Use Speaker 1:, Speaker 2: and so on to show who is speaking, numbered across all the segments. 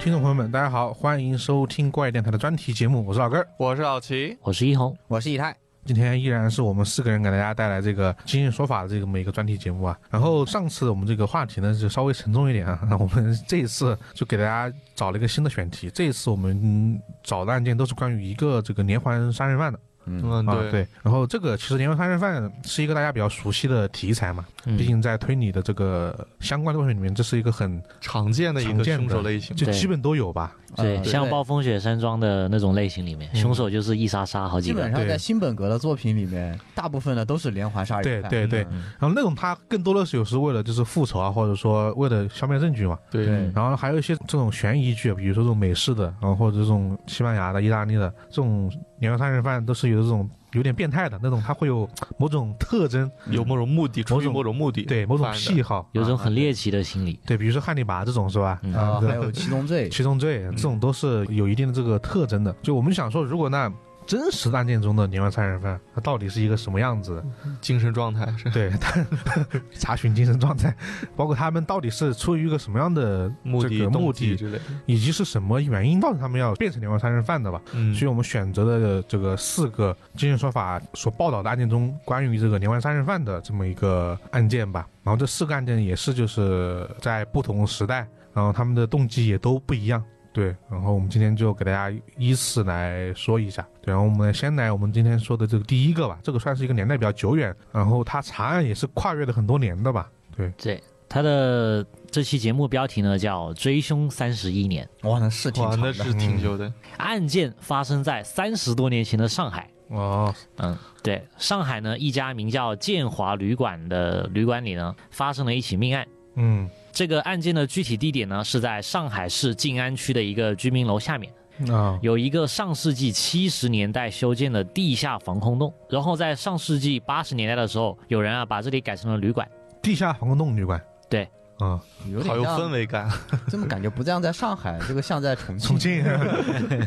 Speaker 1: 听众朋友们，大家好，欢迎收听怪电台的专题节目，我是老根儿。
Speaker 2: 我是老齐，
Speaker 3: 我是一红，
Speaker 4: 我是以太，
Speaker 1: 今天依然是我们四个人给大家带来这个今日说法的这个每个专题节目啊。然后上次我们这个话题呢就稍微沉重一点啊， 那我们这一次就给大家找了一个新的选题。这一次我们嗯找的案件都是关于一个这个连环杀人犯的
Speaker 2: 嗯
Speaker 1: 啊，，对。然后这个其实连环杀人犯是一个大家比较熟悉的题材嘛，
Speaker 3: 嗯
Speaker 1: 毕竟在推理的这个相关的作品里面，这是一个很
Speaker 2: 常见的一
Speaker 1: 常
Speaker 2: 个
Speaker 1: 见
Speaker 2: 凶手
Speaker 1: 的
Speaker 2: 类型，
Speaker 1: 就
Speaker 3: 对
Speaker 1: 基本都有吧。
Speaker 2: 啊
Speaker 3: 对，
Speaker 4: 呃
Speaker 3: 像暴风雪山庄的那种类型里面，
Speaker 1: 嗯
Speaker 3: 凶手就是一杀杀好
Speaker 4: 基
Speaker 3: 几
Speaker 4: 本
Speaker 3: 个。
Speaker 4: 上
Speaker 1: 对
Speaker 4: 在新本格的作品里面，大部分呢都是连环杀
Speaker 1: 对
Speaker 4: 人犯。
Speaker 1: 对对，
Speaker 2: 嗯
Speaker 1: 然后那种他更多的是有时为了就是复仇啊，或者说为了消灭证据嘛。
Speaker 2: 对
Speaker 4: 对嗯
Speaker 1: 然后还有一些这种悬疑剧，比如说这种美式的，然后或者这种西班牙的、意大利的这种连环杀人犯，都是有这种有点变态的那种，他会有某种特征，
Speaker 2: 有某种目的，出于某种目的，
Speaker 1: 对某种
Speaker 2: 犯的
Speaker 1: 癖好，
Speaker 3: 有种很猎奇的心理，
Speaker 1: 对，比如说汉尼拔这种是吧？
Speaker 3: 嗯
Speaker 4: 然后
Speaker 1: 对
Speaker 4: 啊还有七宗罪，
Speaker 1: 七宗罪这种都是有一定的这个特征的。就我们想说，如果那真实案件中的连环杀人犯，他到底是一个什么样子？
Speaker 2: 精神状态是
Speaker 1: 对，他 查询精神状态，包括他们到底是出于一个什么样的
Speaker 2: 目
Speaker 1: 这
Speaker 2: 的、
Speaker 1: 个目
Speaker 2: 动
Speaker 1: 的
Speaker 2: 机，之类的。
Speaker 1: 以及是什么原因导致他们要变成连环杀人犯的吧？
Speaker 2: 嗯
Speaker 1: 所以我们选择了这个四个今日说法所报道的案件中，关于这个连环杀人犯的这么一个案件吧。然后这四个案件也是就是在不同时代，然后他们的动机也都不一样。对，然后我们今天就给大家依次来说一下。对，然后我们先来我们今天说的这个第一个吧，这个算是一个年代比较久远，啊然后它查案也是跨越了很多年的吧。对，
Speaker 3: 对，他的这期节目标题呢叫《追凶三十一年
Speaker 4: 哇，那是挺
Speaker 2: 哇，
Speaker 4: 长
Speaker 2: 那
Speaker 4: 的。
Speaker 2: 是挺久的，》，嗯
Speaker 3: 案件发生在三十多年前的上海。
Speaker 1: 哦，
Speaker 3: 嗯，对，上海呢一家名叫建华旅馆的旅馆里呢发生了一起命案。
Speaker 1: 嗯，
Speaker 3: 这个案件的具体地点呢是在上海市静安区的一个居民楼下面。
Speaker 1: 啊、
Speaker 3: 有一个上世纪七十年代修建的地下防空洞，然后在上世纪八十年代的时候，有人啊把这里改成了旅馆。
Speaker 1: 地下防空洞旅馆。
Speaker 3: 对，
Speaker 1: 啊、
Speaker 4: 有
Speaker 2: 好
Speaker 4: 点
Speaker 2: 有
Speaker 4: 像
Speaker 2: 氛围感。
Speaker 4: 这么感觉不像在上海，这个像 在重庆。
Speaker 1: 重庆，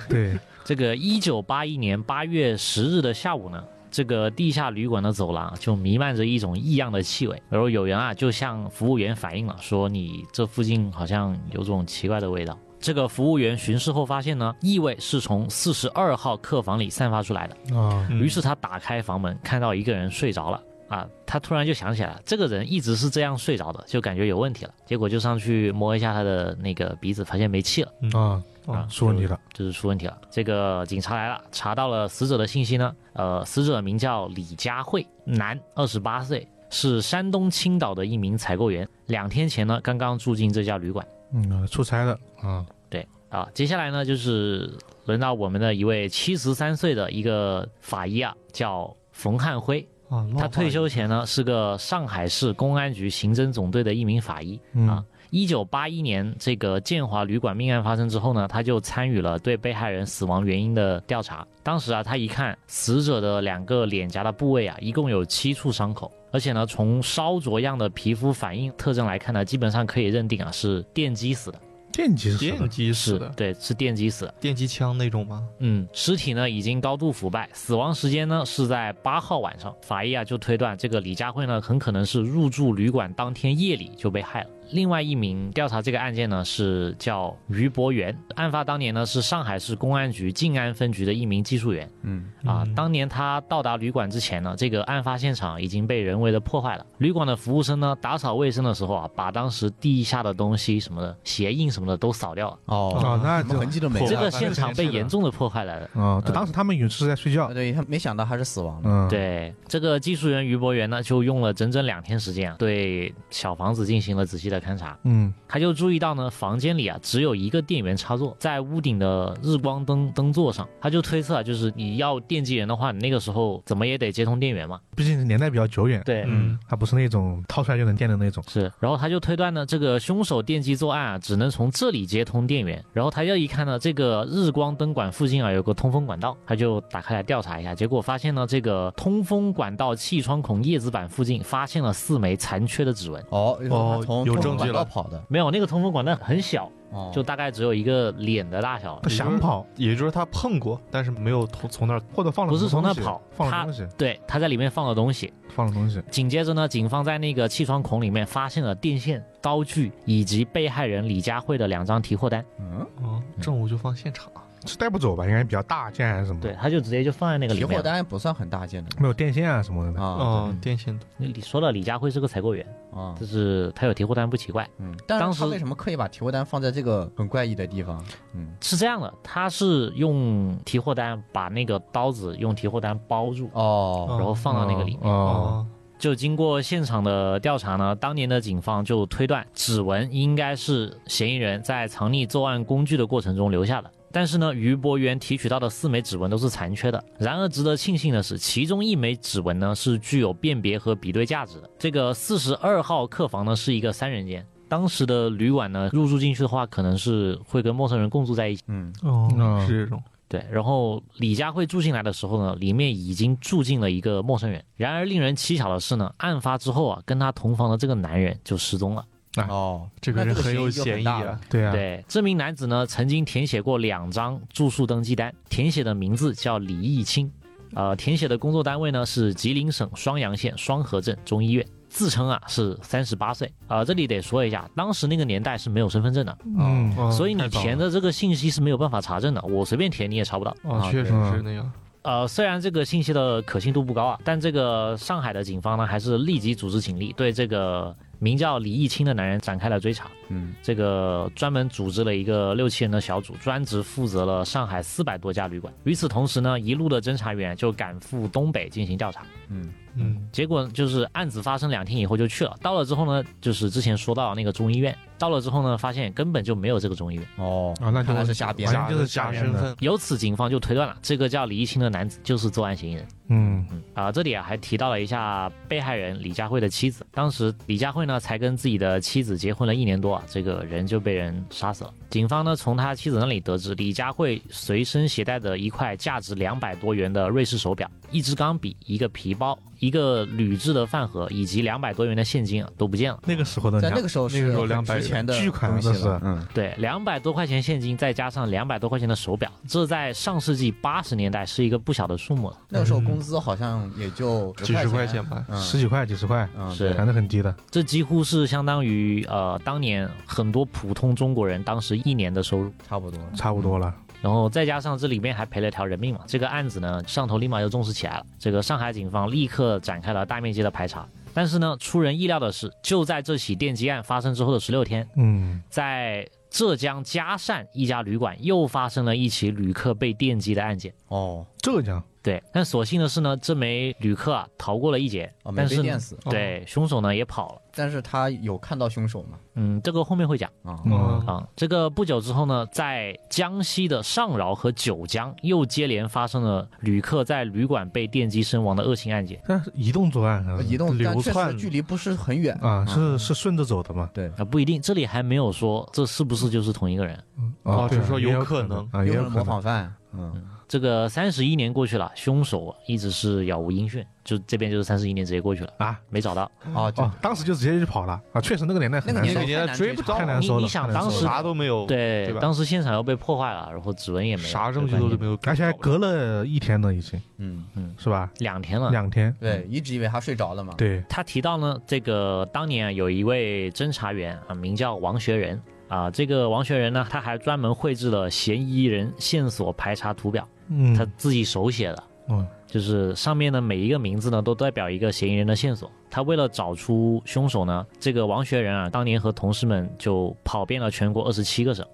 Speaker 1: 对，
Speaker 3: 这个一九八一年八月十日的下午呢，这个地下旅馆的走廊就弥漫着一种异样的气味，然后有人啊就向服务员反映了，说你这附近好像有种奇怪的味道。这个服务员巡视后发现呢，异味是从四十二号客房里散发出来的。
Speaker 1: 啊、
Speaker 2: 嗯
Speaker 3: 于是他打开房门，看到一个人睡着了啊，他突然就想起来了，这个人一直是这样睡着的，就感觉有问题了。结果就上去摸一下他的那个鼻子，发现没气了
Speaker 1: 啊，
Speaker 3: 啊，
Speaker 1: 出问题
Speaker 3: 就
Speaker 1: 了，
Speaker 3: 就是出问题了。这个警察来了，查到了死者的信息呢，呃，死者名叫李佳慧，男，二十八岁。是山东青岛的一名采购员，两天前呢，刚刚住进这家旅馆。
Speaker 1: 嗯，出差了啊，
Speaker 3: 啊，接下来呢就是轮到我们的一位七十三岁的一个法医啊，叫冯汉辉。
Speaker 2: 啊，
Speaker 3: 他退休前呢是个上海市公安局刑侦总队的一名法医
Speaker 1: 嗯
Speaker 3: 啊。一九八一年这个建华旅馆命案发生之后呢，他就参与了对被害人死亡原因的调查。当时啊，他一看死者的两个脸颊的部位啊，一共有七处伤口。而且呢，从烧灼样的皮肤反应特征来看呢，基本上可以认定啊是电击死的，
Speaker 1: 电击是什
Speaker 2: 电
Speaker 1: 么？
Speaker 2: 击式的
Speaker 3: 对，是电击死的。
Speaker 2: 电击枪那种吗？
Speaker 3: 嗯，尸体呢已经高度腐败，死亡时间呢是在八号晚上。法医啊就推断，这个李佳慧呢很可能是入住旅馆当天夜里就被害了。另外一名调查这个案件呢是叫于博元，案发当年呢是上海市公安局静安分局的一名技术员。
Speaker 4: 嗯，
Speaker 3: 啊
Speaker 2: 嗯，
Speaker 3: 当年他到达旅馆之前呢，这个案发现场已经被人为的破坏了。旅馆的服务生呢，打扫卫生的时候啊，把当时地下的东西什么的、鞋印什么的都扫掉了，
Speaker 4: 哦，
Speaker 1: 啊，那
Speaker 4: 什么
Speaker 1: 就
Speaker 4: 痕迹都没
Speaker 2: 破坏
Speaker 3: 这
Speaker 4: 有。
Speaker 3: 个
Speaker 2: 了
Speaker 3: 现场被严重的破坏了。
Speaker 1: 啊，对当时他们也是在睡觉
Speaker 4: 啊，对他没想到还是死亡的。
Speaker 1: 嗯，，
Speaker 3: 嗯对，这个技术员于博元呢，就用了整整两天时间啊，对小房子进行了仔细的勘查。
Speaker 1: 嗯，
Speaker 3: 他就注意到呢，房间里啊只有一个电源插座，在屋顶的日光灯灯座上。他就推测啊，就是你要电击人的话，你那个时候怎么也得接通电源嘛。
Speaker 1: 毕竟年代比较久远，
Speaker 3: 对
Speaker 2: 嗯，
Speaker 1: 它不是那种掏出来就能电的那种，
Speaker 3: 是，然后他就推断呢，这个凶手电击作案啊，只能从这里接通电源。然后他又一看呢，这个日光灯管附近啊有个通风管道，他就打开来调查一下，结果发现呢，这个通风管道气窗孔叶子板附近发现了四枚残缺的指纹。
Speaker 4: 哦，就是他
Speaker 2: 哦
Speaker 4: 从
Speaker 2: 有
Speaker 4: 通
Speaker 2: 证据
Speaker 4: 管道
Speaker 2: 了
Speaker 4: 跑的，
Speaker 3: 没有那个通风管道很小，
Speaker 4: 哦
Speaker 3: 就大概只有一个脸的大小
Speaker 1: 他。想跑，
Speaker 2: 也就是他碰过，但是没有从从那儿
Speaker 1: 或者放了
Speaker 3: 不是
Speaker 1: 什么
Speaker 3: 从那
Speaker 1: 东西
Speaker 3: 跑
Speaker 1: 放了
Speaker 3: 他
Speaker 1: 东西，
Speaker 3: 对，他在里面放了东西。
Speaker 1: 放了东西，
Speaker 3: 紧接着呢，警方在那个气窗孔里面发现了电线、刀具以及被害人李佳慧的两张提货单。
Speaker 4: 嗯，
Speaker 2: 啊，证物就放现场。
Speaker 1: 是带不走吧？应该比较大件还是什么？
Speaker 3: 对，，他就直接就放在那个里
Speaker 4: 提货
Speaker 3: 面了。
Speaker 4: 单也不算很大件的
Speaker 1: 没有电线啊什么的。
Speaker 4: 啊
Speaker 2: 啊，电线
Speaker 3: 你说了，李佳慧是个采购员，
Speaker 2: 哦
Speaker 4: 啊
Speaker 3: 就是他有提货单不奇怪。
Speaker 4: 嗯，但
Speaker 3: 当
Speaker 4: 是他
Speaker 3: 时
Speaker 4: 为什么刻意把提货单放在这个很怪异的地方？嗯，
Speaker 3: 是这样的，他是用提货单把那个刀子用提货单包住，
Speaker 4: 哦，
Speaker 3: 然后放到那个里面。
Speaker 1: 哦，
Speaker 2: 啊，
Speaker 3: 就经过现场的调查呢，当年的警方就推断指纹应该是嫌疑人在藏匿作案工具的过程中留下的。但是呢，于博元提取到的四枚指纹都是残缺的。然而值得庆幸的是，其中一枚指纹呢是具有辨别和比对价值的。这个四十二号客房呢是一个三人间，当时的旅馆呢入住进去的话，可能是会跟陌生人共住在一起。
Speaker 4: 嗯，
Speaker 2: 哦
Speaker 1: 嗯
Speaker 2: 是这种
Speaker 3: 对，然后李佳慧住进来的时候呢，里面已经住进了一个陌生人。然而令人蹊跷的是呢，案发之后啊，跟他同房的这个男人就失踪了。
Speaker 1: 啊
Speaker 4: 哦，
Speaker 2: 这个人
Speaker 4: 那这个
Speaker 2: 很有
Speaker 4: 嫌疑就
Speaker 2: 嫌
Speaker 4: 很
Speaker 2: 疑
Speaker 4: 大
Speaker 2: 啊
Speaker 4: 了。
Speaker 1: 对啊，
Speaker 3: 对，这名男子呢，曾经填写过两张住宿登记单，填写的名字叫李义清，呃，填写的工作单位呢是吉林省双阳县双河镇中医院。自称啊是三十八岁，呃，这里得说一下，当时那个年代是没有身份证的，
Speaker 1: 嗯，
Speaker 2: 啊
Speaker 3: 所以你
Speaker 1: 太早了
Speaker 3: 填的这个信息是没有办法查证的，我随便填你也查不到。
Speaker 2: 啊，确实
Speaker 1: 对
Speaker 2: 是那样。
Speaker 3: 呃，虽然这个信息的可信度不高啊，但这个上海的警方呢，还是立即组织警力，对这个名叫李义清的男人展开了追查。
Speaker 4: 嗯，
Speaker 3: 这个专门组织了一个六七人的小组，专职负责了上海四百多家旅馆。与此同时呢，一路的侦查员就赶赴东北进行调查。
Speaker 4: 嗯，
Speaker 2: 嗯，
Speaker 3: 结果就是案子发生两天以后就去了，到了之后呢，就是之前说到那个中医院，到了之后呢，发现根本就没有这个中医院。
Speaker 4: 哦，
Speaker 1: 啊，那
Speaker 4: 看来
Speaker 1: 就是
Speaker 4: 瞎编
Speaker 1: 完全就是
Speaker 2: 假
Speaker 1: 瞎
Speaker 2: 身
Speaker 1: 编的。
Speaker 2: 份。
Speaker 3: 由此，警方就推断了这个叫李义清的男子就是作案嫌疑人。
Speaker 1: 嗯，
Speaker 3: 啊、这里啊还提到了一下被害人李佳慧的妻子。当时李佳慧呢才跟自己的妻子结婚了一年多啊，这个人就被人杀死了。警方呢从他妻子那里得知，李佳慧随身携带的一块价值两百多元的瑞士手表、一支钢笔、一个皮包、一个铝制的饭盒以及两百多元的现金啊都不见了。
Speaker 1: 那个时候
Speaker 3: 嗯
Speaker 1: 的
Speaker 4: 在
Speaker 1: 两
Speaker 4: 那个时候是
Speaker 2: 那个时候
Speaker 4: 很
Speaker 2: 200
Speaker 4: 值钱的
Speaker 1: 巨款
Speaker 4: 东西
Speaker 1: 那是
Speaker 4: 了，嗯，
Speaker 3: 对，两百多块钱现金再加上两百多块钱的手表，这在上世纪八十年代是一个不小的数目了。啊
Speaker 4: 那个时候工资好像也就
Speaker 2: 几十块
Speaker 4: 钱
Speaker 2: 钱，吧，
Speaker 4: 嗯，
Speaker 1: 十几块、几十块，
Speaker 4: 嗯，
Speaker 3: 是
Speaker 1: 反正很低的。
Speaker 3: 这几乎是相当于呃当年很多普通中国人当时一年的收入，
Speaker 4: 差不多，
Speaker 1: 差不多了。
Speaker 3: 然后再加上这里面还赔了条人命嘛，这个案子呢上头立马就重视起来了。这个上海警方立刻展开了大面积的排查，但是呢出人意料的是，就在这起电击案发生之后的十六天，
Speaker 1: 嗯，
Speaker 3: 在浙江嘉善一家旅馆又发生了一起旅客被电击的案件。
Speaker 4: 哦，
Speaker 1: 浙江
Speaker 3: 对，但所幸的是呢，这枚旅客啊逃过了一劫
Speaker 4: 哦，没
Speaker 3: 但
Speaker 4: 被
Speaker 3: 是
Speaker 4: 电
Speaker 3: 呢
Speaker 4: 死，
Speaker 3: 对凶手呢也跑了。
Speaker 4: 但是他有看到凶手嘛？
Speaker 3: 嗯，这个后面会讲。
Speaker 4: 啊，
Speaker 1: 嗯
Speaker 2: 嗯
Speaker 3: 啊、这个不久之后呢，在江西的上饶和九江又接连发生了旅客在旅馆被电击身亡的恶性案件。
Speaker 1: 但是移动作案啊，
Speaker 4: 呃移动，
Speaker 2: 流
Speaker 4: 但确实
Speaker 2: 窜
Speaker 4: 距离不是很远
Speaker 1: 啊，是是顺着走的嘛？
Speaker 4: 对
Speaker 3: 啊、，不一定，这里还没有说这是不是就是同一个人。
Speaker 4: 嗯
Speaker 2: 哦
Speaker 1: 对
Speaker 2: 只是说
Speaker 1: 也
Speaker 2: 有
Speaker 1: 有
Speaker 2: 可
Speaker 1: 能
Speaker 2: 能
Speaker 1: 啊，也有
Speaker 4: 又
Speaker 1: 可
Speaker 4: 是模
Speaker 1: 能
Speaker 4: 仿犯，嗯，
Speaker 3: 这个三十一年过去了，凶手一直是杳无音讯，就这边就是三十一年直接过去了，
Speaker 1: 啊。
Speaker 3: 没找到。
Speaker 4: 哦，
Speaker 1: 哦
Speaker 4: 就，
Speaker 1: 当时就直接就跑了啊！确实那个年代很
Speaker 4: 那个
Speaker 1: 难
Speaker 2: 那
Speaker 1: 受
Speaker 2: 个
Speaker 4: 年，
Speaker 2: 年代追不
Speaker 1: 太
Speaker 2: 着，
Speaker 1: 难受了。
Speaker 3: 你你想
Speaker 1: 太难
Speaker 3: 当
Speaker 1: 受
Speaker 3: 时
Speaker 1: 了
Speaker 2: 啥都没有，
Speaker 3: 对，
Speaker 2: 哦吧
Speaker 3: 当时现场又被破坏了，然后指纹也没有，
Speaker 2: 啥证据
Speaker 3: 对
Speaker 2: 都
Speaker 3: 关键
Speaker 2: 没有，
Speaker 1: 而且还隔了一天呢，已经
Speaker 4: 嗯，
Speaker 1: 是吧？
Speaker 3: 两天了。
Speaker 1: 两天，
Speaker 4: 对，一直以为他睡着了嘛，
Speaker 1: 嗯对，
Speaker 3: 他提到呢，这个当年啊有一位侦查员啊，名叫王学仁啊，这个王学仁呢，他还专门绘制了嫌疑人线索排查图表，
Speaker 1: 嗯，
Speaker 3: 他自己手写的，
Speaker 1: 嗯
Speaker 3: 就是上面的每一个名字呢，都代表一个嫌疑人的线索。他为了找出凶手呢，这个王学仁啊，当年和同事们就跑遍了全国二十七个省，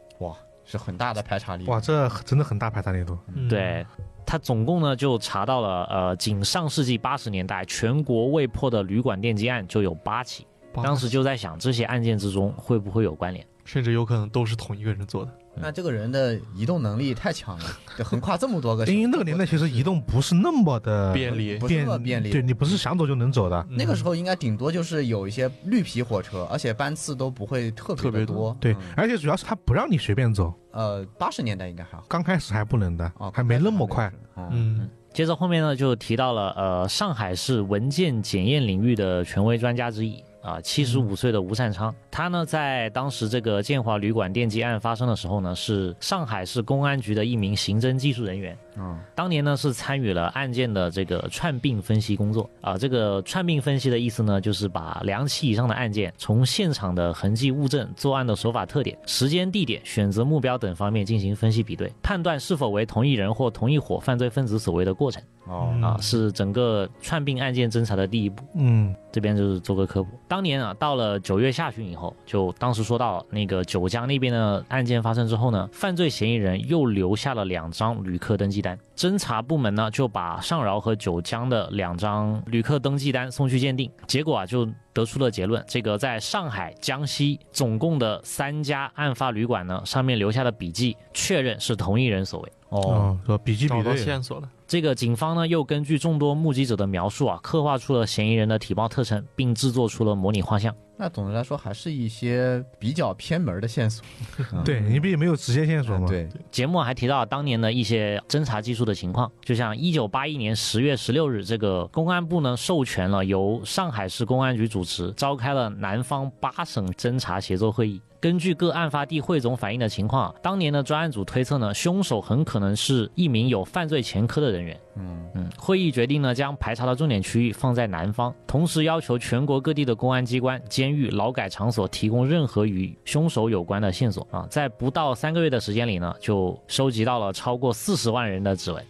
Speaker 4: 是很大的排查力，
Speaker 1: 哇，这真的很大排查力度，
Speaker 2: 嗯，
Speaker 3: 对。他总共呢就查到了，呃，仅上世纪八十年代全国未破的旅馆电击案就有八起，
Speaker 2: 八
Speaker 3: 当时就在想这些案件之中会不会有关联。
Speaker 2: 甚至有可能都是同一个人做的。
Speaker 4: 那这个人的移动能力太强了，就横跨这么多个 省，
Speaker 1: 因为那个年代其实移动不是那么的
Speaker 2: 便利嗯
Speaker 4: 不是那么便利
Speaker 1: 对你不是想走就能走的，
Speaker 4: 那个时候应该顶多就是有一些绿皮火车，而且班次都不会特别
Speaker 2: 特别
Speaker 4: 的多。
Speaker 1: 对
Speaker 4: 嗯，
Speaker 1: 而且主要是他不让你随便走，
Speaker 4: 呃，八十年代应该还好，
Speaker 1: 刚开始还不能的
Speaker 4: 哦，
Speaker 1: 还没那么快，。
Speaker 4: 嗯，
Speaker 2: 嗯，
Speaker 3: 接着后面呢，就提到了呃，上海市文件检验领域的权威专家之一啊，七十五岁的吴善昌，他呢在当时这个建华旅馆电击案发生的时候呢，是上海市公安局的一名刑侦技术人员。
Speaker 4: 嗯，
Speaker 3: 当年呢是参与了案件的这个串并分析工作啊、这个串并分析的意思呢，就是把两起以上的案件从现场的痕迹物证、作案的手法特点、时间、地点、选择目标等方面进行分析比对，判断是否为同一人或同一伙犯罪分子所为的过程
Speaker 2: 嗯
Speaker 4: 哦，
Speaker 3: 啊、是整个串并案件侦查的第一步。
Speaker 1: 嗯，
Speaker 3: 这边就是做个科普。当年啊，到了九月下旬以后，就当时说到那个九江那边的案件发生之后呢，犯罪嫌疑人又留下了两张旅客登记单。侦查部门呢就把上饶和九江的两张旅客登记单送去鉴定，结果啊就得出了结论：这个在上海、江西总共的三家案发旅馆呢，上面留下的笔记确认是同一人所为。
Speaker 1: 哦，说笔记
Speaker 2: 找
Speaker 1: 比
Speaker 2: 到
Speaker 1: 对，
Speaker 2: 线索了，
Speaker 3: 这个警方呢，又根据众多目击者的描述啊，刻画出了嫌疑人的体貌特征，并制作出了模拟画像。
Speaker 4: 那总的来说还是一些比较偏门的线索。嗯
Speaker 1: 对，你毕竟没有直接线索嘛，，
Speaker 4: 对，
Speaker 3: 节目还提到当年的一些侦查技术的情况，就像一九八一年十月十六日，这个公安部呢授权了由上海市公安局主持，召开了南方八省侦查协作会议。根据各案发地汇总反映的情况，当年的专案组推测呢，凶手很可能是一名有犯罪前科的人员。
Speaker 4: 嗯，
Speaker 3: 嗯，会议决定呢，将排查的重点区域放在南方，同时要求全国各地的公安机关、监狱、劳改场所提供任何与凶手有关的线索啊。在不到三个月的时间里呢，就收集到了超过四十万人的指纹。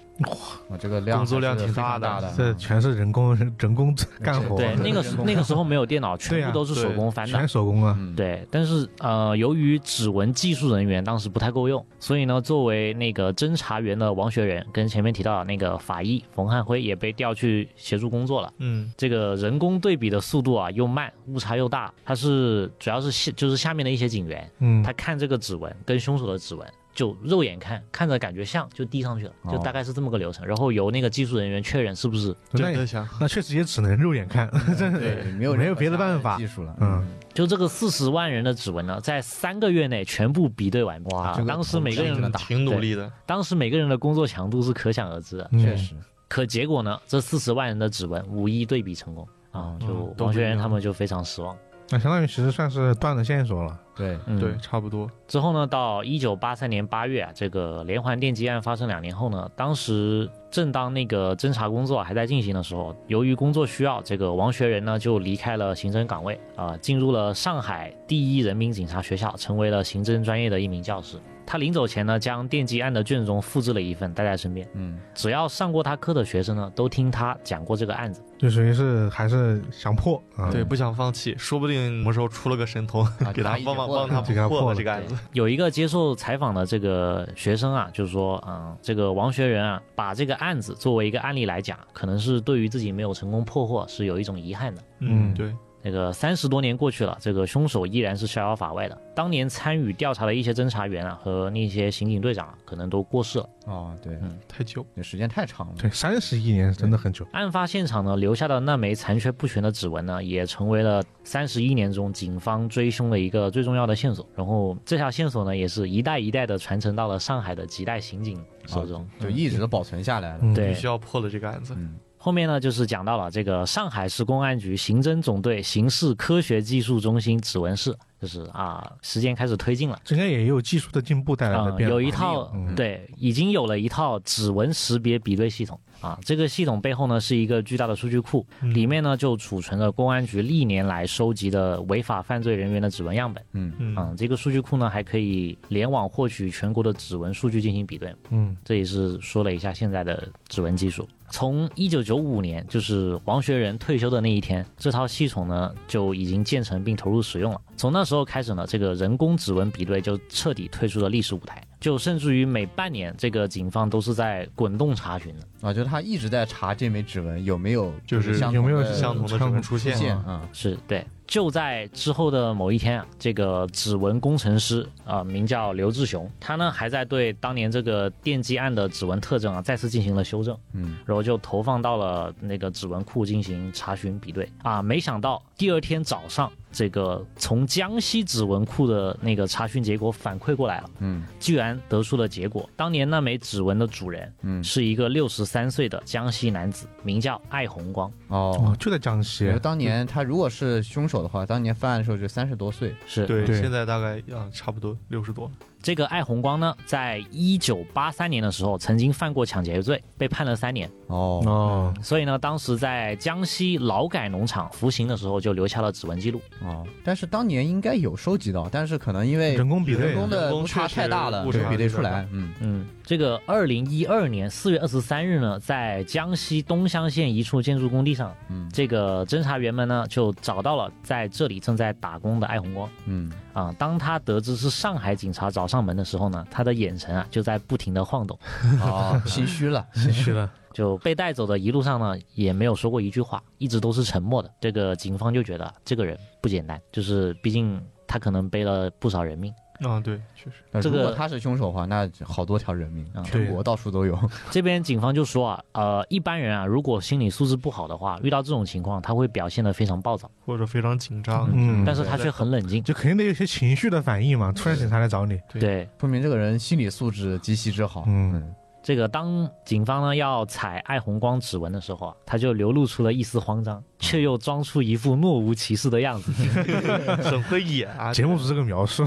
Speaker 4: 我这个量
Speaker 2: 工作量
Speaker 4: 还是
Speaker 2: 挺
Speaker 4: 非常
Speaker 2: 大的
Speaker 4: 大
Speaker 1: 这全是人工 人工干活，
Speaker 3: 对，那 个时那个时候没有电脑，
Speaker 1: 对
Speaker 3: 全
Speaker 1: 啊
Speaker 3: 部都是手
Speaker 2: 对
Speaker 3: 工翻的
Speaker 1: 全。手工啊，
Speaker 4: 嗯，
Speaker 3: 对，但是呃，由于指纹技术人员当时不太够用，所以呢，作为那个侦查员的王学仁跟前面提到的那个法医冯汉辉也被调去协助工作了。
Speaker 2: 嗯，
Speaker 3: 这个人工对比的速度啊又慢，误差又大。他是主要是下就是下面的一些警员，
Speaker 1: 嗯
Speaker 3: 他，看这个指纹跟凶手的指纹，就肉眼看看着感觉像，就递上去
Speaker 4: 哦
Speaker 3: 了，就大概是这么个流程。然后由那个技术人员确认是不是，
Speaker 1: 那
Speaker 2: 真
Speaker 1: 也
Speaker 2: 的想
Speaker 1: 那确实也只能肉眼看， 真
Speaker 4: 对，
Speaker 1: 的
Speaker 4: 没有
Speaker 1: 没
Speaker 4: 任
Speaker 1: 有
Speaker 4: 何
Speaker 1: 别的
Speaker 4: 其他
Speaker 1: 办法
Speaker 4: 技，术了，
Speaker 1: 嗯，
Speaker 3: 就这个四十万人的指纹呢，在三个月内全部比对完毕。
Speaker 4: 哇
Speaker 3: 啊
Speaker 4: 这个
Speaker 3: 当时每个
Speaker 4: 真的
Speaker 3: 人
Speaker 4: 打
Speaker 2: 挺努力的，
Speaker 3: 当时每个人的工作强度是可想而知的。
Speaker 1: 嗯
Speaker 4: 确实，
Speaker 3: 可结果呢，这四十万人的指纹无一对比成功啊
Speaker 4: 嗯，
Speaker 3: 就
Speaker 2: 都不
Speaker 3: 王学
Speaker 2: 一
Speaker 3: 仁他
Speaker 2: 样
Speaker 3: 们就非常失望。
Speaker 1: 那相当于其实算是断了线索了，
Speaker 4: 对，
Speaker 3: 嗯
Speaker 2: 对，差不多，
Speaker 3: 之后呢，到一九八三年八月啊，这个连环电击案发生两年后呢，当时正当那个侦查工作还在进行的时候，由于工作需要，这个王学仁呢就离开了刑侦岗位啊、进入了上海第一人民警察学校，成为了刑侦专业的一名教师。他临走前呢，将电击案的卷宗复制了一份带在身边，
Speaker 4: 嗯，
Speaker 3: 只要上过他课的学生呢，都听他讲过这个案子。
Speaker 1: 就属于是还是想破啊，
Speaker 2: 对，不想放弃，说不定什么时候出了个神童，
Speaker 4: 啊
Speaker 2: 给他帮忙帮他
Speaker 1: 给他破
Speaker 2: 破
Speaker 1: 了
Speaker 2: 了这个案子。
Speaker 3: 有一个接受采访的这个学生啊，就是说，嗯，这个王学仁啊，把这个案子作为一个案例来讲，可能是对于自己没有成功破获是有一种遗憾的。
Speaker 1: 嗯
Speaker 2: 对，
Speaker 3: 这个三十多年过去了，这个凶手依然是逍遥法外的。当年参与调查的一些侦查员啊和那些刑警队长、啊，可能都过世了。
Speaker 4: 哦，对，
Speaker 2: 太久，
Speaker 4: 这时间太长了，
Speaker 1: 对，三十一年真的很久，
Speaker 3: 案发现场呢留下的那枚残缺不全的指纹呢，也成为了三十一年中警方追凶的一个最重要的线索。然后这条线索呢，也是一代一代的传承到了上海的几代刑警手中。
Speaker 4: 就一直保存下来了，
Speaker 1: 嗯，
Speaker 3: 对
Speaker 2: 必须要破了这个案子。
Speaker 4: 嗯，
Speaker 3: 后面呢，就是讲到了这个上海市公安局刑侦总队刑事科学技术中心指纹室，就是啊，时间开始推进了。
Speaker 1: 这应该也有技术的进步带来的
Speaker 3: 啊、
Speaker 1: 哎变化，
Speaker 3: 有一套、
Speaker 1: 嗯
Speaker 3: 对，已经有了一套指纹识别比对系统啊。
Speaker 1: 嗯
Speaker 3: 这个系统背后呢是一个巨大的数据库，
Speaker 2: 嗯
Speaker 3: 里面呢就储存着公安局历年来收集的违法犯罪人员的指纹样本。
Speaker 2: 嗯，
Speaker 3: 嗯，这个数据库呢还可以联网获取全国的指纹数据进行比对。
Speaker 1: 嗯，
Speaker 3: 这也是说了一下现在的指纹技术。从一九九五年，就是王学仁退休的那一天，这套系统呢就已经建成并投入使用了。从那时候开始呢，这个人工指纹比对就彻底退出了历史舞台，就甚至于每半年，这个警方都是在滚动查询的。
Speaker 4: 啊，就是他一直在查这枚指纹有没有
Speaker 2: 就是
Speaker 4: 相
Speaker 1: 有没有
Speaker 4: 同的
Speaker 2: 相同的指纹出
Speaker 4: 出
Speaker 2: 现，
Speaker 4: 现啊，
Speaker 3: 是对。就在之后的某一天啊，这个指纹工程师啊、呃名叫刘志雄，他呢还在对当年这个电击案的指纹特征啊，再次进行了修正。
Speaker 4: 嗯，
Speaker 3: 然后就投放到了那个指纹库进行查询比对啊。没想到第二天早上，这个从江西指纹库的那个查询结果反馈过来了，
Speaker 4: 嗯
Speaker 3: 居然得出了结果，当年那枚指纹的主人
Speaker 4: 嗯，
Speaker 3: 是一个六十三岁的江西男子，名叫艾红光。
Speaker 4: 哦，
Speaker 1: 哦，就在江西
Speaker 4: 比如，当年他如果是凶手的话，当年犯案的时候就三十多岁。
Speaker 3: 是
Speaker 2: 对，
Speaker 1: 对
Speaker 2: 现在大概啊差不多六十多了，
Speaker 3: 这个艾红光呢，在一九八三年的时候曾经犯过抢劫罪，被判了三年。
Speaker 4: 哦，
Speaker 1: 哦，
Speaker 3: 所以呢，当时在江西劳改农场服刑的时候，就留下了指纹记录。
Speaker 4: 哦，但是当年应该有收集到，但是可能因为
Speaker 1: 人工比
Speaker 4: 人
Speaker 1: 对
Speaker 4: 工的
Speaker 2: 人工
Speaker 4: 误差
Speaker 2: 确实
Speaker 4: 太大了，
Speaker 2: 误
Speaker 4: 就
Speaker 2: 差
Speaker 4: 比对
Speaker 2: 有
Speaker 4: 出
Speaker 2: 点
Speaker 4: 来
Speaker 2: 大。
Speaker 4: 嗯，
Speaker 3: 嗯，这个二零一二年四月二十三日呢，在江西东乡县一处建筑工地上，
Speaker 4: 嗯
Speaker 3: 这个侦查员们呢就找到了在这里正在打工的艾红光。
Speaker 4: 嗯，
Speaker 3: 啊，当他得知是上海警察找上门的时候呢，他的眼神啊就在不停的晃动，
Speaker 4: 哦，心虚 了。
Speaker 1: 是的，
Speaker 3: 就被带走的一路上呢也没有说过一句话，一直都是沉默的。这个警方就觉得这个人不简单，就是毕竟他可能背了不少人命。
Speaker 2: 啊对，确实
Speaker 4: 那
Speaker 3: 这
Speaker 4: 如
Speaker 3: 个
Speaker 4: 果他是凶手的话，那好多条人命
Speaker 3: 啊，
Speaker 4: 全
Speaker 1: 对
Speaker 4: 国到处都有。
Speaker 3: 这边警方就说啊，呃，一般人啊，如果心理素质不好的话，遇到这种情况，他会表现得非常暴躁，
Speaker 2: 或者非常紧张，
Speaker 1: 嗯
Speaker 3: 但是他却很冷静。
Speaker 1: 就肯定得有一些情绪的反应嘛。突然警察来找你，
Speaker 2: 对
Speaker 3: 对，
Speaker 4: 说明这个人心理素质极其之好。
Speaker 1: 嗯
Speaker 4: 嗯，
Speaker 3: 这个当警方呢要采艾红光指纹的时候啊，他就流露出了一丝慌张，却又装出一副若无其事的样子
Speaker 2: 很会演啊，
Speaker 1: 节目组这个描述，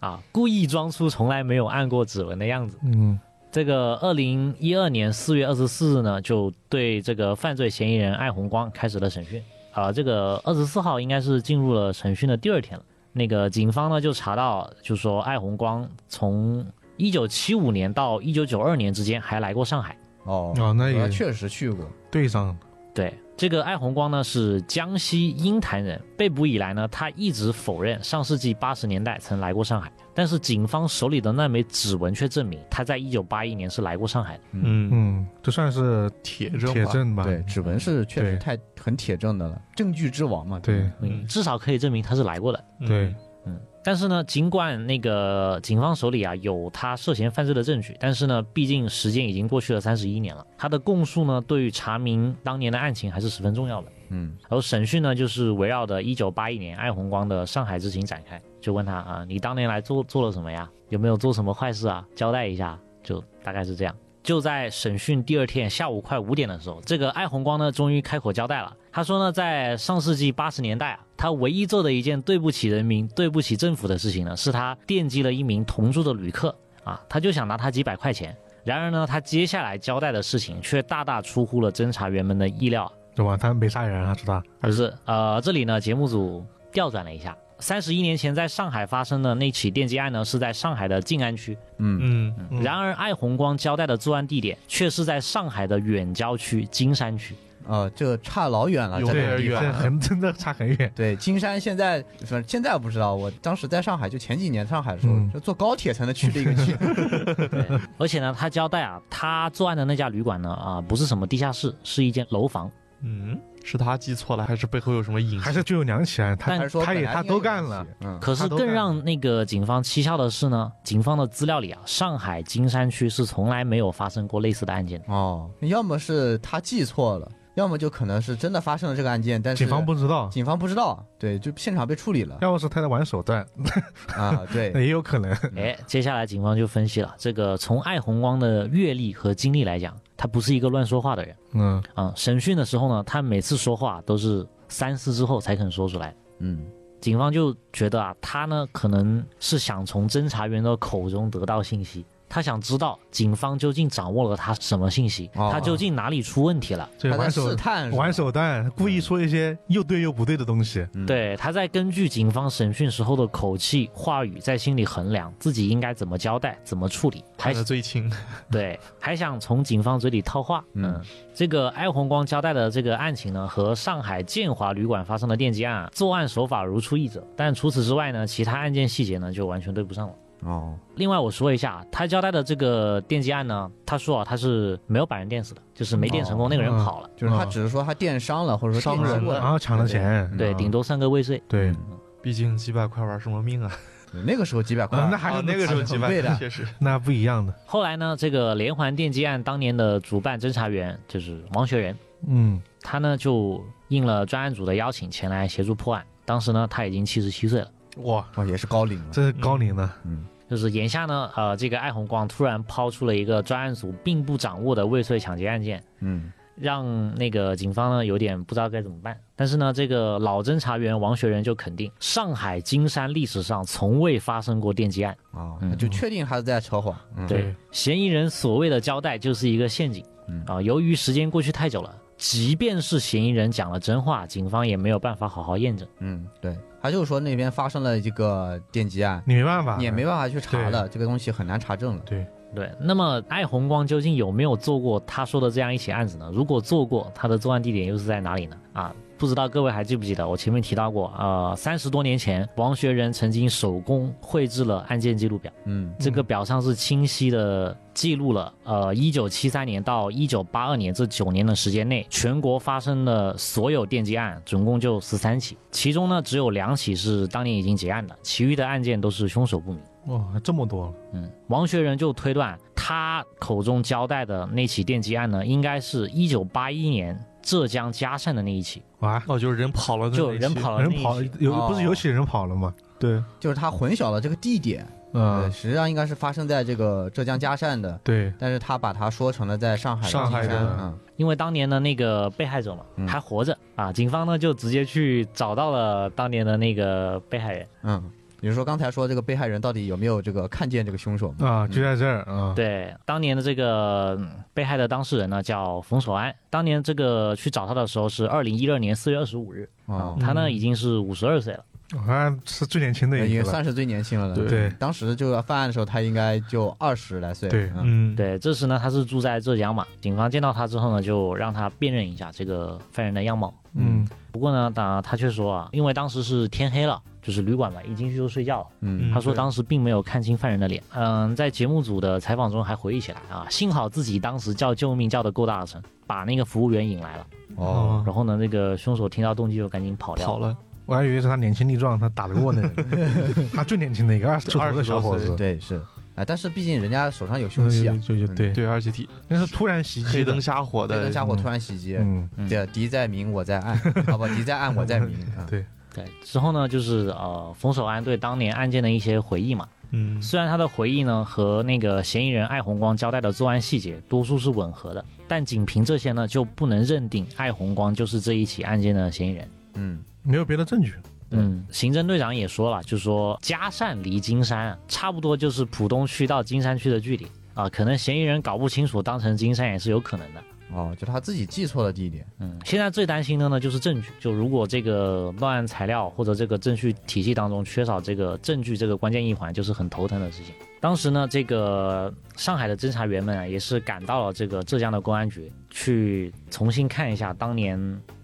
Speaker 3: 啊，故意装出从来没有按过指纹的样子。
Speaker 1: 嗯，
Speaker 3: 这个二零一二年四月二十四日呢，就对这个犯罪嫌疑人艾红光开始了审讯。啊、这个二十四号应该是进入了审讯的第二天了。那个警方呢就查到，就说艾红光从一九七五年到一九九二年之间还来过上海。
Speaker 4: 哦
Speaker 1: 哦那也
Speaker 4: 我确实去过。
Speaker 1: 对上了，
Speaker 3: 对，这个艾红光呢是江西鹰潭人，被捕以来呢，他一直否认上世纪八十年代曾来过上海，但是警方手里的那枚指纹却证明他在一九八一年是来过上海的。
Speaker 2: 嗯，
Speaker 1: 嗯，这算是
Speaker 2: 铁证
Speaker 1: 铁
Speaker 2: 吧，
Speaker 1: 证吧？
Speaker 4: 对，指纹是确实
Speaker 1: 对
Speaker 4: 太很铁证的了，证据之王嘛。
Speaker 1: 对
Speaker 4: 吧
Speaker 3: 嗯，
Speaker 2: 嗯
Speaker 3: 至少可以证明他是来过的。
Speaker 2: 嗯
Speaker 1: 对，
Speaker 3: 嗯，但是呢，尽管那个警方手里啊有他涉嫌犯罪的证据，但是呢，毕竟时间已经过去了三十一年了，他的供述呢，对于查明当年的案情还是十分重要的。
Speaker 4: 嗯，
Speaker 3: 而审讯呢，就是围绕着一九八一年艾红光的上海之行展开，就问他啊，你当年来做做了什么呀？有没有做什么坏事啊？交代一下，就大概是这样。就在审讯第二天下午快五点的时候，这个艾红光呢终于开口交代了。他说呢，在上世纪八十年代啊，他唯一做的一件对不起人民、对不起政府的事情呢，是他电击了一名同住的旅客啊，他就想拿他几百块钱。然而呢，他接下来交代的事情却大大出乎了侦查员们的意料啊。
Speaker 1: 对吧？他没杀人啊，是吧？
Speaker 3: 不是，呃，这里呢，节目组调转了一下。三十一年前在上海发生的那起电击案呢，是在上海的静安区。
Speaker 4: 嗯，
Speaker 2: 嗯，
Speaker 3: 然而，艾红光交代的作案地点却是在上海的远郊区金山区。
Speaker 4: 呃，这个差老远啊了，
Speaker 2: 有
Speaker 4: 这
Speaker 2: 点
Speaker 4: 个
Speaker 1: 对，
Speaker 4: 地
Speaker 2: 远
Speaker 1: 这
Speaker 4: 方。
Speaker 1: 很真的差很 远。
Speaker 4: 对，金山现在反正现在不知道，我当时在上海，就前几年上海的时候，
Speaker 1: 嗯
Speaker 4: 就坐高铁才能去的一个区。
Speaker 3: 而且呢，他交代啊，他作案的那家旅馆呢，啊、不是什么地下室，是一间楼房。
Speaker 2: 嗯，是他记错了，还是背后有什么隐情？
Speaker 1: 还是具有良起啊，
Speaker 3: 但
Speaker 1: 他
Speaker 4: 还是说
Speaker 1: 他也
Speaker 4: 本来
Speaker 1: 他
Speaker 4: 应该
Speaker 1: 都干
Speaker 4: 有
Speaker 1: 了
Speaker 4: 东西，嗯，
Speaker 3: 可是
Speaker 1: 他都
Speaker 3: 更
Speaker 1: 干
Speaker 3: 让那个警方蹊跷的是呢，警方的资料里啊，上海金山区是从来没有发生过类似的案 件的。
Speaker 4: 哦，要么是他记错了，要么就可能是真的发生了这个案件，但是
Speaker 1: 警方不知道，
Speaker 4: 警方不知道，啊对，就现场被处理 了
Speaker 1: 要不是他在玩手段，
Speaker 4: 啊，对
Speaker 1: 那，也有可能。
Speaker 3: 哎，接下来警方就分析了，这个从艾红光的阅历和经历来讲，他不是一个乱说话的人
Speaker 1: 嗯，
Speaker 3: 啊、审讯的时候呢，他每次说话都是三思之后才肯说出来。
Speaker 4: 嗯，
Speaker 3: 警方就觉得啊，他呢可能是想从侦查员的口中得到信息，他想知道警方究竟掌握了他什么信息，
Speaker 4: 哦
Speaker 3: 他究竟哪里出问题了。
Speaker 1: 这
Speaker 4: 他在
Speaker 1: 玩手
Speaker 4: 试探，
Speaker 1: 玩，手段，故意说一些又对又不对的东西。
Speaker 4: 嗯，
Speaker 3: 对，他在根据警方审讯时候的口气、话语，在心里衡量自己应该怎么交代、怎么处理，还
Speaker 2: 判的最轻，
Speaker 3: 对，还想从警方嘴里套话。嗯，
Speaker 4: 嗯
Speaker 3: 这个艾红光交代的这个案情呢，和上海建华旅馆发生的电击案啊，作案手法如出一辙，但除此之外呢，其他案件细节呢就完全对不上了。
Speaker 4: 哦，
Speaker 3: 另外我说一下，他交代的这个电击案呢，他说啊他是没有把人电死的，就是没电成功，那个人
Speaker 1: 嗯
Speaker 3: 跑了，
Speaker 4: 就是他
Speaker 1: 嗯
Speaker 4: 只是说他电伤了，或者说
Speaker 2: 伤
Speaker 4: 电击
Speaker 2: 人
Speaker 4: 过
Speaker 2: 了
Speaker 1: 啊然后抢了钱，嗯
Speaker 3: 对，顶多算个未遂。
Speaker 1: 对，
Speaker 4: 嗯
Speaker 2: 毕竟几百块玩什么命啊？
Speaker 4: 对那个时候几百块
Speaker 1: 啊
Speaker 4: 儿，
Speaker 1: 那还
Speaker 2: 啊
Speaker 1: 是
Speaker 2: 那个时候
Speaker 4: 还是
Speaker 2: 几
Speaker 4: 很
Speaker 2: 百
Speaker 4: 贵的
Speaker 2: 块，确实，
Speaker 1: 那不一样的。
Speaker 3: 后来呢，这个连环电击案当年的主办侦查员就是王学仁，
Speaker 1: 嗯，
Speaker 3: 他呢就应了专案组的邀请前来协助破案。当时呢，他已经七十七岁了。
Speaker 1: 哇，
Speaker 4: 哦，也是高龄了，
Speaker 1: 这是高龄
Speaker 4: 嗯
Speaker 1: 了。
Speaker 3: 就是眼下呢，呃，这个艾红光突然抛出了一个专案组并不掌握的未遂抢劫案件，
Speaker 4: 嗯，
Speaker 3: 让那个警方呢有点不知道该怎么办。但是呢，这个老侦查员王学仁就肯定，上海金山历史上从未发生过电击案。
Speaker 2: 哦
Speaker 4: 啊
Speaker 3: 嗯，
Speaker 4: 就确定他是在扯谎。嗯，
Speaker 3: 对，嫌疑人所谓的交代就是一个陷阱
Speaker 4: 嗯。
Speaker 3: 啊，由于时间过去太久了，即便是嫌疑人讲了真话，警方也没有办法好好验证。
Speaker 4: 嗯，对，他就说那边发生了这个电击案，
Speaker 1: 你没办法，
Speaker 4: 你也没办法去查
Speaker 1: 啊对
Speaker 4: 了，这个东西很难查证了。
Speaker 1: 对，
Speaker 3: 对，那么艾红光究竟有没有做过他说的这样一起案子呢？如果做过，他的作案地点又是在哪里呢？啊，不知道各位还记不记得我前面提到过，呃，三十多年前，王学仁曾经手工绘制了案件记录表，
Speaker 4: 嗯
Speaker 3: 这个表上是清晰的记录了，呃，一九七三年到一九八二年这九年的时间内，全国发生的所有电击案，总共就十三起，其中呢只有两起是当年已经结案的，其余的案件都是凶手不明。
Speaker 1: 哇，还这么多了，
Speaker 3: 嗯，王学仁就推断他口中交代的那起电击案呢，应该是一九八一年浙江嘉善的那一起，
Speaker 1: 哇，
Speaker 2: 哦，就是人跑了的那一期，
Speaker 3: 就人
Speaker 4: 哦
Speaker 3: 跑了
Speaker 1: 人
Speaker 3: 那一
Speaker 1: 跑
Speaker 3: 起。
Speaker 1: 有不是有几人跑了吗？
Speaker 2: 对，
Speaker 4: 就是他混淆了这个地点，呃，
Speaker 1: 嗯，
Speaker 4: 实际上应该是发生在这个浙江嘉善的，
Speaker 1: 对，
Speaker 4: 但是他把它说成了在上海
Speaker 1: 上海
Speaker 4: 金山
Speaker 1: 的
Speaker 4: 嗯，
Speaker 3: 因为当年的那个被害者嘛、
Speaker 4: 嗯
Speaker 3: 还活着啊，警方呢就直接去找到了当年的那个被害人。
Speaker 4: 嗯，比如说刚才说这个被害人到底有没有这个看见这个凶手嘛？
Speaker 1: 啊，就在这儿啊，
Speaker 3: 对，当年的这个嗯被害的当事人呢叫冯守安，当年这个去找他的时候是二零一二年四月二十五日啊
Speaker 4: 啊，，
Speaker 3: 他呢
Speaker 2: 嗯
Speaker 3: 已经是五十二岁了。
Speaker 1: 我看是最年轻的
Speaker 4: 已
Speaker 1: 一
Speaker 4: 经
Speaker 1: 个了，
Speaker 4: 呃算是最年轻了的。
Speaker 2: 对
Speaker 1: 对，
Speaker 4: 当时就要犯案的时候，他应该就二十来岁。
Speaker 1: 对
Speaker 4: 嗯
Speaker 2: 嗯，
Speaker 3: 对，这时呢他是住在浙江嘛，警方见到他之后呢，就让他辨认一下这个犯人的样貌。
Speaker 1: 嗯，
Speaker 3: 不过呢，他他却说啊，因为当时是天黑了，就是旅馆嘛，一进去就睡觉了。
Speaker 4: 嗯
Speaker 2: 嗯
Speaker 3: 他说
Speaker 2: 对
Speaker 3: 当时并没有看清犯人的脸。嗯，在节目组的采访中还回忆起来啊，幸好自己当时叫救命叫的够大声，把那个服务员引来了。
Speaker 1: 嗯
Speaker 4: 哦，
Speaker 3: 然后呢，那个凶手听到动机就赶紧跑
Speaker 2: 嗯
Speaker 3: 掉
Speaker 2: 跑
Speaker 3: 了。
Speaker 2: 了，
Speaker 1: 我还以为是他年轻力壮，他打得过那个，他最年轻的一个二十出头的小伙子，
Speaker 4: 对是，哎，但是毕竟人家手上有凶
Speaker 1: 啊嗯
Speaker 4: 器啊，
Speaker 1: 就就对，
Speaker 2: 对，而且挺
Speaker 1: 那是突然袭击
Speaker 2: 黑
Speaker 1: 的
Speaker 2: 灯，瞎火
Speaker 4: 这个
Speaker 2: 的，
Speaker 4: 家伙突然袭击，
Speaker 1: 嗯，
Speaker 3: 嗯
Speaker 4: 对，敌在明我在 暗，好吧，敌在暗我在明。啊
Speaker 1: 对，
Speaker 3: 对，之后呢，就是呃，冯守安对当年案件的一些回忆嘛。
Speaker 2: 嗯，
Speaker 3: 虽然他的回忆呢和那个嫌疑人艾红光交代的作案细节多数是吻合的，但仅凭这些呢，就不能认定艾红光就是这一起案件的嫌疑人。
Speaker 4: 嗯，
Speaker 1: 没有别的证据，
Speaker 3: 嗯，刑侦队长也说了，就说嘉善离金山啊差不多就是浦东区到金山区的距离啊，可能嫌疑人搞不清楚，当成金山也是有可能的。
Speaker 4: 哦，就他自己记错了地点。
Speaker 3: 嗯，现在最担心的呢就是证据，就如果这个乱案材料或者这个证据体系当中缺少这个证据这个关键一环，就是很头疼的事情。当时呢，这个上海的侦查员们啊，也是赶到了这个浙江的公安局，去重新看一下当年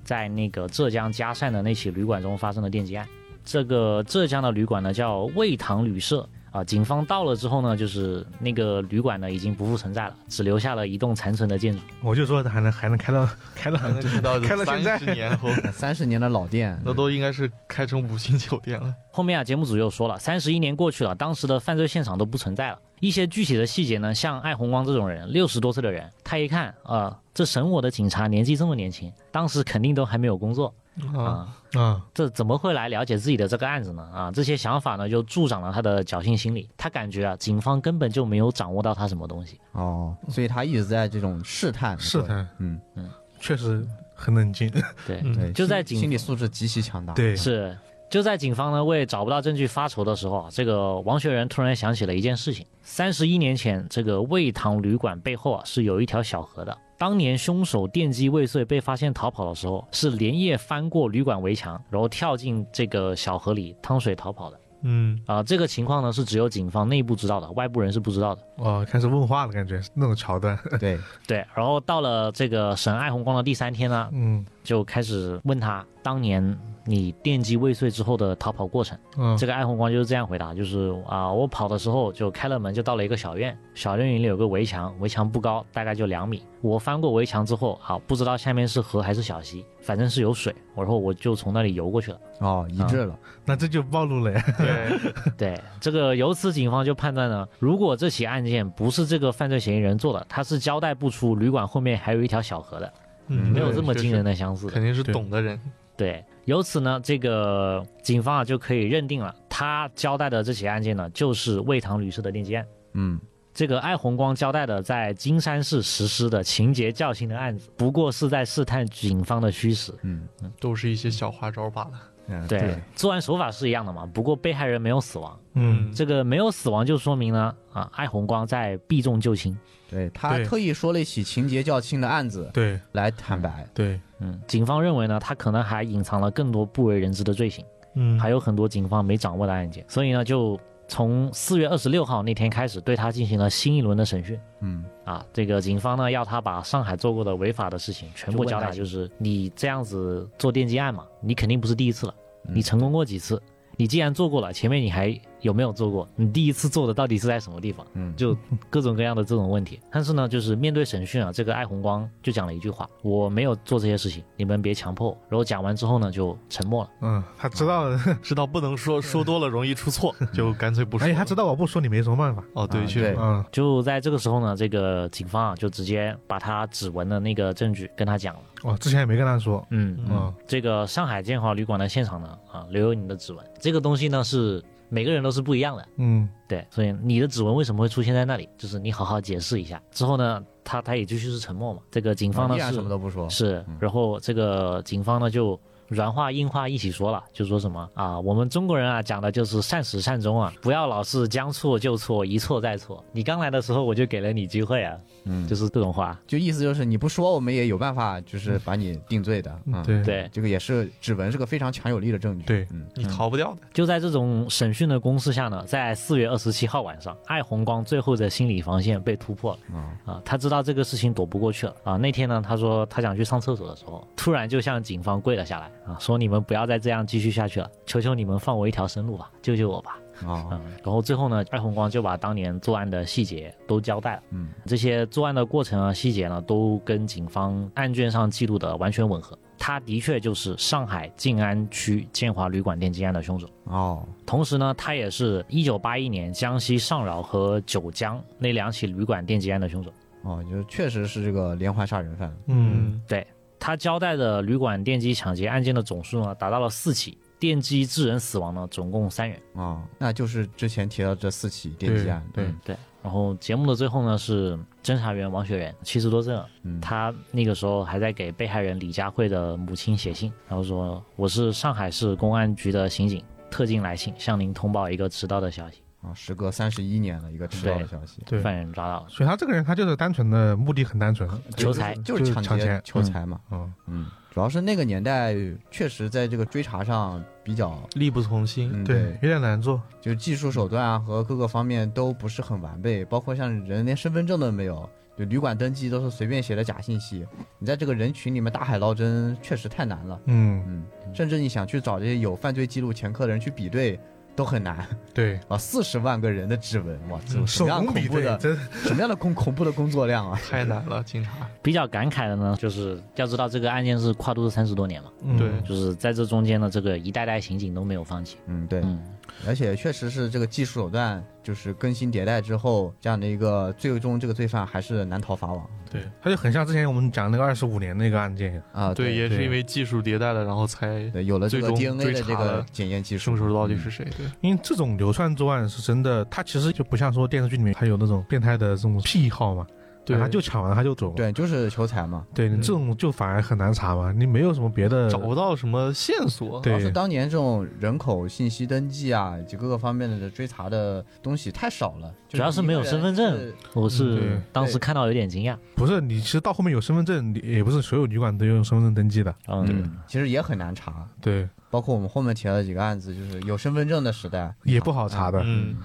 Speaker 3: 在那个浙江嘉善的那起旅馆中发生的电击案。这个浙江的旅馆呢叫魏塘旅社啊，警方到了之后呢，就是那个旅馆呢已经不复存在了，只留下了一栋残存的建筑。
Speaker 1: 我就说还能还能开到 开到
Speaker 2: 还能看到
Speaker 1: 开到现在
Speaker 2: 三 十年后，
Speaker 4: 三十年的老店，
Speaker 2: 那都应该是开成五星酒店了。
Speaker 3: 后面啊，节目组又说了，三十一年过去了，当时的犯罪现场都不存在了。一些具体的细节呢，像艾红光这种人，六十多岁的人，他一看，呃，这审我的警察年纪这么年轻，当时肯定都还没有工作 啊、
Speaker 2: 啊，
Speaker 1: 啊，
Speaker 3: 这怎么会来了解自己的这个案子呢？啊，这些想法呢，就助长了他的侥幸心理。他感觉啊，警方根本就没有掌握到他什么东西。
Speaker 4: 哦，所以他一直在这种试探，
Speaker 1: 试，探，
Speaker 4: 嗯
Speaker 3: 嗯，
Speaker 1: 确实很冷静，
Speaker 3: 对，
Speaker 2: 嗯
Speaker 4: 对，
Speaker 3: 就
Speaker 4: 心
Speaker 3: 在警
Speaker 4: 心理素质极其强大，，
Speaker 1: 对，
Speaker 3: 是就在警方呢为找不到证据发愁的时候啊，这个王学仁突然想起了一件事情：三十一年前，这个魏塘旅馆背后啊是有一条小河的。当年凶手电击未遂被发现逃跑的时候，是连夜翻过旅馆围墙，然后跳进这个小河里趟水逃跑的。
Speaker 2: 嗯，
Speaker 3: 啊、这个情况呢是只有警方内部知道的，外部人是不知道的。
Speaker 1: 哦，开始问话的感觉，那种桥段，
Speaker 4: 对，
Speaker 3: 对，然后到了这个沈爱红光的第三天呢，
Speaker 1: 嗯
Speaker 3: 就开始问他当年你电击未遂之后的逃跑过程。
Speaker 1: 嗯
Speaker 3: 这个艾红光就是这样回答，就是啊、我跑的时候就开了门，就到了一个小院，小院里有个围墙，围墙不高，大概就两米。我翻过围墙之后，啊，不知道下面是河还是小溪，反正是有水，然后我就从那里游过去了。
Speaker 4: 哦，一致了，
Speaker 1: 那这就暴露了呀，
Speaker 2: 对，
Speaker 3: 对，这个由此警方就判断呢，如果这起案件不是这个犯罪嫌疑人做的，他是交代不出旅馆后面还有一条小河的，
Speaker 2: 嗯
Speaker 3: 没有这么惊人
Speaker 2: 的，
Speaker 3: 的相似的
Speaker 2: 肯。定是
Speaker 1: 对
Speaker 2: 懂的人。
Speaker 3: 对，由此呢，这个警方啊就可以认定了，他交代的这起案件呢，就是魏塘旅社的电击案。
Speaker 4: 嗯，
Speaker 3: 这个艾红光交代的在金山市实施的情节较轻的案子，不过是在试探警方的虚实。
Speaker 4: 嗯
Speaker 2: 都是一些小花招罢了。
Speaker 4: 嗯，
Speaker 3: 对，作案手法是一样的嘛，不过被害人没有死亡。
Speaker 1: 嗯，
Speaker 3: 这个没有死亡就说明呢，啊，艾红光在避重就轻。
Speaker 4: 对他
Speaker 1: 对
Speaker 4: 特意说了一起情节较轻的案子
Speaker 1: 对
Speaker 4: 来坦白，
Speaker 1: 对，
Speaker 3: 嗯，警方认为呢，他可能还隐藏了更多不为人知的罪行，
Speaker 1: 嗯
Speaker 3: 还有很多警方没掌握的案件，所以呢，就从四月二十六号那天开始，对他进行了新一轮的审讯。
Speaker 4: 嗯，
Speaker 3: 啊，这个警方呢要他把上海做过的违法的事情全部交代，就是你这样子做电击案嘛，你肯定不是第一次了，你成功过几次？你既然做过了，前面你还有没有做过？你第一次做的到底是在什么地方？
Speaker 4: 嗯
Speaker 3: 就各种各样的这种问题。但是呢，就是面对审讯啊，这个艾红光就讲了一句话：我没有做这些事情，你们别强迫我。然后讲完之后呢，就沉默了。
Speaker 1: 嗯，他知道了，
Speaker 2: 知道不能说，说多了容易出错，就干脆不说
Speaker 1: 而
Speaker 2: 了。
Speaker 1: 且哎他知道我不说你没什么办法。
Speaker 2: 哦，对，
Speaker 4: 啊
Speaker 2: 确
Speaker 4: 对
Speaker 2: 实，
Speaker 1: 嗯
Speaker 3: 就在这个时候呢，这个警方啊就直接把他指纹的那个证据跟他讲了。
Speaker 1: 哦，之前也没跟他说。
Speaker 3: 嗯
Speaker 1: 嗯
Speaker 3: 这个上海建华旅馆的现场呢，啊，留有你的指纹。这个东西呢是每个人都是不一样的，
Speaker 1: 嗯
Speaker 3: 对，所以你的指纹为什么会出现在那里？就是你好好解释一下。之后呢，他他也继续是沉默嘛。这个警方呢
Speaker 4: 依然
Speaker 3: 是
Speaker 4: 啊什么都不嗯说，
Speaker 3: 是，然后这个警方呢就软话硬话一起说了，就说什么啊，我们中国人啊讲的就是善始善终啊，不要老是将错就错，一错再错。你刚来的时候我就给了你机会啊，
Speaker 4: 嗯
Speaker 3: 就是这种话。
Speaker 4: 就意思就是你不说，我们也有办法，就是把你定罪的。嗯，，
Speaker 1: 嗯对
Speaker 3: 对，
Speaker 4: 这个也是指纹是个非常强有力的证据。
Speaker 1: 对
Speaker 4: 嗯，
Speaker 2: 你逃不掉的。
Speaker 3: 就在这种审讯的攻势下呢，在四月二十七号晚上，艾红光最后的心理防线被突破了。
Speaker 4: 啊
Speaker 3: 啊，他知道这个事情躲不过去了啊。那天呢，他说他想去上厕所的时候，突然就向警方跪了下来啊，说你们不要再这样继续下去了，求求你们放我一条生路吧，救救我吧。
Speaker 4: 啊，
Speaker 3: 嗯，然后最后呢，艾红光就把当年作案的细节都交代了。
Speaker 4: 嗯，
Speaker 3: 这些作案的过程啊、细节呢，都跟警方案卷上记录的完全吻合。他的确就是上海静安区建华旅馆电击案的凶手。
Speaker 4: 哦，
Speaker 3: 同时呢，他也是一九八一年江西上饶和九江那两起旅馆电击案的凶手。
Speaker 4: 哦，就确实是这个连环杀人犯。
Speaker 1: 嗯，
Speaker 3: 对他交代的旅馆电击抢劫案件的总数呢，达到了四起，电击致人死亡呢，总共三人。
Speaker 4: 啊，那就是之前提到这四起电击案，
Speaker 1: 对对
Speaker 3: 嗯对，然后节目的最后呢，是侦查员王雪媛七十多岁了，
Speaker 4: 嗯
Speaker 3: 他那个时候还在给被害人李佳慧的母亲写信，然后说我是上海市公安局的刑警，特进来信向您通报一个迟到的消息，
Speaker 4: 啊，时隔三十一年了一个迟到的
Speaker 3: 对
Speaker 4: 消息，
Speaker 1: 对。
Speaker 3: 犯人抓到了。
Speaker 1: 所以他这个人，他就是单纯的目的很单纯。
Speaker 3: 求财
Speaker 1: 就
Speaker 4: 就
Speaker 1: 是是
Speaker 4: 抢
Speaker 1: 抢
Speaker 4: 劫
Speaker 1: 劫
Speaker 4: 求财嘛，
Speaker 1: 嗯，
Speaker 4: 嗯，主要是那个年代确实在这个追查上比较，
Speaker 2: 力不从心，
Speaker 4: 嗯，
Speaker 1: 对，，有点难做。
Speaker 4: 就技术手段啊和各个方面都不是很完备，包括像人连身份证都没有，就旅馆登记都是随便写的假信息，你在这个人群里面大海捞针确实太难了，
Speaker 1: 嗯，
Speaker 4: 嗯，甚至你想去找这些有犯罪记录前科的人去比对。都很难
Speaker 1: 对，
Speaker 4: 啊！四十万个人的指纹，哇，这种
Speaker 1: 嗯
Speaker 4: 什
Speaker 1: 手
Speaker 4: 么样
Speaker 1: 工
Speaker 4: 恐
Speaker 1: 比
Speaker 4: 怖
Speaker 1: 对
Speaker 4: 的，
Speaker 1: 真
Speaker 4: 什么样的恐恐怖的工作量啊！
Speaker 2: 太难了，警察。
Speaker 3: 比较感慨的呢，就是要知道这个案件是跨度三十多年嘛，
Speaker 1: 嗯
Speaker 2: 对
Speaker 3: 就是在这中间呢，这个一代代刑警都没有放弃。
Speaker 4: 嗯，对，
Speaker 3: 嗯，
Speaker 4: 而且确实是这个技术手段就是更新迭代之后，这样的一个最终这个罪犯还是难逃法网
Speaker 1: 对，他就很像之前我们讲那个二十五年那个案件，
Speaker 4: 啊。
Speaker 2: 对，
Speaker 4: 对
Speaker 2: 也是
Speaker 1: 对
Speaker 2: 因为技术迭代了，然后才
Speaker 4: 对有了这个
Speaker 2: 最终
Speaker 4: DNA 的
Speaker 2: 追
Speaker 4: 这
Speaker 2: 查
Speaker 4: 个
Speaker 2: 了
Speaker 4: 检验技
Speaker 2: 凶，
Speaker 4: 术
Speaker 2: 手到底是谁。对，
Speaker 1: 因为嗯这种流窜作案是真的，他其实就不像说电视剧里面他有那种变态的这种癖好嘛，啊
Speaker 2: 对
Speaker 1: 他就抢完他就走，
Speaker 4: 对，就是求财嘛。
Speaker 1: 对你
Speaker 2: 嗯
Speaker 1: 这种就反而很难查嘛，你没有什么别的，
Speaker 2: 找不到什么线索。
Speaker 1: 呃
Speaker 2: 嗯
Speaker 1: 对
Speaker 4: 主要是当年这种人口信息登记啊，以及各个方面的追查的东西太少了，就
Speaker 3: 主要是没有身份证
Speaker 4: 一个人是
Speaker 3: 我
Speaker 2: 嗯
Speaker 3: 是
Speaker 1: 对
Speaker 3: 当时看到有点惊讶。
Speaker 1: 不是你其实到后面有身份证，你也不是所有旅馆都用身份证登记的，
Speaker 3: 嗯，
Speaker 4: 其实也很难查。
Speaker 1: 对，
Speaker 4: 包括我们后面提到的几个案子，就是有身份证的时代，
Speaker 1: 也不好查的，
Speaker 2: 嗯，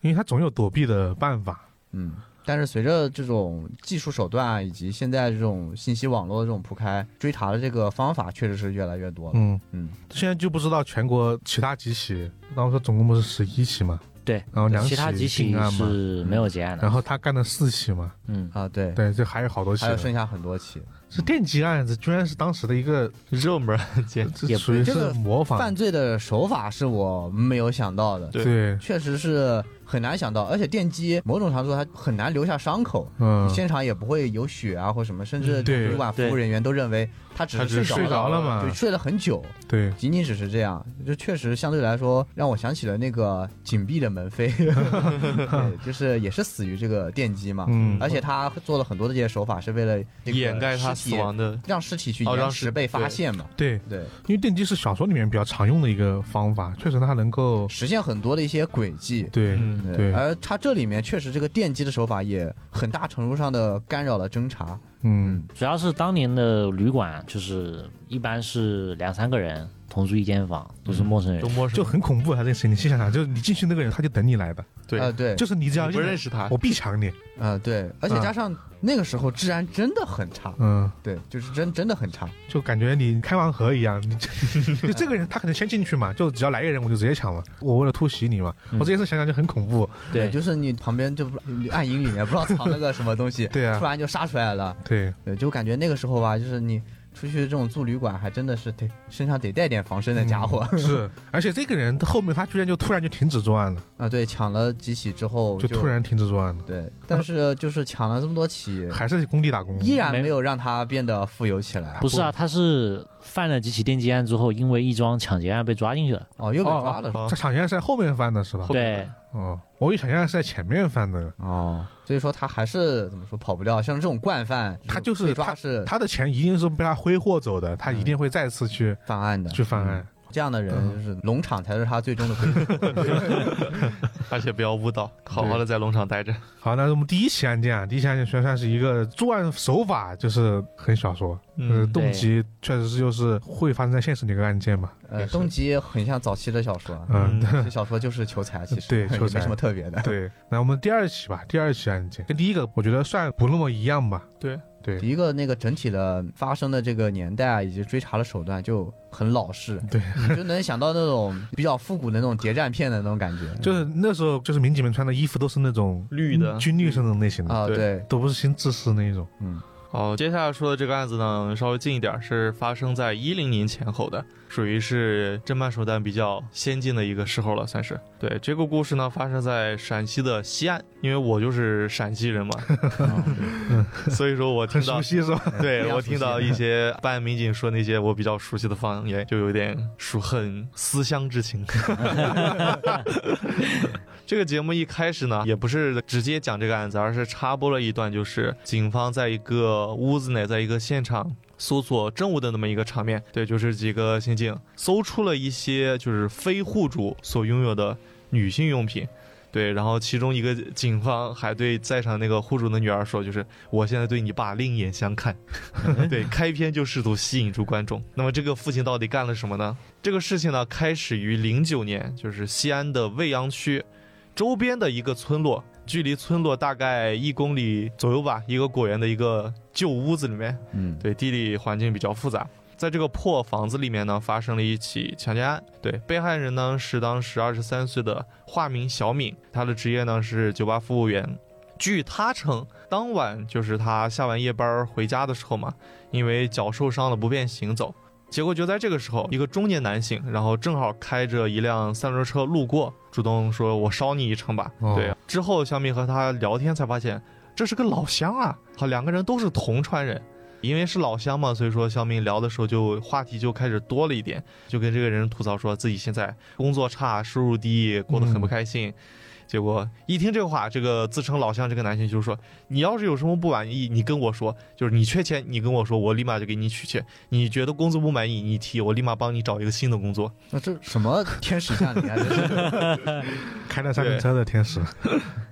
Speaker 1: 因为他总有躲避的办法，
Speaker 4: 嗯，但是随着这种技术手段啊，以及现在这种信息网络的这种铺开，追查的这个方法确实是越来越多了。
Speaker 1: 嗯，
Speaker 4: 嗯，
Speaker 1: 现在就不知道全国其他几起，然后说总共不是十一起嘛，
Speaker 3: 对，
Speaker 1: 然哦后两
Speaker 3: 其他几起
Speaker 1: 定案嗯嘛，
Speaker 3: 是没有结案的
Speaker 1: 然。后他干了四起嘛，
Speaker 3: 嗯，
Speaker 4: 啊，对，
Speaker 1: 对，这还有好多起
Speaker 4: 还
Speaker 1: 呢，
Speaker 4: 有剩下很多起，
Speaker 1: 这电击案子居然是当时的一个，
Speaker 2: 热门案件，
Speaker 1: 这
Speaker 3: 也
Speaker 1: 属于
Speaker 4: 这
Speaker 1: 是
Speaker 4: 个
Speaker 1: 模仿
Speaker 4: 犯，罪的手法是我没有想到的，
Speaker 2: 对
Speaker 1: 对，
Speaker 4: 确实是很难想到，而且电击某种程度它很难留下伤口，
Speaker 1: 嗯，
Speaker 4: 现场也不会有血啊或什么，甚至
Speaker 1: 嗯对
Speaker 4: 主管服务人员都认为他只
Speaker 2: 他只
Speaker 4: 是
Speaker 2: 是
Speaker 4: 睡
Speaker 1: 睡
Speaker 4: 着
Speaker 1: 着
Speaker 4: 了，
Speaker 1: 了嘛
Speaker 4: 就，睡了很久，
Speaker 1: 对，
Speaker 4: 仅仅只是这样，就确实相对来说让我想起了那个紧闭的门扉， 对就是也是死于这个电击嘛，
Speaker 1: 嗯
Speaker 4: 而且他做了很多的这些手法是为了这个
Speaker 2: 掩盖他
Speaker 4: 尸
Speaker 2: 死
Speaker 4: 体
Speaker 2: 亡的，
Speaker 4: 让尸体去
Speaker 2: 哦
Speaker 4: 延
Speaker 2: 让
Speaker 4: 迟
Speaker 2: 尸
Speaker 4: 被发
Speaker 2: 对
Speaker 4: 现嘛，
Speaker 1: 对，
Speaker 4: 对，
Speaker 1: 因为电击是小说里面比较常用的一个方法，确实它能够，
Speaker 4: 实现很多的一些轨迹。
Speaker 1: 对，
Speaker 2: 嗯，
Speaker 1: 对
Speaker 4: 而他这里面确实这个电击的手法也很大程度上的干扰了侦查。
Speaker 1: 嗯，
Speaker 3: 主要是当年的旅馆就是一般是两三个人同住一间房，都是陌生人
Speaker 2: 都，陌生，
Speaker 1: 就很恐怖啊，这个事情，你细想想，就是你进去那个人，他就等你来的，
Speaker 2: 对，
Speaker 4: 啊、对，
Speaker 1: 就是嗯你只要
Speaker 2: 你不认
Speaker 1: 识，
Speaker 2: 识他
Speaker 1: 我，必抢你，
Speaker 4: 啊、对，而且加上那个时候治安真的很差，
Speaker 1: 嗯，
Speaker 4: 对，就是真真的很差。
Speaker 1: 就感觉你开盲盒一样，你这就这个人他可能先进去嘛，就只要来一个人我就直接抢了，我为了突袭你嘛，
Speaker 3: 嗯
Speaker 1: 我这件事想想就很恐怖，，
Speaker 3: 对，
Speaker 4: 就是你旁边就不暗影里面不知道藏了个什么东西
Speaker 1: 对啊
Speaker 4: 突然就杀出来了。
Speaker 1: 对，
Speaker 4: 对，就感觉那个时候吧，就是你出去这种住旅馆，还真的是得身上得带点防身的家伙。
Speaker 1: 嗯是，而且这个人后面他居然就突然就停止作案了，
Speaker 4: 啊，对，抢了几起之后
Speaker 1: 嗯就突然停止作案了，
Speaker 4: 对，但是就是抢了这么多起，
Speaker 1: 还是工地打工，
Speaker 4: 依然
Speaker 3: 没
Speaker 4: 没有让他变得富有起来。
Speaker 3: 不是啊，他是犯了几起电击案之后，因为一桩抢劫案被抓进去了。
Speaker 4: 哦，又被抓了。
Speaker 2: 哦
Speaker 1: 他抢劫案是在后面犯的是吧
Speaker 2: 后？
Speaker 3: 对，
Speaker 1: 哦，我以为抢劫案是在前面犯的，
Speaker 4: 哦，所以说他还是怎么说跑不掉，像这种惯犯，
Speaker 1: 他就是
Speaker 4: 被抓是
Speaker 1: 他的钱一定是被他挥霍走的，他一定会再次去
Speaker 4: 犯案的，嗯
Speaker 1: 去犯案。嗯
Speaker 4: 这样的人就是农场才是他最终的归宿。
Speaker 2: 而且不要误导，好好的在农场待着，
Speaker 1: 好，那我们第一起案件啊，第一起案件虽然算是一个作案手法，就是很小说，呃，
Speaker 2: 嗯，
Speaker 1: 动机确实是就是会发生在现实的一个案 件嘛，
Speaker 4: 呃，动机很像早期的小说，啊
Speaker 1: 嗯，
Speaker 4: 这小说就是求财，其实
Speaker 1: 对
Speaker 4: 也
Speaker 1: 求财
Speaker 4: 没什么特别的。
Speaker 1: 对。那我们第二起吧，第二起案件跟第一个我觉得算不那么一样吧，
Speaker 2: 对，
Speaker 1: 对
Speaker 4: 一个那个整体的发生的这个年代啊，以及追查的手段就很老式，
Speaker 1: 对，
Speaker 4: 你就能想到那种比较复古的那种谍战片的那种感觉。
Speaker 1: 就是那时候就是民警们穿的衣服都是那种
Speaker 2: 绿的嗯
Speaker 1: 军绿色那种类型的，
Speaker 4: 啊，
Speaker 2: 对
Speaker 4: 对，
Speaker 1: 都不是新制式那一种，
Speaker 4: 嗯，
Speaker 2: 哦，接下来说的这个案子呢，稍微近一点，是发生在一零年前后的，属于是侦办手段比较先进的一个时候了，算是。对，这个故事呢，发生在陕西的西安，因为我就是陕西人嘛， 所以说我
Speaker 1: 很
Speaker 2: 听
Speaker 1: 熟，
Speaker 2: 到
Speaker 1: 悉是吧？
Speaker 4: 非
Speaker 2: 对
Speaker 4: 常
Speaker 2: 我
Speaker 4: 熟
Speaker 2: 听 到
Speaker 4: 悉
Speaker 2: 一些办案民警说那些我比较熟悉的方言，就有点属很思乡之 情。 这个节目一开始呢，也不是直接讲这个案子，而是插播了一段，就是警方在一个屋子内，在一个现场搜索证物的那么一个场面。对，就是几个刑警搜出了一些就是非户主所拥有的女性用品。对，然后其中一个警方还对在场那个户主的女儿说，就是我现在对你爸另眼相看。对，开篇就试图吸引住观众。那么这个父亲到底干了什么呢？这个事情呢，开始于零九年，就是西安的未央区周边的一个村落，距离村落大概一公里左右吧，一个果园的一个旧屋子里面，
Speaker 4: 嗯，
Speaker 2: 对，地理环境比较复杂。在这个破房子里面呢，发生了一起强奸案。对，被害人呢是当时二十三岁的化名小敏，她的职业呢是酒吧服务员。据她称，当晚就是她下完夜班回家的时候嘛，因为脚受伤了不便行走，结果就在这个时候，一个中年男性，然后正好开着一辆三轮车路过，主动说：“我捎你一程吧。
Speaker 1: 哦
Speaker 2: 对，啊之后小敏和他聊天才发现，这是个老乡啊，好，两个人都是铜川人。因为是老乡嘛，所以说小敏聊的时候就话题就开始多了一点，就跟这个人吐槽说自己现在工作差、收入低，过得很不开心。结果一听这话，这个自称老乡这个男性就说：“你要是有什么不满意，你跟我说，就是你缺钱，你跟我说，我立马就给你取钱。你觉得工作不满意，你提，我立马帮你找一个新的工作。”
Speaker 4: 那这什么天使降临啊？这是
Speaker 1: 开了三轮车的天使，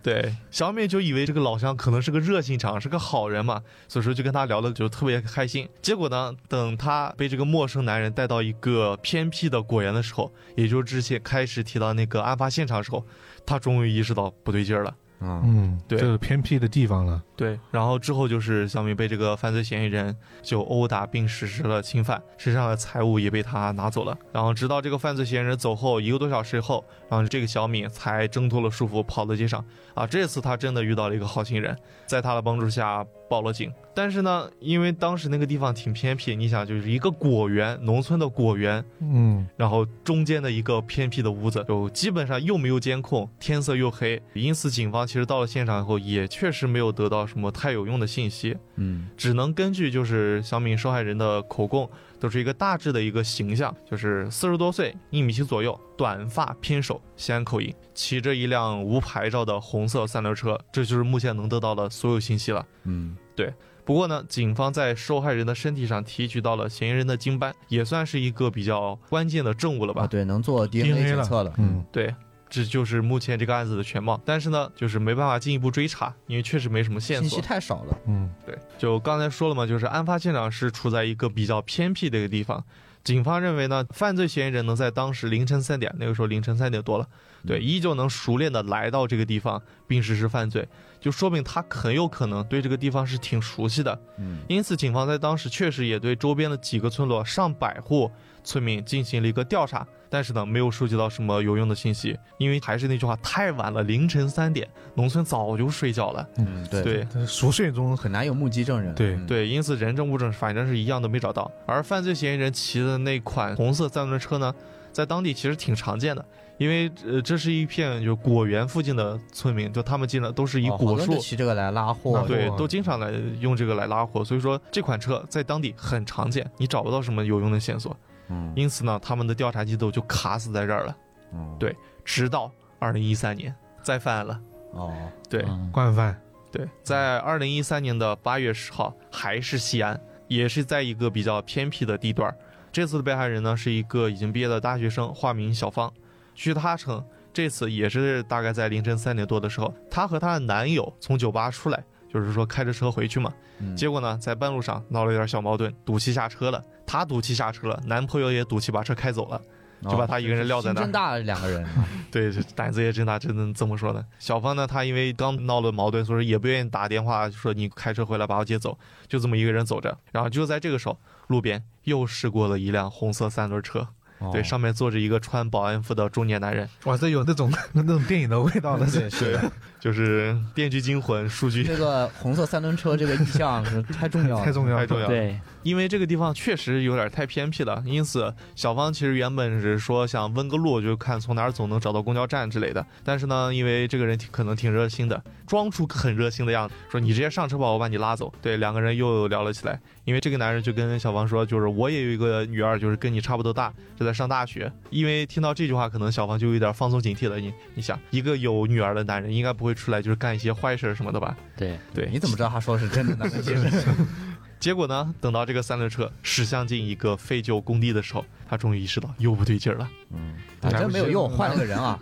Speaker 2: 对，小美就以为这个老乡可能是个热心肠，是个好人嘛，所以说就跟他聊的就特别开心。结果呢，等他被这个陌生男人带到一个偏僻的果园的时候，也就是之前开始提到那个案发现场的时候，他终于意识到不对劲儿了。
Speaker 4: 啊，
Speaker 1: 嗯，
Speaker 2: 对
Speaker 1: 就是偏僻的地方了，
Speaker 2: 对，然后之后就是小美被这个犯罪嫌疑人就殴打并实施了侵犯，身上的财物也被他拿走了。然后直到这个犯罪嫌疑人走后一个多小时后，然后这个小敏才挣脱了束缚，跑到街上。啊，这次她真的遇到了一个好心人，在他的帮助下报了警。但是呢，因为当时那个地方挺偏僻，你想就是一个果园，农村的果园，
Speaker 1: 嗯，
Speaker 2: 然后中间的一个偏僻的屋子，就基本上又没有监控，天色又黑，因此警方其实到了现场以后，也确实没有得到什么太有用的信息，
Speaker 4: 嗯
Speaker 2: 只能根据就是小敏受害人的口供，得出一个大致的一个形象，就是四十多岁，一米七左右，短发偏手，西安口音，骑着一辆无牌照的红色三轮车，这就是目前能得到的所有信息了。
Speaker 4: 嗯
Speaker 2: 不过呢，警方在受害人的身体上提取到了嫌疑人的经斑，也算是一个比较关键的证物了吧。
Speaker 4: 啊，对，能做
Speaker 1: DNA
Speaker 4: 检
Speaker 1: 了
Speaker 4: 测了，
Speaker 1: 嗯，
Speaker 2: 对，这就是目前这个案子的全貌。但是呢，就是没办法进一步追查，因为确实没什么线
Speaker 4: 信息
Speaker 2: 索。
Speaker 4: 太少了，
Speaker 1: 嗯，
Speaker 2: 对，就刚才说了嘛，就是案发现场是处在一个比较偏僻的一个地方。警方认为呢，犯罪嫌疑人能在当时凌晨三点，那个时候凌晨三点多了，对，依旧能熟练的来到这个地方并实施犯罪，就说明他很有可能对这个地方是挺熟悉的。
Speaker 4: 嗯
Speaker 2: 因此，警方在当时确实也对周边的几个村落上百户村民进行了一个调查，但是呢，没有收集到什么有用的信息，因为还是那句话，太晚了，凌晨三点，农村早就睡觉了。
Speaker 4: 嗯，对
Speaker 2: 对
Speaker 1: 这熟睡中
Speaker 4: 很难有目击证人，
Speaker 1: 对
Speaker 4: 嗯，
Speaker 2: 对，因此人证物证反正是一样都没找到。而犯罪嫌疑人骑的那款红色三轮车呢，在当地其实挺常见的，因为呃，这是一片就果园附近的村民，就他们进来都是以
Speaker 4: 哦好
Speaker 2: 果
Speaker 4: 多人
Speaker 2: 树
Speaker 4: 就骑这个来拉货
Speaker 1: 拉，货
Speaker 2: 对，
Speaker 1: 货
Speaker 2: 都经常来用这个来拉货，所以说这款车在当地很常见，你找不到什么有用的线索，
Speaker 4: 嗯
Speaker 2: 因此呢，他们的调查进度就卡死在这儿了，
Speaker 4: 嗯
Speaker 2: 对直到二零一三年再犯案了。
Speaker 4: 哦，
Speaker 2: 对
Speaker 3: 嗯
Speaker 1: 惯犯，
Speaker 2: 对，在二零一三年的八月十号，还是西安，也是在一个比较偏僻的地段儿。这次的被害人呢是一个已经毕业的大学生，化名小芳。据她称，这次也是大概在凌晨三点多的时候，她和她的男友从酒吧出来，就是说开着车回去嘛。
Speaker 4: 嗯
Speaker 2: 结果呢，在半路上闹了一点小矛盾，赌气下车了。她赌气下车了，男朋友也赌气把车开走了，就
Speaker 4: 哦
Speaker 2: 把她一个人撂在那
Speaker 4: 真
Speaker 2: 儿。
Speaker 4: 大两个人，
Speaker 2: 对，这胆子也真大，真的这么说呢。小芳呢，她因为刚闹了矛盾，所以也不愿意打电话说你开车回来把我接走，就这么一个人走着。然后就在这个时候，路边又驶过了一辆红色三轮车， 对，
Speaker 4: 哦
Speaker 2: 上面坐着一个穿保安服的中年男人，
Speaker 1: 哇，这有那种 那种电影的味道了，
Speaker 4: 对 是的，
Speaker 2: 就是《电锯惊魂》数据。
Speaker 4: 这个红色三轮车这个意象是太重要了，
Speaker 1: 太 重要了，
Speaker 2: 太重要了
Speaker 3: 对，
Speaker 2: 因为这个地方确实有点太偏僻了，因此小芳其实原本是说想问个路，就看从哪儿走能找到公交站之类的。但是呢，因为这个人挺可能挺热心的，装出很热心的样子，说你直接上车吧，我把你拉走。对，两个人又聊了起来。因为这个男人就跟小芳说，就是我也有一个女儿，就是跟你差不多大，正在上大学。因为听到这句话，可能小芳就有点放松警惕了。你你想，一个有女儿的男人应该不会出来就是干一些坏事儿什么的吧？
Speaker 3: 对，
Speaker 2: 对，
Speaker 4: 你怎么知道他说的是真的 呢？是
Speaker 2: 结果呢，等到这个三轮车驶向进一个废旧工地的时候，他终于意识到又不对劲儿了。
Speaker 4: 啊真没有用，换了个 人啊，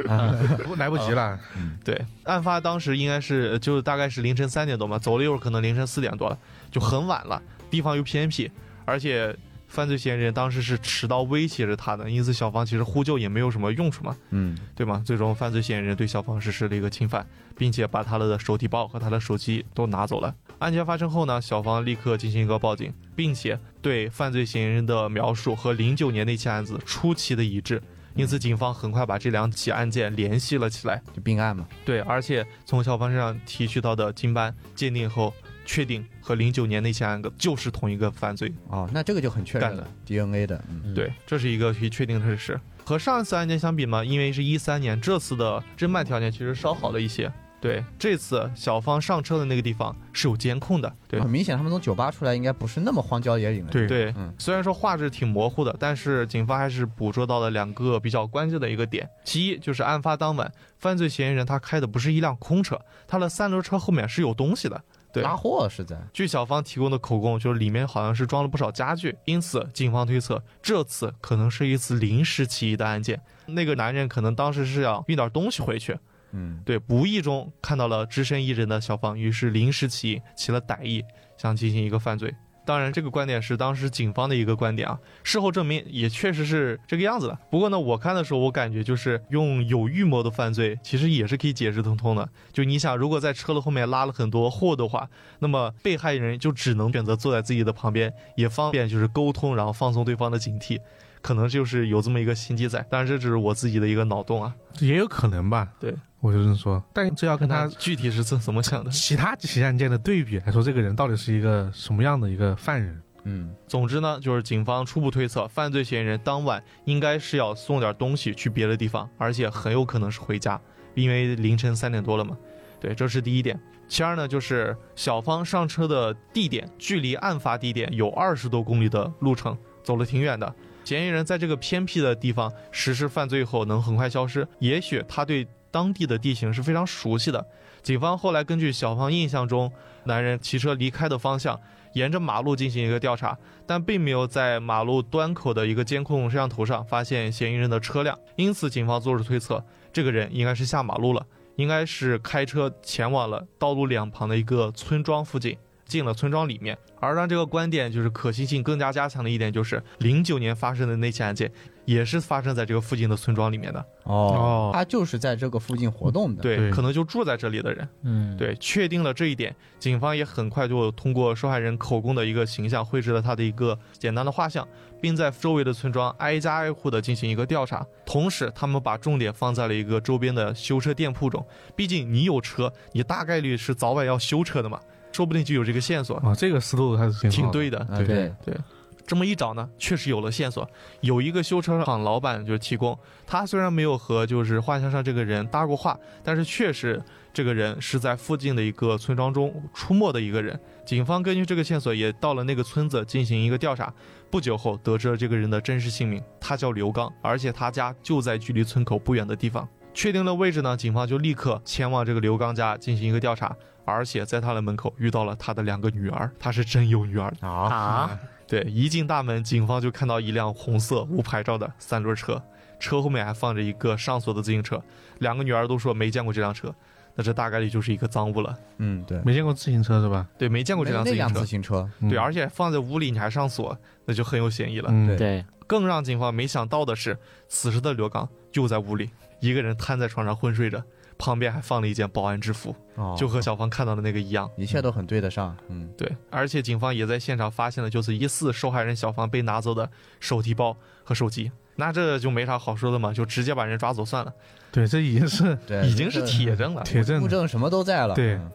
Speaker 1: 不来不及了，
Speaker 2: 啊对，案发当时应该是就是大概是凌晨三点多嘛，走了一会儿可能凌晨四点多了，就很晚了，地方又偏僻，而且犯罪嫌疑人当时是持刀威胁着他的，因此小芳其实呼救也没有什么用处嘛，
Speaker 4: 嗯，
Speaker 2: 对吗？最终犯罪嫌疑人对小芳实施了一个侵犯，并且把她的手提包和她的手机都拿走了。案件发生后呢，小芳立刻进行一个报警，并且对犯罪嫌疑人的描述和零九年那起案子出奇的一致，因此警方很快把这两起案件联系了起来。
Speaker 4: 就并案嘛，
Speaker 2: 对，而且从小芳身上提取到的金斑鉴定后，确定和零九年那起案子就是同一个犯罪。
Speaker 4: 哦，那这个就很确认
Speaker 2: 干
Speaker 4: 了
Speaker 2: 的
Speaker 4: DNA 的，嗯
Speaker 3: 嗯
Speaker 2: 对，这是一个可以确定的事实。和上一次案件相比嘛，因为是一三年，这次的侦办条件其实稍好了一些。对，这次小芳上车的那个地方是有监控的。对
Speaker 4: 很明显他们从酒吧出来，应该不是那么荒郊野岭的，
Speaker 1: 对
Speaker 2: 对
Speaker 4: 嗯，
Speaker 2: 虽然说画质挺模糊的，但是警方还是捕捉到了两个比较关键的一个点。其一就是案发当晚，犯罪嫌疑人他开的不是一辆空车，他的三轮车后面是有东西的。对，
Speaker 4: 拉货是在，
Speaker 2: 据小芳提供的口供，就是里面好像是装了不少家具，因此警方推测这次可能是一次临时起意的案件。那个男人可能当时是要运点东西回去，
Speaker 4: 嗯，
Speaker 2: 对，不意中看到了只身一人的小芳，于是临时起意，起了歹意，想进行一个犯罪。当然，这个观点是当时警方的一个观点啊，事后证明也确实是这个样子的。不过呢，我看的时候，我感觉就是用有预谋的犯罪，其实也是可以解释通通的。就你想，如果在车的后面拉了很多货的话，那么被害人就只能选择坐在自己的旁边，也方便就是沟通，然后放松对方的警惕。可能就是有这么一个心机在。当然这只是我自己的一个脑洞啊，
Speaker 1: 也有可能吧。
Speaker 2: 对，
Speaker 1: 我就是说，但这要跟他
Speaker 2: 具体是怎怎么想的。
Speaker 1: 其他几起案件的对比来说，这个人到底是一个什么样的一个犯人？
Speaker 4: 嗯，
Speaker 2: 总之呢，就是警方初步推测，犯罪嫌疑人当晚应该是要送点东西去别的地方，而且很有可能是回家，因为凌晨三点多了嘛。对，这是第一点。其二呢，就是小芳上车的地点距离案发地点有二十多公里的路程，走了挺远的。嫌疑人在这个偏僻的地方实施犯罪后能很快消失，也许他对当地的地形是非常熟悉的。警方后来根据小芳印象中男人骑车离开的方向，沿着马路进行一个调查，但并没有在马路端口的一个监控摄像头上发现嫌疑人的车辆，因此警方做出推测，这个人应该是下马路了，应该是开车前往了道路两旁的一个村庄附近。进了村庄里面，而让这个观点就是可信性更加加强的一点，就是零九年发生的那起案件，也是发生在这个附近的村庄里面的。
Speaker 1: 哦
Speaker 4: 他就是在这个附近活动的。，
Speaker 1: 对
Speaker 2: 对，可能就住在这里的人。
Speaker 3: 嗯，，
Speaker 2: 对，确定了这一点，警方也很快就通过受害人口供的一个形象，绘制了他的一个简单的画像，并在周围的村庄挨家挨户的进行一个调查。同时，他们把重点放在了一个周边的修车店铺中，毕竟你有车，你大概率是早晚要修车的嘛，说不定就有这个线索，
Speaker 1: 啊，这个思路还是挺好的嗯
Speaker 2: 挺对的。
Speaker 4: 啊
Speaker 1: 对
Speaker 4: 对，
Speaker 2: 这么一找呢，确实有了线索。有一个修车厂老板就提供，他虽然没有和就是画像上这个人搭过话，但是确实这个人是在附近的一个村庄中出没的一个人。警方根据这个线索也到了那个村子进行一个调查。不久后得知了这个人的真实姓名，他叫刘刚，而且他家就在距离村口不远的地方。确定了位置呢，警方就立刻前往这个刘刚家进行一个调查，而且在他的门口遇到了他的两个女儿，他是真有女儿的。
Speaker 4: 啊，
Speaker 3: 啊，
Speaker 2: 对，一进大门，警方就看到一辆红色无牌照的三轮车，车后面还放着一个上锁的自行车。两个女儿都说没见过这辆车，那这大概率就是一个赃物了。
Speaker 4: 嗯，对，
Speaker 1: 没见过自行车是吧？
Speaker 2: 对，没见过这辆自行
Speaker 4: 那辆
Speaker 2: 车
Speaker 4: 自，行车，
Speaker 1: 嗯
Speaker 2: 对，而且放在屋里你还上锁，那就很有嫌疑了。
Speaker 1: 嗯，
Speaker 4: 对
Speaker 3: 对，
Speaker 2: 更让警方没想到的是，此时的刘刚就在屋里，一个人瘫在床上昏睡着，旁边还放了一件保安制服，
Speaker 4: 哦
Speaker 2: 就和小芳看到的那个一样。
Speaker 4: 一切都很对得上。嗯，
Speaker 2: 对，而且警方也在现场发现了就是疑似受害人小芳被拿走的手提包和手机。那这就没啥好说的嘛，就直接把人抓走算了，
Speaker 1: 对，这已经是
Speaker 4: 对，
Speaker 2: 已经是
Speaker 4: 哎这
Speaker 2: 铁证了。
Speaker 1: 铁证
Speaker 4: 物
Speaker 1: 了，
Speaker 4: 证什么都在了。
Speaker 1: 对
Speaker 4: 嗯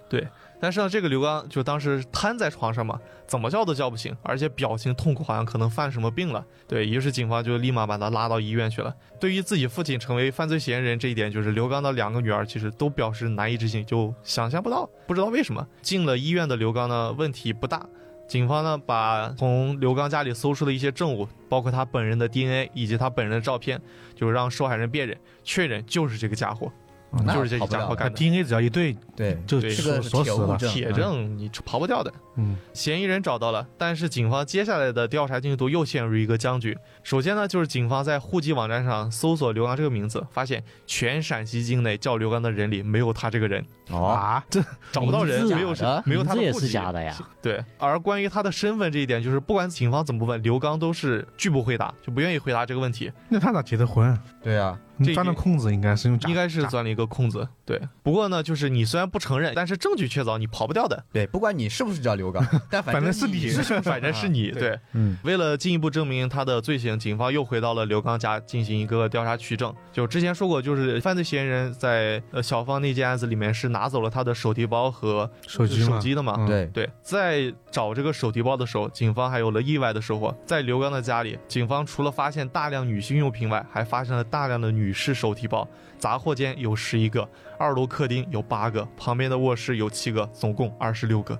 Speaker 2: 但是呢，这个刘刚就当时瘫在床上嘛，怎么叫都叫不醒，而且表情痛苦，好像可能犯什么病了。对于是警方就立马把他拉到医院去了。对于自己父亲成为犯罪嫌疑人这一点，就是刘刚的两个女儿其实都表示难以置信，就想象不到，不知道为什么。进了医院的刘刚呢，问题不大。警方呢，把从刘刚家里搜出的一些证物，包括他本人的 DNA 以及他本人的照片，就让受害人辨认，确认就是这个家伙，
Speaker 1: 嗯
Speaker 4: 那
Speaker 2: 就是这个
Speaker 4: 跑不了
Speaker 2: 家伙
Speaker 4: 了
Speaker 2: 干的。
Speaker 1: DNA 只要一对
Speaker 4: 对，
Speaker 1: 就
Speaker 2: 对
Speaker 1: 锁
Speaker 4: 这个是
Speaker 1: 锁死
Speaker 4: 铁物
Speaker 1: 了，
Speaker 4: 证，
Speaker 2: 铁
Speaker 4: 嗯
Speaker 2: 证你跑不掉的。
Speaker 1: 嗯，
Speaker 2: 嫌疑人找到了，但是警方接下来的调查进度又陷入一个僵局。首先呢，就是警方在户籍网站上搜索刘刚这个名字，发现全陕西境内叫刘刚的人里没有他这个人，
Speaker 4: 哦，
Speaker 1: 啊，这
Speaker 2: 找不到人，
Speaker 3: 名字
Speaker 2: 没有
Speaker 4: 假的
Speaker 2: 没有
Speaker 3: 名
Speaker 2: 他
Speaker 3: 字
Speaker 2: 的
Speaker 3: 也
Speaker 2: 户
Speaker 3: 是
Speaker 2: 籍
Speaker 3: 假的呀，
Speaker 2: 对，而关于他的身份这一点，就是不管警方怎么问，刘刚都是拒不回答，就不愿意回答这个问题。
Speaker 1: 那他咋结的婚？
Speaker 4: 对啊，
Speaker 1: 你
Speaker 2: 这
Speaker 1: 钻
Speaker 2: 一
Speaker 1: 了空子应该是用假，
Speaker 2: 应该是
Speaker 1: 假
Speaker 2: 钻了一个空子，对。不过呢，就是你虽然不承认，但是证据确凿，你跑不掉的。
Speaker 4: 对，不管你是不是叫刘 刚，但
Speaker 1: 反正
Speaker 4: 正
Speaker 1: 是你
Speaker 4: 是
Speaker 2: 反正是 你对。
Speaker 1: 嗯
Speaker 2: 为了进一步证明他的罪行，警方又回到了刘刚家进行一个调查取证。就之前说过，就是犯罪嫌疑人在呃小芳那件案子里面是拿走了他的手提包和
Speaker 1: 手机嘛
Speaker 2: 手机的嘛。
Speaker 1: 嗯
Speaker 4: 对，
Speaker 2: 对，在找这个手提包的时候，警方还有了意外的收获。在刘刚的家里，警方除了发现大量女性用品外，还发现了大量的女士手提包。杂货间有十一个，二楼客厅有八个，旁边的卧室有七个，总共二十六个。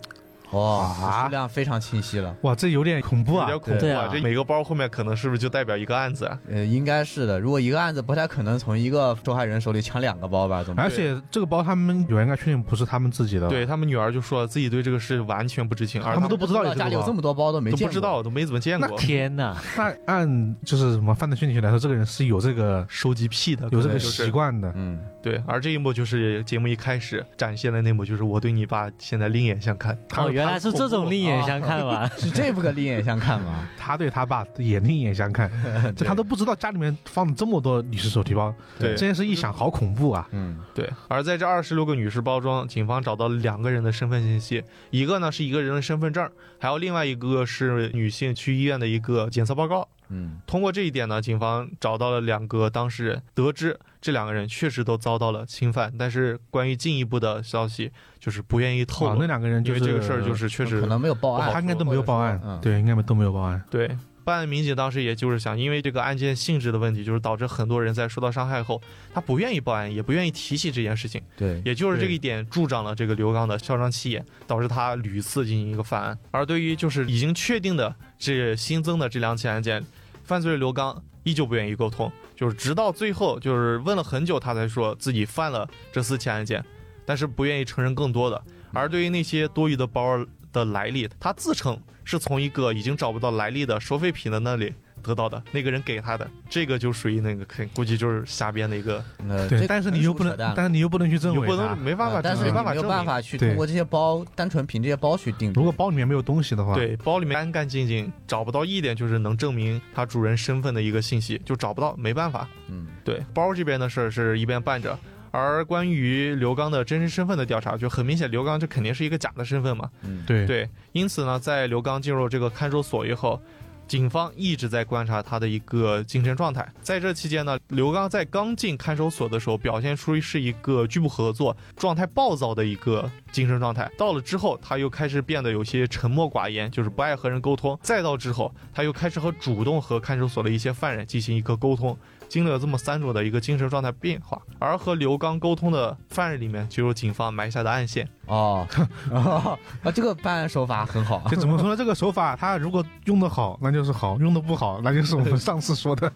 Speaker 4: 哦，
Speaker 1: 啊
Speaker 4: 数量非常清晰了。
Speaker 1: 哇，这有点恐怖
Speaker 2: 有
Speaker 1: 啊
Speaker 2: 点，恐怖
Speaker 3: 对
Speaker 2: 啊
Speaker 3: 啊！
Speaker 2: 这每个包后面可能是不是就代表一个案子啊？
Speaker 4: 呃，应该是的。如果一个案子不太可能从一个受害人手里抢两个包吧，总
Speaker 1: 而且这个包他们有人应该确定不是他们自己的，，
Speaker 2: 对他们女儿就说了自己对这个事完全不知情，而
Speaker 1: 啊他们都
Speaker 2: 都
Speaker 1: 不知道有
Speaker 4: 家里有
Speaker 1: 个
Speaker 4: 这
Speaker 1: 包。
Speaker 4: 么多包都没
Speaker 2: 都
Speaker 4: 见过，
Speaker 2: 不知道，都没怎么见过。
Speaker 3: 天哪，
Speaker 1: 那按就是什么犯罪心理学来说，这个人是有这个
Speaker 2: 收集癖的，
Speaker 1: 有这个
Speaker 2: 可能呃就是
Speaker 1: 习惯的，
Speaker 4: 嗯，
Speaker 2: 对，而这一幕就是节目一开始展现的那幕，就是我对你爸现在另眼相看。
Speaker 3: 哦，原来是这种另眼
Speaker 4: 啊
Speaker 3: 相 看嘛，
Speaker 4: 是这不个另眼相看
Speaker 2: 啊
Speaker 4: 吗？
Speaker 1: 他对他爸也另眼相 看，这他都不知道家里面放了这么多女士手提包，
Speaker 2: 对
Speaker 1: 这件事一想好恐怖啊！
Speaker 4: 嗯，
Speaker 2: 对，而在这二十六个女士包中，警方找到了两个人的身份信息，一个呢是一个人的身份证，还有另外一个是女性去医院的一个检测报告。
Speaker 4: 嗯
Speaker 2: 通过这一点呢，警方找到了两个当事人，得知这两个人确实都遭到了侵犯，但是关于进一步的消息就是不愿意透
Speaker 1: 啊，
Speaker 2: 露。
Speaker 1: 那两个人
Speaker 2: 因
Speaker 1: 就
Speaker 2: 为
Speaker 1: 是
Speaker 2: 这个事儿就是确实
Speaker 4: 可能没有报案，
Speaker 1: 他应该都没有报案，
Speaker 4: 嗯
Speaker 1: 对，应该没都没有报案。
Speaker 2: 对。办案民警当时也就是想，因为这个案件性质的问题，就是导致很多人在受到伤害后，他不愿意报案，也不愿意提起这件事情，
Speaker 4: 对，
Speaker 2: 也就是这
Speaker 1: 对
Speaker 2: 一点助长了这个刘刚的嚣张气焰，导致他屡次进行一个犯案。而对于就是已经确定的这新增的这两起案件，犯罪刘刚依旧不愿意沟通，就是直到最后就是问了很久，他才说自己犯了这四起案件，但是不愿意承认更多的。而对于那些多余的包的来历，他自称是从一个已经找不到来历的收废品的那里得到的，那个人给他的，这个就属于那个肯估计就是瞎编的一个，
Speaker 4: 那
Speaker 1: 对，
Speaker 4: 呃这
Speaker 1: 但是你
Speaker 4: 纯
Speaker 1: 又
Speaker 4: 属
Speaker 1: 不能
Speaker 4: 扯淡，了
Speaker 1: 但是你又不能去证
Speaker 2: 你
Speaker 1: 伪
Speaker 2: 不
Speaker 1: 它
Speaker 2: 能。没办法，
Speaker 4: 嗯但
Speaker 1: 证
Speaker 2: 没
Speaker 4: 是
Speaker 1: 明
Speaker 4: 你
Speaker 2: 办法
Speaker 4: 没有
Speaker 2: 证
Speaker 4: 办
Speaker 2: 明。
Speaker 4: 法去
Speaker 1: 对
Speaker 4: 通过这些包，单纯凭这些包去定
Speaker 1: 如
Speaker 4: 罪。
Speaker 1: 果包里面没有东西的话，，
Speaker 2: 对，包里面干干净净，找不到一点就是能证明他主人身份的一个信息，就找不到，没办法。
Speaker 4: 嗯，
Speaker 2: 对，包这边的事儿是一边办着，而关于刘刚的真实身份的调查，就很明显，刘刚这肯定是一个假的身份嘛。
Speaker 4: 嗯，
Speaker 1: 对
Speaker 2: 对，因此呢，在刘刚进入这个看守所以后，警方一直在观察他的一个精神状态。在这期间呢，刘刚在刚进看守所的时候，表现出是一个拒不合作、状态暴躁的一个精神状态。到了之后，他又开始变得有些沉默寡言，就是不爱和人沟通。再到之后，他又开始和主动和看守所的一些犯人进行一个沟通。经历了这么三种的一个精神状态变化，而和刘刚沟通的犯人里面，就有警方埋下的暗线。
Speaker 4: 哦，哦啊，这个办案手法很好，
Speaker 1: 就怎么说呢？这个手法，它如果用的好，那就是好；用的不好，那就是我们上次说的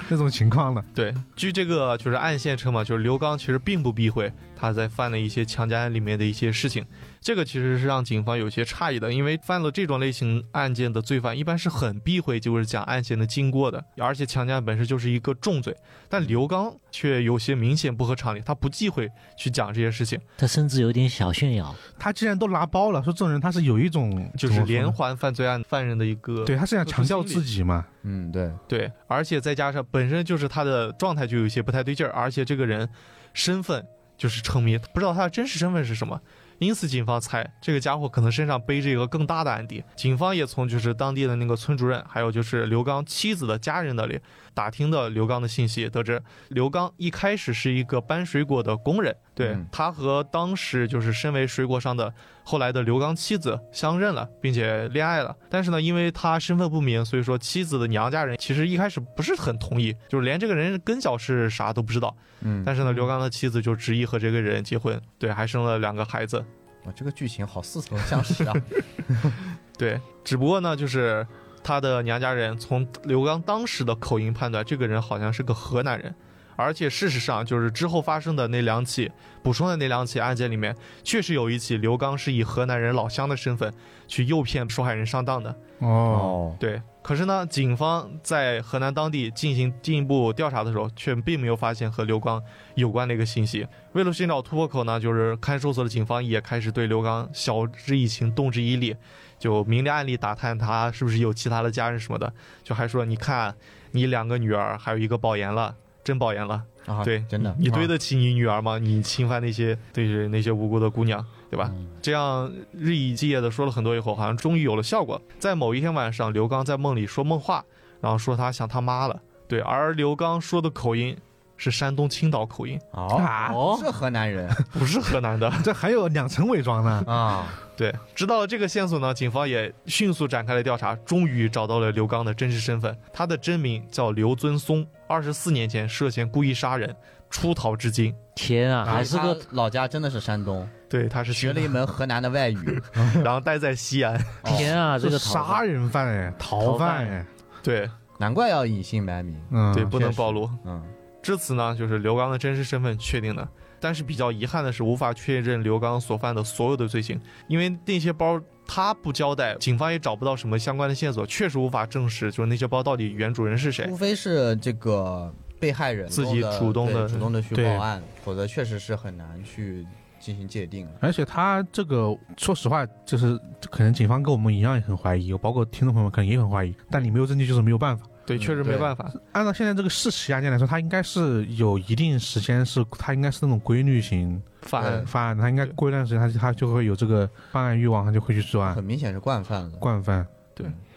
Speaker 1: 那种情况了。
Speaker 2: 对，据这个就是暗线称嘛，就是刘刚其实并不避讳他在犯了一些强奸案里面的一些事情，这个其实是让警方有些诧异的，因为犯了这种类型案件的罪犯一般是很避讳就是讲案件的经过的，而且强奸本身就是一个重罪，但刘刚却有些明显不合常理，他不忌讳去讲这些事情，
Speaker 3: 他甚至有点小炫耀，
Speaker 1: 他既然都拿包了，说这种人他是有一种
Speaker 2: 就是
Speaker 1: 怎么说呢
Speaker 2: 连环犯罪案犯人的一个
Speaker 1: 对，他是想强调
Speaker 2: 就是心
Speaker 1: 自
Speaker 2: 理
Speaker 1: 己嘛。
Speaker 4: 嗯，对，
Speaker 2: 对，而且再加上本身就是他的状态就有一些不太对劲儿，而且这个人身份就是成谜，不知道他的真实身份是什么。因此，警方猜这个家伙可能身上背着一个更大的案底。警方也从就是当地的那个村主任，还有就是刘刚妻子的家人那里打听的刘刚的信息，得知刘刚一开始是一个搬水果的工人，对、
Speaker 4: 嗯
Speaker 2: 他和当时就是身为水果商的后来的刘刚妻子相认了，并且恋爱了。但是呢，因为他身份不明，所以说妻子的娘家人其实一开始不是很同意，就是连这个人跟小是啥都不知道。
Speaker 4: 嗯，
Speaker 2: 但是呢，刘刚的妻子就执意和这个人结婚，对，还生了两个孩子。
Speaker 4: 哇，哦这个剧情好似曾 相识啊，
Speaker 2: 对，只不过呢，就是他的娘家人从刘刚当时的口音判断，这个人好像是个河南人。而且事实上，就是之后发生的那两起补充的那两起案件里面，确实有一起刘刚是以河南人老乡的身份去诱骗受害人上当的。
Speaker 1: 哦，，
Speaker 2: 对，可是呢，警方在河南当地进行进一步调查的时候，却并没有发现和刘刚有关的一个信息。为了寻找突破口呢，就是看守所的警方也开始对刘刚晓之以情，动之以理，就明里暗里打探他是不是有其他的家人什么的，就还说你看你两个女儿，还有一个保研了。真保研了，
Speaker 4: 啊，
Speaker 2: 对
Speaker 4: 真的，
Speaker 2: 你对得起你女儿吗？你侵犯那些对是那些无辜的姑娘，对吧？
Speaker 3: 嗯
Speaker 2: 这样日以继夜的说了很多以后，好像终于有了效果。在某一天晚上，刘刚在梦里说梦话，然后说他想他妈了。对，而刘刚说的口音是山东青岛口音，
Speaker 1: 啊
Speaker 4: 哦，是河南人
Speaker 2: 不是河南的。
Speaker 1: 这还有两层伪装 呢。
Speaker 4: 啊，
Speaker 2: 对，知道了这个线索呢，警方也迅速展开了调查，终于找到了刘刚的真实身份。他的真名叫刘尊松，二十四年前涉嫌故意杀人，出逃至今。
Speaker 3: 天啊，还是
Speaker 2: 哎
Speaker 3: 个
Speaker 4: 他老家真的是山东，
Speaker 2: 对，他是
Speaker 4: 学了
Speaker 2: 青
Speaker 4: 一门河南的外 语，
Speaker 2: 岛，然后待在西安。
Speaker 4: 哦
Speaker 3: 天啊，这
Speaker 1: 这
Speaker 3: 个逃
Speaker 1: 杀人犯哎，逃犯
Speaker 3: 逃
Speaker 1: 哎，
Speaker 2: 对
Speaker 4: 难怪要隐姓埋名，
Speaker 1: 嗯，
Speaker 2: 对，不能
Speaker 4: 确实
Speaker 2: 暴露。
Speaker 4: 嗯，
Speaker 2: 至此呢，就是刘刚的真实身份确定了，但是比较遗憾的是，无法确认刘刚所犯的所有的罪行，因为那些包他不交代，警方也找不到什么相关的线索，确实无法证实就是那些包到底原主人是谁
Speaker 4: 除。非是这个被害人
Speaker 2: 自己
Speaker 4: 主
Speaker 2: 主动
Speaker 4: 的
Speaker 2: 的
Speaker 4: 对主动的去
Speaker 1: 对
Speaker 4: 报案，否则确实是很难去进行界定的。
Speaker 1: 而且他这个，说实话，就是可能警方跟我们一样也很怀疑，包括听众朋友们可能也很怀疑，但你没有证据就是没有办法。
Speaker 2: 对，
Speaker 4: 嗯
Speaker 2: 确实没
Speaker 4: 对
Speaker 2: 办法。
Speaker 1: 按照现在这个四起案件来说，他应该是有一定时间是，他应该是那种规律型
Speaker 2: 犯案
Speaker 1: 犯案，他应该
Speaker 2: 对啊
Speaker 1: 过一段时间他他就会有这个犯案欲望，他就会去作案
Speaker 4: 很明显是惯犯了。
Speaker 1: 惯犯。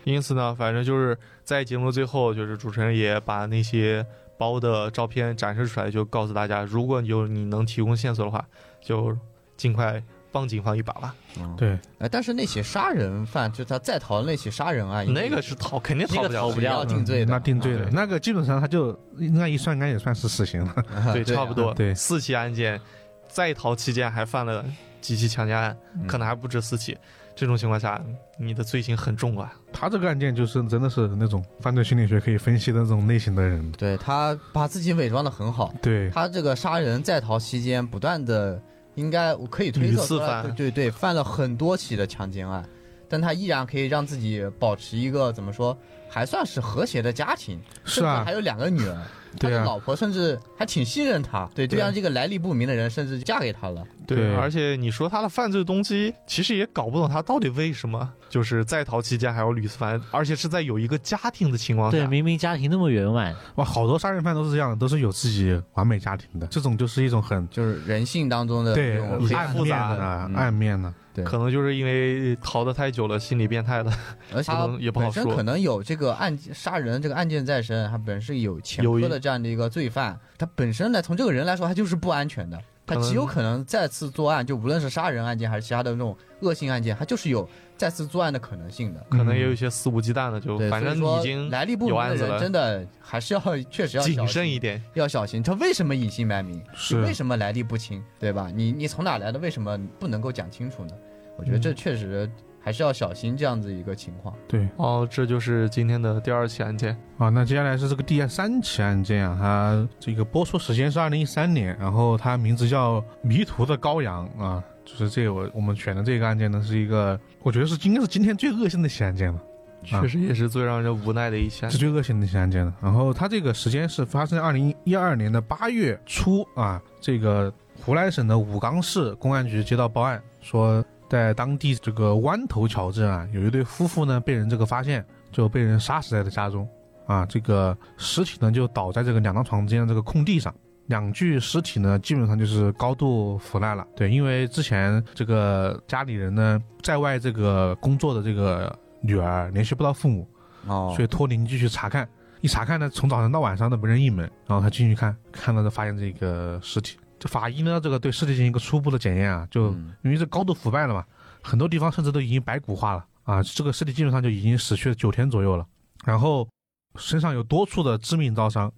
Speaker 2: 因此呢，反正就是在节目的最后，就是主持人也把那些包的照片展示出来，就告诉大家，如果有你能提供线索的话，就尽快帮警方一把吧。
Speaker 4: 嗯，
Speaker 1: 对，
Speaker 4: 哎，但是那起杀人犯，就是他再逃的那起杀人案，应该
Speaker 2: 那个是逃，肯定
Speaker 3: 那
Speaker 2: 逃
Speaker 3: 个
Speaker 2: 不了，
Speaker 3: 逃不
Speaker 4: 是要
Speaker 3: 了
Speaker 4: 定罪
Speaker 1: 嗯
Speaker 4: 的，
Speaker 1: 那定罪的、
Speaker 2: 对
Speaker 1: 那个，基本上他就那一算，应该也算是死刑了。
Speaker 4: 啊
Speaker 2: 对，差不，多。
Speaker 1: 对
Speaker 2: 四起案件，在逃期间还犯了几起强奸案，
Speaker 4: 嗯
Speaker 2: 可能还不止四起。这种情况下，你的罪行很重啊。
Speaker 1: 他这个案件就是真的是那种犯罪心理学可以分析的那种类型的人。
Speaker 4: 对他把自己伪装的很好，
Speaker 1: 对，
Speaker 4: 他这个杀人在逃期间不断的，应该我可以推测
Speaker 2: 屡
Speaker 4: 出
Speaker 2: 次
Speaker 4: 来，
Speaker 2: 犯
Speaker 4: 对对对，犯了很多起的强奸案，但他依然可以让自己保持一个怎么说，还算是和谐的家庭，
Speaker 1: 是啊
Speaker 4: 甚至还有两个女儿。
Speaker 1: 对
Speaker 4: 他的
Speaker 1: 啊，
Speaker 4: 老婆甚至还挺信任他，对，就
Speaker 2: 对
Speaker 4: 让这个来历不明的人甚至嫁给他了。
Speaker 1: 对
Speaker 2: 而且你说他的犯罪动机，其实也搞不懂他到底为什么，就是在逃期间还要屡次犯，而且是在有一个家庭的情况
Speaker 3: 对，
Speaker 2: 下。
Speaker 3: 明明家庭那么圆满，
Speaker 1: 哇，好多杀人犯都是这样的，都是有自己完美家庭的，这种就是一种很
Speaker 4: 就是人性当中的
Speaker 1: 对
Speaker 4: 这种
Speaker 2: 很
Speaker 4: 黑
Speaker 1: 暗
Speaker 4: 暗
Speaker 2: 复
Speaker 1: 面
Speaker 2: 杂
Speaker 1: 的啊、
Speaker 4: 嗯
Speaker 1: 暗面的，
Speaker 4: 对，
Speaker 2: 可能就是因为逃得太久了，心理变态了，
Speaker 4: 而且
Speaker 2: 不
Speaker 4: 他
Speaker 2: 能也不好
Speaker 4: 本身
Speaker 2: 说
Speaker 4: 可能有这个案件杀人这个案件在身，他本身有前
Speaker 2: 有一
Speaker 4: 科的这样的一个罪犯，他本身来从这个人来说，他就是不安全的，他
Speaker 2: 可能
Speaker 4: 极有可能再次作案，就无论是杀人案件还是其他的那种恶性案件，他就是有再次作案的可能性的。
Speaker 2: 可
Speaker 1: 嗯
Speaker 2: 能也有一些肆无忌惮的，就
Speaker 4: 嗯对，
Speaker 2: 反
Speaker 4: 所以
Speaker 2: 正
Speaker 4: 说
Speaker 2: 你已经
Speaker 4: 来历不
Speaker 2: 有
Speaker 4: 明
Speaker 2: 案
Speaker 4: 的
Speaker 2: 子了
Speaker 4: 人，真的还是要确实要小
Speaker 2: 谨
Speaker 4: 心
Speaker 2: 慎一点。
Speaker 4: 要小心，他为什么隐姓埋名？
Speaker 1: 是
Speaker 4: 你为什么来历不清？对吧？你你从哪来的？为什么不能够讲清楚呢？我觉得
Speaker 2: 嗯
Speaker 4: 这确实还是要小心这样子一个情况。
Speaker 1: 对
Speaker 2: 哦，这就是今天的第二起案件。
Speaker 1: 啊。那接下来是这个第三起案件啊，它这个播出时间是二零一三年，然后它名字叫《迷途的羔羊》啊，就是这我我们选的这个案件呢，是一个我觉得是应该是今天最恶性的一起案件了。啊
Speaker 4: 嗯
Speaker 2: 确实也是最让人无奈的一起案
Speaker 1: 是最
Speaker 2: 件。
Speaker 1: 恶性的一起案件了。然后它这个时间是发生在二零一二年的八月初啊，这个湖南省的武冈市公安局接到报案，说在当地这个湾头桥镇啊，有一对夫妇呢被人这个发现，就被人杀死在了家中啊，这个尸体呢就倒在这个两张床之间的这个空地上。两具尸体呢，基本上就是高度腐烂了。对，因为之前这个家里人呢，在外这个工作的这个女儿联系不到父母，
Speaker 4: 哦
Speaker 1: 所以托邻居去查看，一查看呢，从早上到晚上都没人应门，然后他进去看，看到就发现这个尸体。这法医呢，这个对尸体进行一个初步的检验啊，就
Speaker 4: 嗯
Speaker 1: 因为这高度腐败了嘛，很多地方甚至都已经白骨化了啊，这个尸体基本上就已经死去了九天左右了，然后身上有多处的致命刀伤，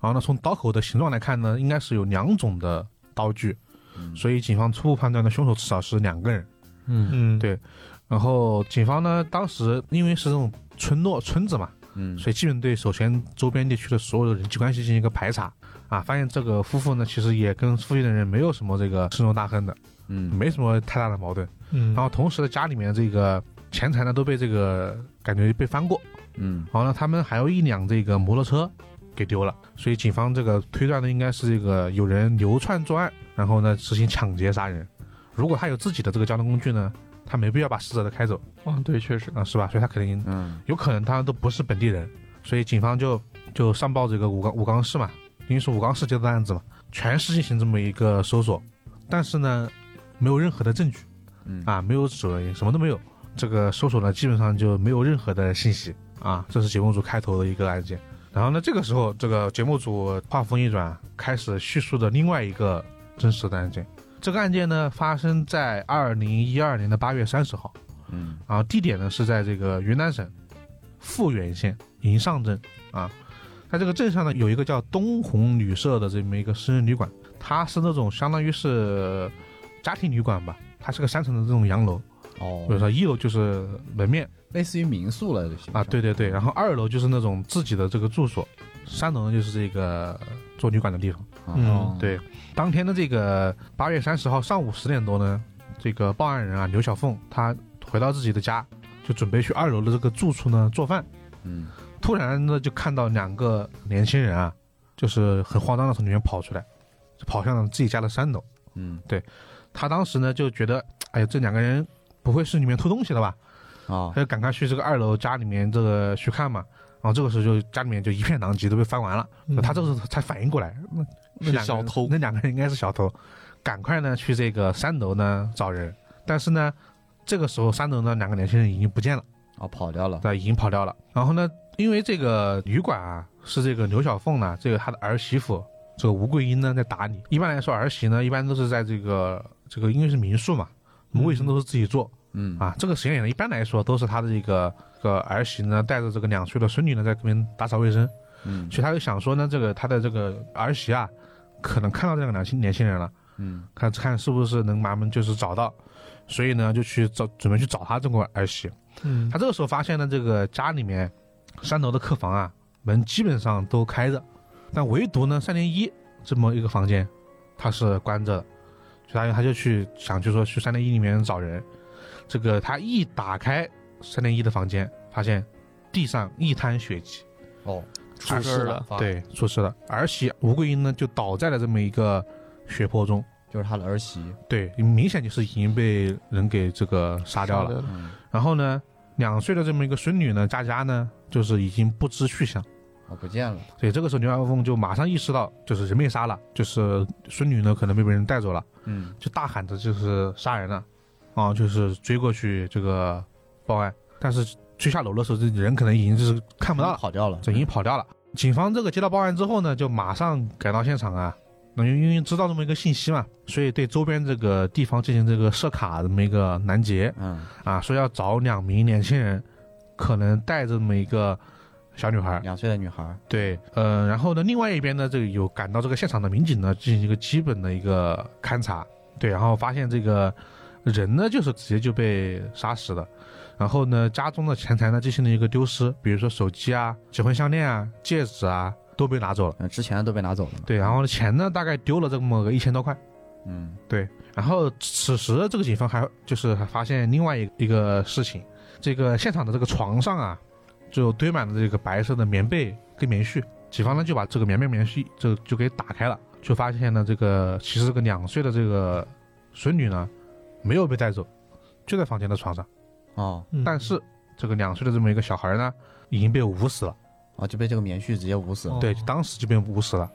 Speaker 1: 然后呢，从刀口的形状来看呢，应该是有两种的刀具，
Speaker 4: 嗯
Speaker 1: 所以警方初步判断呢，凶手至少是两个人。
Speaker 3: 嗯，
Speaker 2: 嗯，
Speaker 1: 对然后警方呢，当时因为是这种村落村子嘛，
Speaker 4: 嗯
Speaker 1: 所以基本对首先周边地区的所有的人际关系进行一个排查啊，发现这个夫妇呢，其实也跟附近的人没有什么这个深仇大恨的，
Speaker 4: 嗯
Speaker 1: 没什么太大的矛盾。
Speaker 2: 嗯，
Speaker 1: 然后同时呢，家里面这个钱财呢都被这个感觉被翻过，
Speaker 4: 嗯
Speaker 1: 然后呢，他们还有一辆这个摩托车给丢了，所以警方这个推断呢，应该是这个有人流窜作案，然后呢执行抢劫杀人。如果他有自己的这个交通工具呢，他没必要把死者的开走
Speaker 2: 嗯，对，确实，
Speaker 1: 啊，是吧？所以他肯定
Speaker 4: 嗯
Speaker 1: 有可能他都不是本地人，所以警方就就上报这个武冈武冈市嘛，因为是武冈市接到的案子嘛，全市进行这么一个搜索，但是呢，没有任何的证据
Speaker 4: 嗯
Speaker 1: 啊，没有指纹，什么都没有。这个搜索呢，基本上就没有任何的信息啊。这是节目组开头的一个案件。然后呢，这个时候这个节目组话锋一转，开始叙述的另外一个真实的案件。这个案件呢，发生在二零一二年的八月三十号。
Speaker 4: 嗯
Speaker 1: 啊，地点呢是在这个云南省富源县银上镇啊，在这个镇上呢有一个叫东红旅社的这么一个私人旅馆，它是那种相当于是家庭旅馆吧，它是个三层的这种洋楼，比如
Speaker 4: 哦，
Speaker 1: 说一楼就是门面
Speaker 4: 类似于民宿了
Speaker 1: 啊，对对对，然后二楼就是那种自己的这个住所，三楼呢就是这个做旅馆的地方。
Speaker 2: 嗯，
Speaker 1: 对，当天的这个八月三十号上午十点多呢，这个报案人啊刘小凤，她回到自己的家，就准备去二楼的这个住处呢做饭。
Speaker 4: 嗯
Speaker 1: 突然呢，就看到两个年轻人啊，就是很慌张的从里面跑出来，就跑向了自己家的三楼。
Speaker 4: 嗯
Speaker 1: 她当时呢就觉得，哎呀，这两个人不会是里面偷东西的吧？
Speaker 4: 啊
Speaker 1: 她就赶快去这个二楼家里面这个去看嘛。然后这个时候就家里面就一片狼藉，都被翻完了。
Speaker 2: 嗯
Speaker 1: 他这个时候才反应过来，那那
Speaker 2: 是
Speaker 1: 两个
Speaker 2: 小
Speaker 1: 人
Speaker 2: 偷
Speaker 1: 那两个人应该是小偷，赶快呢去这个三楼呢找人，但是呢，这个时候三楼呢两个年轻人已经不见了，
Speaker 4: 哦，跑掉了，
Speaker 1: 对，已经跑掉了。然后呢，因为这个旅馆啊，是这个刘小凤呢，这个她的儿媳妇，这个吴桂英呢在打理。一般来说，儿媳呢一般都是在这个这个，因为是民宿嘛，我们卫生都是自己做、
Speaker 4: 嗯，
Speaker 1: 啊。这个实验呢，一般来说都是她的这个这个儿媳呢带着这个两岁的孙女呢在这边打扫卫生，
Speaker 4: 嗯
Speaker 1: 所以她就想说呢，这个她的这个儿媳啊，可能看到这两个年轻年轻人了。
Speaker 4: 嗯
Speaker 1: 看看是不是能把他们就是找到，所以呢就去找准备去找他这个儿媳。
Speaker 2: 嗯
Speaker 1: 他这个时候发现呢，这个家里面三楼的客房啊门基本上都开着，但唯独呢三零一这么一个房间它是关着的，所以他他就去想就说去三零一里面找人。这个他一打开三零一的房间，发现地上一滩血迹，
Speaker 4: 哦，
Speaker 2: 出事儿
Speaker 4: 啊
Speaker 2: 了，，
Speaker 1: 对，出事了。儿媳吴桂英呢就倒在了这么一个血泊中。
Speaker 4: 就是他的儿媳，
Speaker 1: 对，明显就是已经被人给这个杀掉了。
Speaker 4: 嗯，
Speaker 1: 然后呢，两岁的这么一个孙女呢，佳佳呢，就是已经不知去向。
Speaker 4: 哦，不见了，
Speaker 1: 所以这个时候，牛二凤就马上意识到，就是人被杀了，就是孙女呢可能被别人带走了，
Speaker 4: 嗯，
Speaker 1: 就大喊着就是杀人了，啊，就是追过去这个报案。但是追下楼的时候，这人可能已经就是看不到了，
Speaker 4: 嗯跑掉了，
Speaker 1: 这已经跑掉了。警方这个接到报案之后呢，就马上赶到现场啊，那因为知道这么一个信息嘛，所以对周边这个地方进行这个设卡这么一个拦截
Speaker 4: 嗯，
Speaker 1: 啊，说要找两名年轻人，可能带着这么一个小女孩。
Speaker 4: 两岁的女孩，
Speaker 1: 对，呃，然后呢，另外一边呢，这个有赶到这个现场的民警呢，进行一个基本的一个勘查，对，然后发现这个人呢，就是直接就被杀死了，然后呢，家中的钱财呢进行了一个丢失，比如说手机啊、结婚项链啊、戒指啊都被拿走了，
Speaker 4: 嗯，之前的都被拿走了嘛，
Speaker 1: 对，然后钱呢大概丢了这么个一千多块，
Speaker 4: 嗯，
Speaker 1: 然后此时这个警方还就是还发现另外一一个事情，这个现场的这个床上啊，就堆满了这个白色的棉被跟棉絮。警方呢就把这个棉被棉絮就就给打开了，就发现呢这个其实这个两岁的这个孙女呢没有被带走，就在房间的床上，
Speaker 4: 哦，
Speaker 2: 嗯
Speaker 1: 但是这个两岁的这么一个小孩呢已经被捂死了，
Speaker 4: 哦，就被这个棉絮直接捂死了，
Speaker 2: 哦
Speaker 1: 对，当时就被捂死了，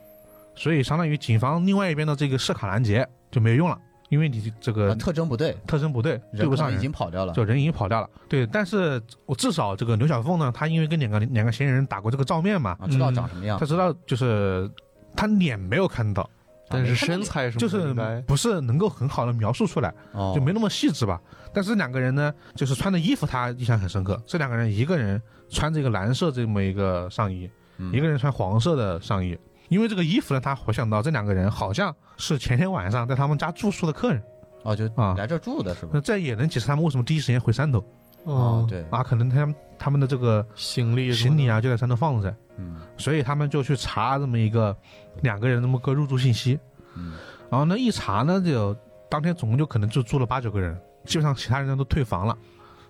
Speaker 1: 所以相当于警方另外一边的这个设卡拦截就没有用了，因为你这
Speaker 4: 啊
Speaker 1: 个
Speaker 4: 特征不对，
Speaker 1: 特征不对，呃对
Speaker 4: 人
Speaker 1: 不上
Speaker 4: 可能
Speaker 1: 人
Speaker 4: 已。经跑掉了，
Speaker 1: 就人已经跑掉了。对，但是我至少这个刘小凤呢，她因为跟两个两个嫌疑人打过这个照面嘛，
Speaker 4: 啊，知道
Speaker 2: 嗯
Speaker 4: 长什么样
Speaker 1: 她，知道就是她脸没有看到，
Speaker 2: 但是
Speaker 4: 没看到
Speaker 2: 身材什么的
Speaker 1: 就是
Speaker 2: 应该
Speaker 1: 不是能够很好的描述出来，
Speaker 4: 哦，
Speaker 1: 就没那么细致吧。但是两个人呢，就是穿的衣服，她印象很深刻。这两个人，一个人穿这个蓝色这么一个上衣，
Speaker 4: 嗯
Speaker 1: 一个人穿黄色的上衣。因为这个衣服呢，她回想到这两个人好像是前天晚上在他们家住宿的客人，
Speaker 4: 哦，就
Speaker 1: 啊
Speaker 4: 来这儿住的是吧
Speaker 1: 那？这也能解释他们为什么第一时间回山头
Speaker 4: 哦
Speaker 2: 哦，，
Speaker 4: 对，
Speaker 1: 啊，可能他们他们的这个
Speaker 2: 行李什么
Speaker 1: 行李
Speaker 2: 的，
Speaker 1: 啊就在山头放着。
Speaker 4: 嗯
Speaker 1: 所以他们就去查这么一个两个人那么个入住信息，
Speaker 4: 嗯，
Speaker 1: 然后呢一查呢就当天总共就可能就住了八九个人，基本上其他人都退房了，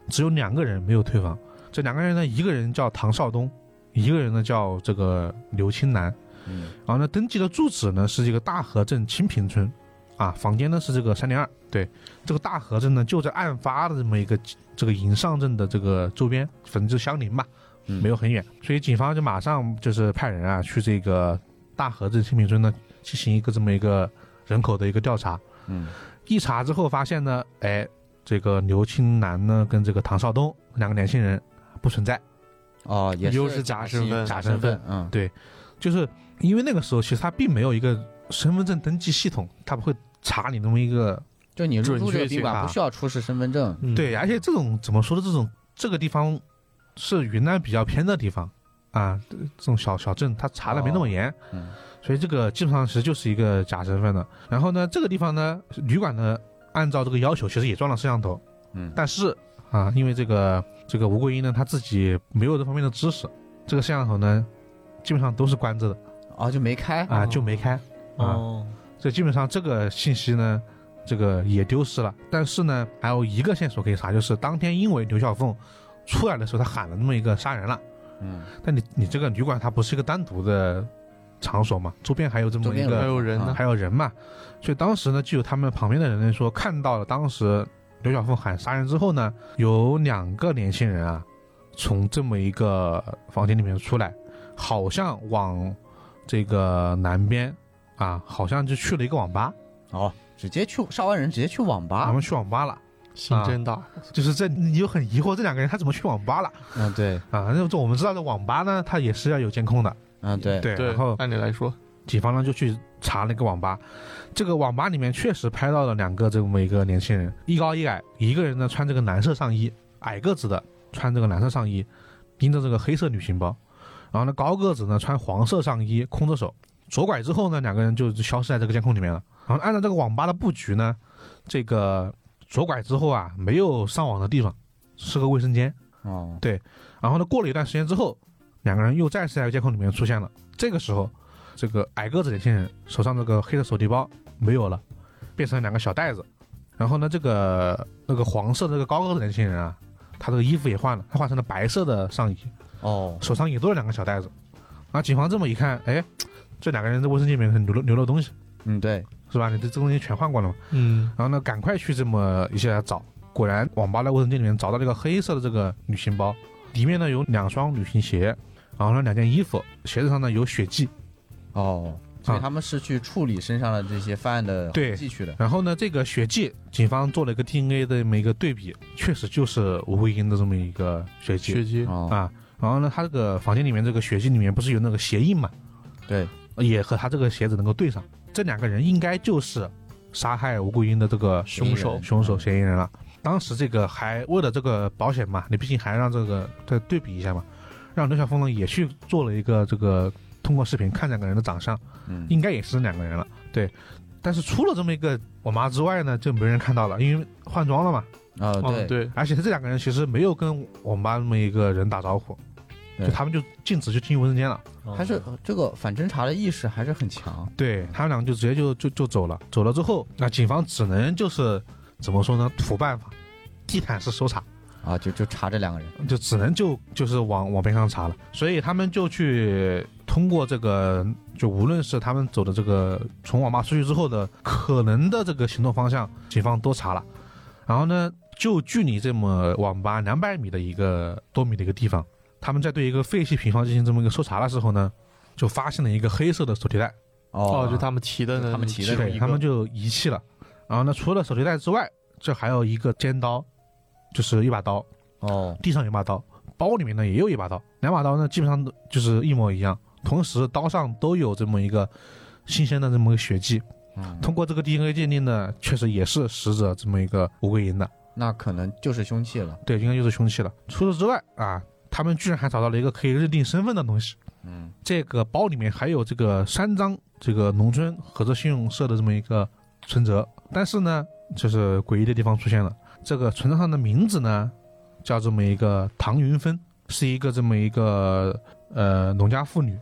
Speaker 1: 只有两个人没有退房。这两个人呢，一个人叫唐少东，一个人呢叫这个刘青南。
Speaker 4: 嗯，
Speaker 1: 然后呢登记的住址呢是这个大河镇清平村，啊，房间呢是这个三零二。对，这个大河镇呢就在案发的这么一个这个银上镇的这个周边，反正就相邻吧。
Speaker 4: 嗯
Speaker 1: 没有很远，所以警方就马上就是派人啊去这个大河镇清平村呢进行一个这么一个人口的一个调查。
Speaker 4: 嗯，
Speaker 1: 一查之后发现呢，哎，这个刘青南呢跟这个唐少东两个年轻人不存在，
Speaker 4: 哦，也
Speaker 2: 又
Speaker 4: 是
Speaker 2: 是假
Speaker 4: 信
Speaker 2: 身份
Speaker 4: 假
Speaker 1: 假
Speaker 4: 身
Speaker 1: 身
Speaker 4: 份
Speaker 1: 份，
Speaker 4: 嗯，
Speaker 1: 就是因为那个时候其实他并没有一个身份证登记系统，他不会查你那么一个
Speaker 4: 就你入
Speaker 2: 准
Speaker 4: 住
Speaker 2: 确
Speaker 4: 这个宾
Speaker 2: 性
Speaker 4: 馆
Speaker 1: 啊
Speaker 4: 不需要出示身份证，
Speaker 2: 嗯
Speaker 1: 对，而且这种怎么说的，这种这个地方是云南比较偏的地方啊，这种小小镇，他查的没那么严，
Speaker 4: 嗯
Speaker 1: 所以这个基本上其实就是一个假身份的。然后呢，这个地方呢，旅馆呢按照这个要求，其实也装了摄像头，
Speaker 4: 嗯
Speaker 1: 但是啊，因为这个这个吴桂英呢，她自己没有这方面的知识，这个摄像头呢基本上都是关着的
Speaker 4: 哦，就没开，
Speaker 1: 啊，
Speaker 2: 哦
Speaker 1: 就没开啊。
Speaker 2: 哦，
Speaker 1: 这基本上这个信息呢，这个也丢失了。但是呢，还有一个线索可以查，就是当天因为刘小凤出来的时候，她喊了那么一个杀人了。
Speaker 4: 嗯，
Speaker 1: 但你你这个旅馆它不是一个单独的场所嘛，周边还有这
Speaker 4: 周
Speaker 1: 么
Speaker 4: 边
Speaker 1: 一
Speaker 4: 有
Speaker 2: 还
Speaker 1: 个，
Speaker 2: 有人呢
Speaker 4: 啊，
Speaker 1: 还有人嘛，所以当时呢，就有他们旁边的人说看到了当时刘小凤喊杀人之后呢，有两个年轻人啊，从这么一个房间里面出来，好像往这个南边啊，好像就去了一个网吧。
Speaker 4: 哦，直接去杀完人直接去
Speaker 1: 他
Speaker 4: 网吧
Speaker 1: 们，去网吧了。
Speaker 2: 心真大，
Speaker 1: 就是这你就很疑惑，这两个人他怎么去网吧了
Speaker 4: 嗯，对，
Speaker 1: 啊？那这我们知道的网吧呢，它也是要有监控的，
Speaker 4: 嗯，对，
Speaker 1: 对。
Speaker 2: 对
Speaker 1: 然后，
Speaker 2: 按理来说，
Speaker 1: 警方呢就去查那个网吧，这个网吧里面确实拍到了两个这么一个年轻人，一高一矮，一个人呢穿这个蓝色上衣，矮个子的穿这个蓝色上衣，拎着这个黑色旅行包，然后呢高个子呢穿黄色上衣，空着手，左拐之后呢两个人就消失在这个监控里面了。然后按照这个网吧的布局呢，这个左拐之后啊没有上网的地方，是个卫生间。
Speaker 4: 哦，
Speaker 1: 然后呢，过了一段时间之后，两个人又再次在监控里面出现了。这个时候，这个矮个子年轻人手上这个黑的手提包没有了，变成两个小袋子。然后呢，这个那个黄色的这个高个子年轻人啊，他这个衣服也换了，他换成了白色的上衣，
Speaker 4: 哦，
Speaker 1: 手上也都是两个小袋子。啊，警方这么一看，哎，这两个人在卫生间里面留了留了东西，
Speaker 4: 嗯，对，
Speaker 1: 是吧？你这这东西全换过了嘛？
Speaker 2: 嗯，
Speaker 1: 然后呢，赶快去这么一下找，果然网吧的卫生间里面找到这个黑色的这个旅行包，里面呢有两双旅行鞋，然后呢两件衣服，鞋子上呢有血迹。
Speaker 4: 哦，所以
Speaker 1: 啊
Speaker 4: 他们是去处理身上的这些犯案的
Speaker 1: 对
Speaker 4: 痕迹去的，
Speaker 1: 然后呢，这个血迹，警方做了一个 DNA 的这么一个对比，确实就是吴桂英的这么一个血迹
Speaker 2: 血迹，
Speaker 4: 哦，
Speaker 1: 啊。然后呢，他这个房间里面这个血迹里面不是有那个鞋印嘛，
Speaker 4: 对，
Speaker 1: 也和他这个鞋子能够对上，这两个人应该就是杀害吴桂英的这个
Speaker 2: 凶手
Speaker 1: 凶手嫌疑人了。当时这个还为了这个保险嘛，你毕竟还让这个再对比一下嘛，让刘晓峰呢也去做了一个这个通过视频看两个人的长相，
Speaker 4: 嗯，
Speaker 1: 应该也是两个人了，对。但是除了这么一个我妈之外呢，就没人看到了，因为换装了嘛。
Speaker 4: 哦，
Speaker 2: 嗯，
Speaker 4: 对，
Speaker 2: 对，
Speaker 1: 而且这两个人其实没有跟我妈那么一个人打招呼，
Speaker 4: 对
Speaker 1: 就他们就径直就进卫生间了。
Speaker 3: 哦
Speaker 4: 还是
Speaker 3: 嗯
Speaker 4: 这个反侦查的意识还是很强，
Speaker 1: 对他们两个就直接就就就走了，走了之后，那警方只能就是怎么说呢？土办法，地毯式搜查，
Speaker 4: 啊，就就查这两个人，
Speaker 1: 就只能就就是往往边上查了。所以他们就去通过这个，就无论是他们走的这个从网吧出去之后的可能的这个行动方向，警方都查了。然后呢，就距离这么网吧两百米的一个多米的一个地方，他们在对一个废弃平房进行这么一个搜查的时候呢，就发现了一个黑色的手提袋。
Speaker 4: 哦
Speaker 2: 哦，就他们提的呢，
Speaker 4: 他们提的
Speaker 2: 其中
Speaker 1: 对，
Speaker 2: 一
Speaker 1: 他
Speaker 2: 个
Speaker 1: 们就遗弃了。然后呢，除了手提袋之外，这还有一个尖刀，就是一把刀，
Speaker 4: 哦，
Speaker 1: 地上有一把刀，包里面呢也有一把刀，两把刀呢基本上都就是一模一样，同时刀上都有这么一个新鲜的这么一个血迹。
Speaker 4: 嗯
Speaker 1: 通过这个 DNA 鉴定呢，确实也是死者这么一个吴桂英的，
Speaker 4: 那可能就是凶器了，
Speaker 1: 对，应该就是凶器了。除此之外啊，他们居然还找到了一个可以认定身份的东西。
Speaker 4: 嗯，
Speaker 1: 这个包里面还有这个三张这个农村合作信用社的这么一个存折，但是呢，就是诡异的地方出现了，这个存折上的名字呢叫这么一个唐云芬，是一个这么一个呃农家妇女，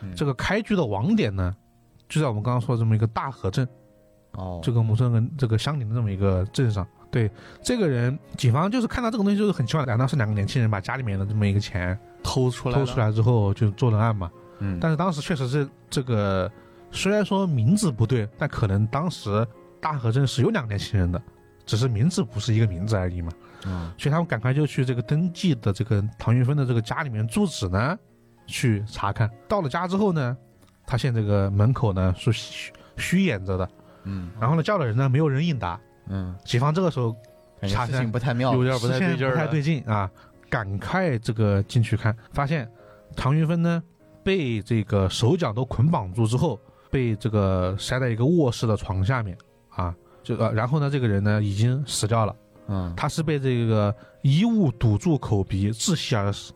Speaker 4: 嗯
Speaker 1: 这个开具的网点呢就在我们刚刚说的这么一个大河镇。
Speaker 4: 哦，
Speaker 1: 这个母村跟这个相邻的这么一个镇上。对这个人，警方就是看到这个东西就是很奇怪，难道是两个年轻人把家里面的这么一个钱
Speaker 2: 偷出来，
Speaker 1: 偷出，来之后就做了案嘛？
Speaker 4: 嗯，
Speaker 1: 但是当时确实是这个，虽然说名字不对，但可能当时大河镇是有两个年轻人的，只是名字不是一个名字而已嘛。
Speaker 4: 嗯
Speaker 1: 所以他们赶快就去这个登记的这个唐云芬的这个家里面住址呢，去查看。到了家之后呢，他现这个门口呢是虚虚掩着的，
Speaker 4: 嗯
Speaker 1: 然后呢叫了人呢没有人应答，
Speaker 4: 嗯，
Speaker 1: 警方这个时候
Speaker 4: 感
Speaker 1: 查一
Speaker 4: 觉事
Speaker 1: 下
Speaker 4: 情不太妙，
Speaker 2: 有点不太
Speaker 1: 哦视线
Speaker 2: 对劲儿
Speaker 1: 不太
Speaker 2: 了，
Speaker 1: 对劲啊，赶快这个进去看，发现唐云芬呢被这个手脚都捆绑住之后，被这个塞在一个卧室的床下面啊，就呃，然后呢，这个人呢已经死掉了，
Speaker 4: 嗯，
Speaker 1: 他是被这个衣物堵住口鼻窒息而死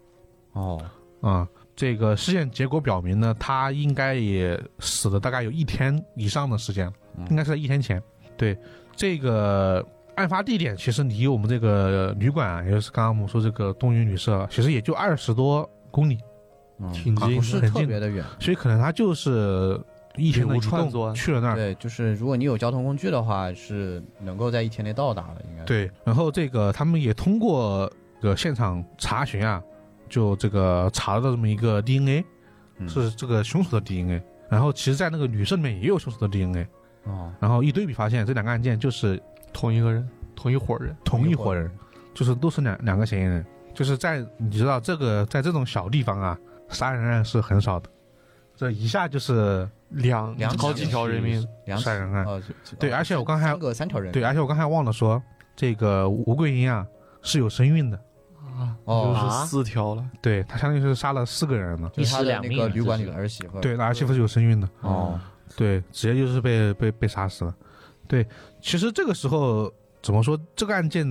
Speaker 4: 哦，
Speaker 1: 啊。这个尸检结果表明呢，他应该也死了大概有一天以上的时间了
Speaker 4: 嗯，
Speaker 1: 应该是在一天前。对，这个案发地点其实离我们这个旅馆啊，也就是刚刚我们说这个东云旅社，其实也就二十多公里，
Speaker 4: 嗯
Speaker 2: 挺
Speaker 1: 啊
Speaker 2: 近
Speaker 4: 不是
Speaker 2: 的，
Speaker 1: 很
Speaker 4: 特
Speaker 1: 近
Speaker 4: 别的远，
Speaker 1: 所以可能他就是一天的
Speaker 2: 无
Speaker 1: 移
Speaker 2: 串作
Speaker 1: 动
Speaker 2: 案
Speaker 1: 去了那儿。
Speaker 4: 对，就是如果你有交通工具的话，是能够在一天内到达的，应该。，
Speaker 1: 对，然后这个他们也通过这个现场查询啊，就这个查到这么一个 DNA，、
Speaker 4: 嗯
Speaker 1: 是这个凶手的 DNA。然后其实，在那个旅社里面也有凶手的 DNA。
Speaker 4: 哦，
Speaker 1: 然后一对比发现，这两个案件就是
Speaker 2: 同一个人，同一伙人，
Speaker 1: 同一
Speaker 4: 一
Speaker 1: 伙人，，就是都是两两个嫌疑人。就是在你知道这个在这种小地方啊，杀人案是很少的，这一下就是
Speaker 2: 两
Speaker 4: 两
Speaker 2: 好
Speaker 4: 起
Speaker 2: 几条人命，
Speaker 4: 两起
Speaker 1: 杀人案
Speaker 4: 哦，就
Speaker 1: 对而且我刚才
Speaker 4: 三个三条人，
Speaker 1: 对。而且我刚才忘了说，这个吴桂英啊是有身孕的，啊
Speaker 2: 就
Speaker 4: 哦，
Speaker 2: 是四条了。
Speaker 1: 对他相当于是杀了四个人了。
Speaker 4: 就是
Speaker 3: 一尸
Speaker 4: 他的
Speaker 3: 两
Speaker 4: 那
Speaker 3: 命
Speaker 4: 个
Speaker 3: 啊
Speaker 4: 旅馆
Speaker 3: 这
Speaker 4: 里
Speaker 3: 是
Speaker 4: 的儿媳妇儿。
Speaker 1: 对，他儿媳妇是有身孕的，
Speaker 4: 哦，
Speaker 1: 对，直接就是被被被杀死了。对，其实这个时候怎么说，这个案件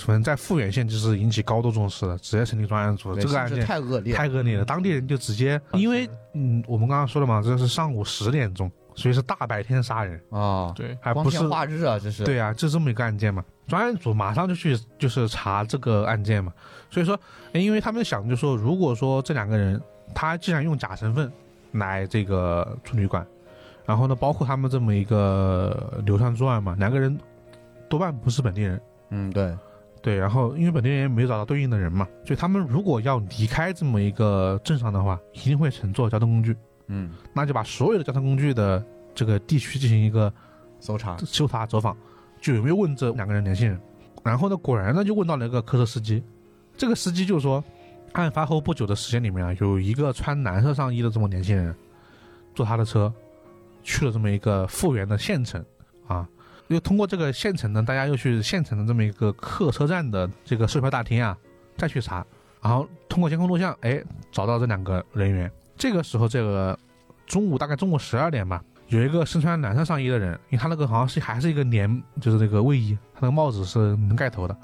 Speaker 1: 可能在富源县就是引起高度重视了，直接成立专案组。
Speaker 4: 对
Speaker 1: 这个案
Speaker 4: 嗯是
Speaker 1: 件
Speaker 4: 太恶劣，
Speaker 1: 太恶劣了，当地人就直接，因为嗯，我们刚刚说了嘛，这是上午十点钟，所以是大白天杀人，
Speaker 4: 啊，
Speaker 2: 对，
Speaker 1: 还
Speaker 4: 光
Speaker 1: 不是
Speaker 4: 天化日啊，这是。
Speaker 1: 对啊，就这么一个案件嘛，专案组马上就去就是查这个案件嘛，所以说，诶因为他们想就说，如果说这两个人他既然用假身份来这个住旅馆，然后呢，包括他们这么一个流窜作案嘛，两个人多半不是本地人，
Speaker 4: 嗯，对，
Speaker 1: 对，然后因为本地人也没有找到对应的人嘛，所以他们如果要离开这么一个镇上的话，一定会乘坐交通工具，
Speaker 4: 嗯，
Speaker 1: 那就把所有的交通工具的这个地区进行一个
Speaker 4: 搜查，
Speaker 1: 搜查走访，就有没有问这两个人联系人。然后呢，果然呢就问到了一个客车司机，这个司机就说，案发后不久的时间里面啊，有一个穿蓝色上衣的这么年轻人，坐他的车去了这么一个富源的县城啊。又通过这个县城呢，大家又去县城的这么一个客车站的这个售票大厅啊，再去查，然后通过监控录像，哎，找到这两个人员。这个时候，这个中午大概中午十二点吧，有一个身穿蓝色上衣的人，因为他那个好像是还是一个连，就是那个卫衣，他那个帽子是能盖头的。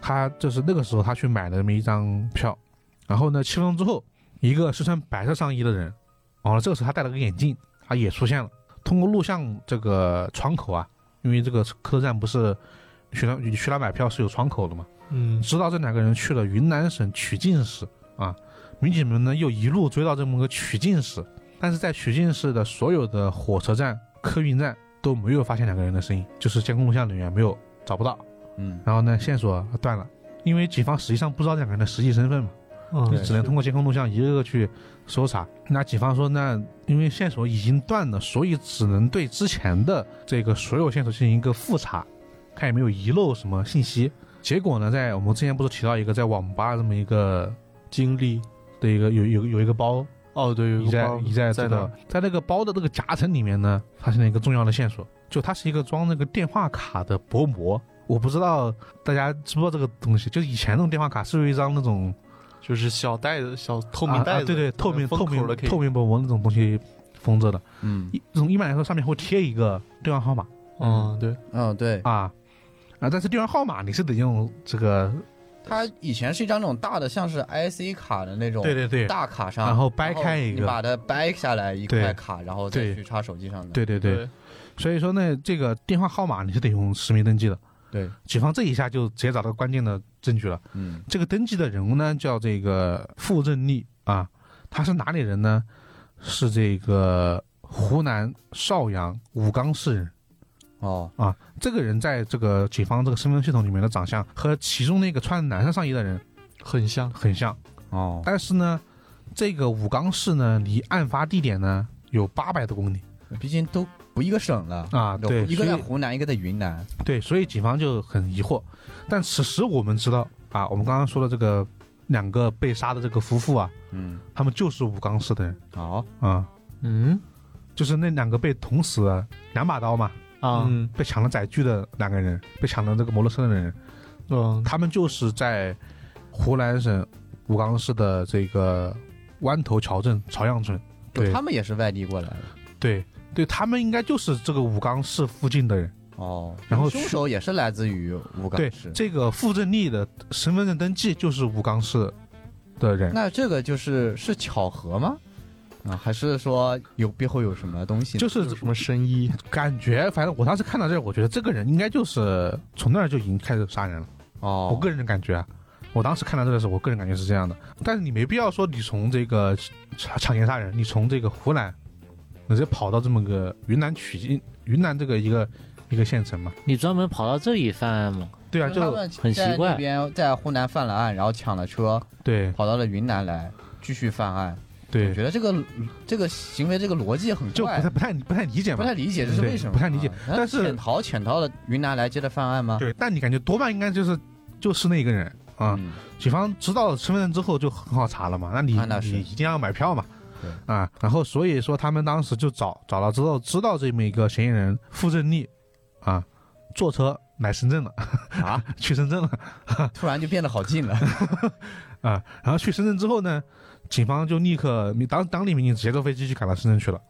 Speaker 1: 他就是那个时候他去买了那么一张票，然后呢，七分钟之后，一个身穿白色上衣的人，完了这个时候他戴了个眼镜，他也出现了。通过录像这个窗口啊，因为这个客车站不是去那去那买票是有窗口的嘛，
Speaker 2: 嗯，
Speaker 1: 知道这两个人去了云南省曲靖市啊，民警们呢又一路追到这么个曲靖市，但是在曲靖市的所有的火车站、客运站都没有发现两个人的身影，就是监控录像人员没有找不到，
Speaker 4: 嗯，
Speaker 1: 然后呢线索断了，因为警方实际上不知道两个人的实际身份嘛，
Speaker 2: 嗯
Speaker 1: 就
Speaker 4: 对
Speaker 1: 只能通过监控录像一个个去搜查。那警方说，那因为线索已经断了，所以只能对之前的这个所有线索进行一个复查，看有没有遗漏什么信息。结果呢，在我们之前不是提到一个在网吧这么一个
Speaker 2: 经历。
Speaker 1: 的一个有有有一个包
Speaker 2: 哦，对，有
Speaker 1: 你
Speaker 2: 一个
Speaker 1: 在
Speaker 2: 包
Speaker 1: 你在这
Speaker 2: 在
Speaker 1: 个
Speaker 2: 那
Speaker 1: 在那个包的那个夹层里面呢，发现了一个重要的线索，就它是一个装那个电话卡的薄膜。我不知道大家知不知道这个东西，就是以前那种电话卡是有一张那种
Speaker 2: 就是小袋子、小透
Speaker 1: 啊
Speaker 2: 明
Speaker 1: 啊
Speaker 2: 袋子，
Speaker 1: 对对，透明
Speaker 2: 封
Speaker 1: 透明
Speaker 2: 口的可以
Speaker 1: 透明薄膜那种东西封着的。
Speaker 4: 嗯，
Speaker 1: 一这种一般来说上面会贴一个电话号码
Speaker 2: 嗯，对，
Speaker 4: 嗯，对，
Speaker 1: 啊啊，但是电话号码你是得用这个
Speaker 4: 它以前是一张那种大的，像是 IC 卡的那种，
Speaker 1: 对对对
Speaker 4: 大卡上，
Speaker 1: 然后掰开一个
Speaker 4: 你把它掰下来一块
Speaker 1: 对
Speaker 4: 卡，然后再
Speaker 1: 对
Speaker 4: 去插手机上的，
Speaker 1: 对对对，所以说呢，这个电话号码你是得用实名登记的。
Speaker 4: 对，
Speaker 1: 警方这一下就直接找到关键的证据了。
Speaker 4: 嗯，
Speaker 1: 这个登记的人物呢，叫这个傅正立啊，他是哪里人呢？是这个湖南邵阳武冈市人
Speaker 4: 哦，
Speaker 1: 啊。这个人在这个警方这个身份系统里面的长相和其中那个穿蓝色上衣的人
Speaker 2: 很像，
Speaker 1: 很像，
Speaker 4: 哦，
Speaker 1: 但是呢，这个武冈市呢，离案发地点呢有八百多公里
Speaker 4: 毕竟都不一个省了。
Speaker 1: 啊。对，
Speaker 4: 一个
Speaker 1: 所
Speaker 4: 在
Speaker 1: 以
Speaker 4: 湖南，一个在云南。
Speaker 1: 对，所以警方就很疑惑。但此时我们知道啊，我们刚刚说的这个两个被杀的这个夫妇啊，
Speaker 4: 嗯，
Speaker 1: 他们就是武冈市的人
Speaker 4: 好，
Speaker 1: 啊，
Speaker 2: 嗯
Speaker 1: 就是那两个被捅死的两把刀嘛，
Speaker 3: 啊、
Speaker 2: 嗯
Speaker 1: 被抢了载具的两个人，被抢了这个摩托车的人，
Speaker 2: 嗯，
Speaker 1: 他们就是在湖南省武冈市的这个湾头桥镇朝阳村。
Speaker 4: 就
Speaker 1: 对
Speaker 4: 他们也是外地过来的。
Speaker 1: 对对，他们应该就是这个武冈市附近的人。
Speaker 4: 哦，
Speaker 1: 然后
Speaker 4: 凶
Speaker 1: 去
Speaker 4: 手也是来自于武冈
Speaker 1: 对
Speaker 4: 市，。
Speaker 1: 这个傅正立的身份证登记就是武冈市的人。
Speaker 4: 那这个就是是巧合吗？啊，还是说有背后有什么东西呢？
Speaker 1: 就是
Speaker 2: 有什么深意？
Speaker 1: 感觉，反正我当时看到这儿，我觉得这个人应该就是从那儿就已经开始杀人了。
Speaker 4: 哦，
Speaker 1: 我个人的感觉啊，我当时看到这个时候，我个人感觉是这样的。但是你没必要说你从这个抢抢劫杀人，你从这个湖南，你直接跑到这么个云南曲靖、云南这个一个一个县城嘛？
Speaker 3: 你专门跑到这里犯案吗？
Speaker 1: 对啊，
Speaker 4: 就他
Speaker 1: 就
Speaker 4: 们
Speaker 3: 很奇
Speaker 4: 在
Speaker 3: 怪
Speaker 4: 那边在湖南犯了案，然后抢了车，
Speaker 1: 对
Speaker 4: 跑到了云南来继续犯案。我
Speaker 1: 对，
Speaker 4: 觉得这个这个行为这个逻辑很
Speaker 1: 就不
Speaker 4: 怪
Speaker 1: 太，不太不太理解
Speaker 4: 不
Speaker 1: 嘛。
Speaker 4: 太理解这是
Speaker 1: 对
Speaker 4: 为什么啊，
Speaker 1: 不太理解
Speaker 4: 那
Speaker 1: 但是
Speaker 4: 潜逃潜逃了云南来接着犯案吗？
Speaker 1: 对，但你感觉多半应该就是就是那个人啊。
Speaker 4: 嗯，
Speaker 1: 警方知道身份证之后就很好查了嘛，那你
Speaker 4: 啊那是
Speaker 1: 你一定要买票嘛，
Speaker 4: 对
Speaker 1: 啊，然后所以说他们当时就找找到之后知道这么一个嫌疑人傅正立，啊，坐车来深圳了，
Speaker 4: 啊，
Speaker 1: 去深圳了
Speaker 4: 突然就变得好近 了。
Speaker 1: 啊。然后去深圳之后呢，警方就立刻当当地民警直接坐飞机去赶到深圳去了。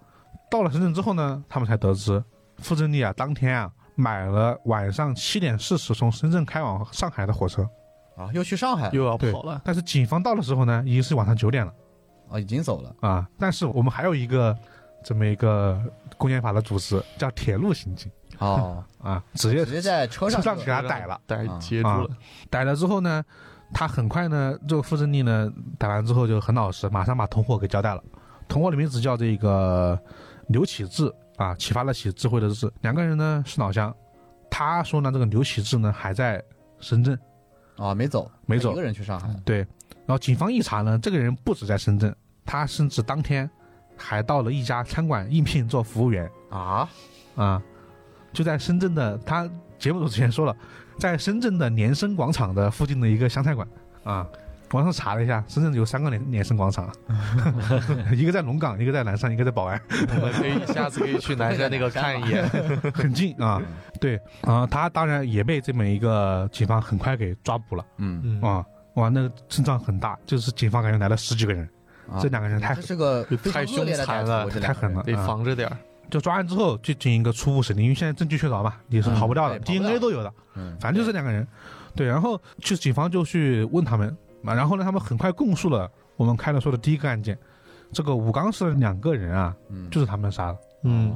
Speaker 1: 到了深圳之后呢，他们才得知傅正丽啊当天啊买了晚上七点四十从深圳开往上海的火车，
Speaker 4: 啊，又去上海了，
Speaker 2: 又要
Speaker 1: 对
Speaker 2: 跑了。
Speaker 1: 但是警方到的时候呢，已经是晚上九点了。
Speaker 4: 啊，已经走了。
Speaker 1: 啊，但是我们还有一个这么一个公检法的组织叫铁路刑警
Speaker 4: 哦，
Speaker 1: 啊，直接
Speaker 4: 直接在车
Speaker 1: 车
Speaker 4: 上
Speaker 1: 上
Speaker 4: 就
Speaker 1: 给他逮了，
Speaker 2: 逮
Speaker 4: 啊
Speaker 2: 截住了，
Speaker 1: 逮了之后呢，他很快呢，这个傅正利呢逮完之后就很老实，马上把同伙给交代了。同伙里面只叫这个刘启智啊，启发了启智慧的智，两个人呢是老乡。他说呢，这个刘启智呢还在深圳，
Speaker 4: 啊，没走，
Speaker 1: 没
Speaker 4: 一
Speaker 1: 走嗯
Speaker 4: 个。人去上海。
Speaker 1: 对，然后警方一查呢，这个人不止在深圳，他甚至当天还到了一家餐馆应聘做服务员。
Speaker 4: 啊，
Speaker 1: 啊，就在深圳的，他节目组之前说了，在深圳的年生广场的附近的一个湘菜馆啊。网上查了一下，深圳有三个年年生广 场， 一个在龙岗，一个在南山，一个在宝安，
Speaker 2: 我们可以下次可以去南山那个看一 眼。
Speaker 1: 很近啊。
Speaker 4: 嗯
Speaker 1: 对啊、他当然也被这么一个警方很快给抓捕了
Speaker 4: 嗯，
Speaker 2: 嗯，
Speaker 1: 啊。哇，那个阵仗很大，就是警方感觉来了十几个人，
Speaker 4: 啊
Speaker 1: 这两个人太
Speaker 4: 这是个非常
Speaker 2: 太
Speaker 4: 恶劣的
Speaker 2: 凶残
Speaker 4: 歹徒
Speaker 2: 了
Speaker 4: 这两个人
Speaker 1: 太狠了
Speaker 2: 得
Speaker 1: 啊
Speaker 2: 防着点儿。
Speaker 1: 就抓完之后就进行一个初步审理，因为现在证据确凿嘛，也是跑不掉的、
Speaker 4: 嗯对跑不掉
Speaker 1: DNA 都有的。
Speaker 4: 嗯，
Speaker 1: 反正就这两个人，对，然后去警方就去问他们嘛，然后呢，他们很快供述了我们开头说的第一个案件，这个武冈市的两个人啊，
Speaker 4: 嗯
Speaker 1: 就是他们杀的。
Speaker 2: 嗯，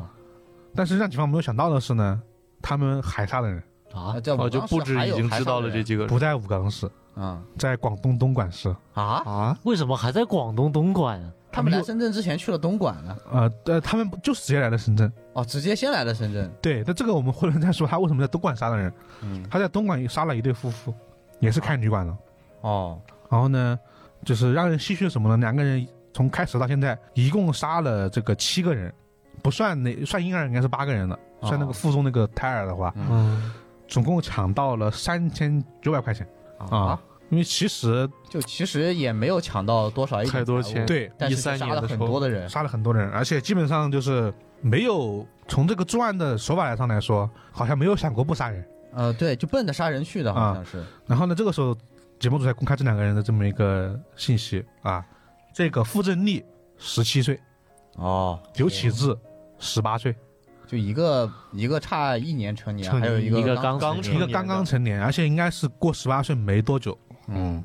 Speaker 1: 但是让警方没有想到的是呢，他们还杀了人，
Speaker 3: 啊
Speaker 4: 啊，，这
Speaker 2: 哦，就不止已经知道了这几个人
Speaker 1: 不在武冈市，
Speaker 4: 啊
Speaker 1: 在广东东莞市。
Speaker 4: 啊，
Speaker 2: 啊，
Speaker 3: 为什么还在广东东莞啊？
Speaker 4: 他们来深圳之前去了东莞了，
Speaker 1: 呃，呃，他们就是直接来了深圳。
Speaker 4: 哦，直接先来了深圳，
Speaker 1: 对，那这个我们后面再说他为什么在东莞杀了人。
Speaker 4: 嗯，
Speaker 1: 他在东莞杀了一对夫妇，也是开旅馆的。
Speaker 4: 哦，
Speaker 1: 然后呢，就是让人唏嘘什么呢？两个人从开始到现在，一共杀了这个七个人，不算那算婴儿应该是八个人了，
Speaker 4: 哦
Speaker 1: 算那个附中那个胎儿的话，
Speaker 4: 嗯
Speaker 2: 嗯，
Speaker 1: 总共抢到了三千九百块钱。啊，因为其实
Speaker 4: 就其实也没有抢到多少一点
Speaker 2: 太多
Speaker 4: 财物啊
Speaker 2: 钱
Speaker 1: 对
Speaker 4: 但是
Speaker 2: 13
Speaker 4: 杀了
Speaker 2: 年的时
Speaker 4: 很
Speaker 2: 候
Speaker 4: 多的人，
Speaker 1: 杀了很多人，而且基本上就是没有从这个作案的手法上来说，好像没有想过不杀人。
Speaker 4: 呃，对，就奔着杀人去的，
Speaker 1: 啊
Speaker 4: 好像是，
Speaker 1: 然后呢，这个时候节目组才公开这两个人的这么一个信息啊，这个傅正利十七岁，
Speaker 4: 哦，
Speaker 1: 刘启智十八岁。
Speaker 4: 就一个一个差一年成年，
Speaker 2: 成
Speaker 4: 还有
Speaker 2: 年
Speaker 3: 嗯
Speaker 4: 个
Speaker 3: 一个
Speaker 4: 刚
Speaker 2: 刚
Speaker 3: 刚成年
Speaker 2: 成
Speaker 1: 一
Speaker 2: 嗯年
Speaker 1: 个刚刚成年，而且应该是过十八岁没多久。
Speaker 4: 嗯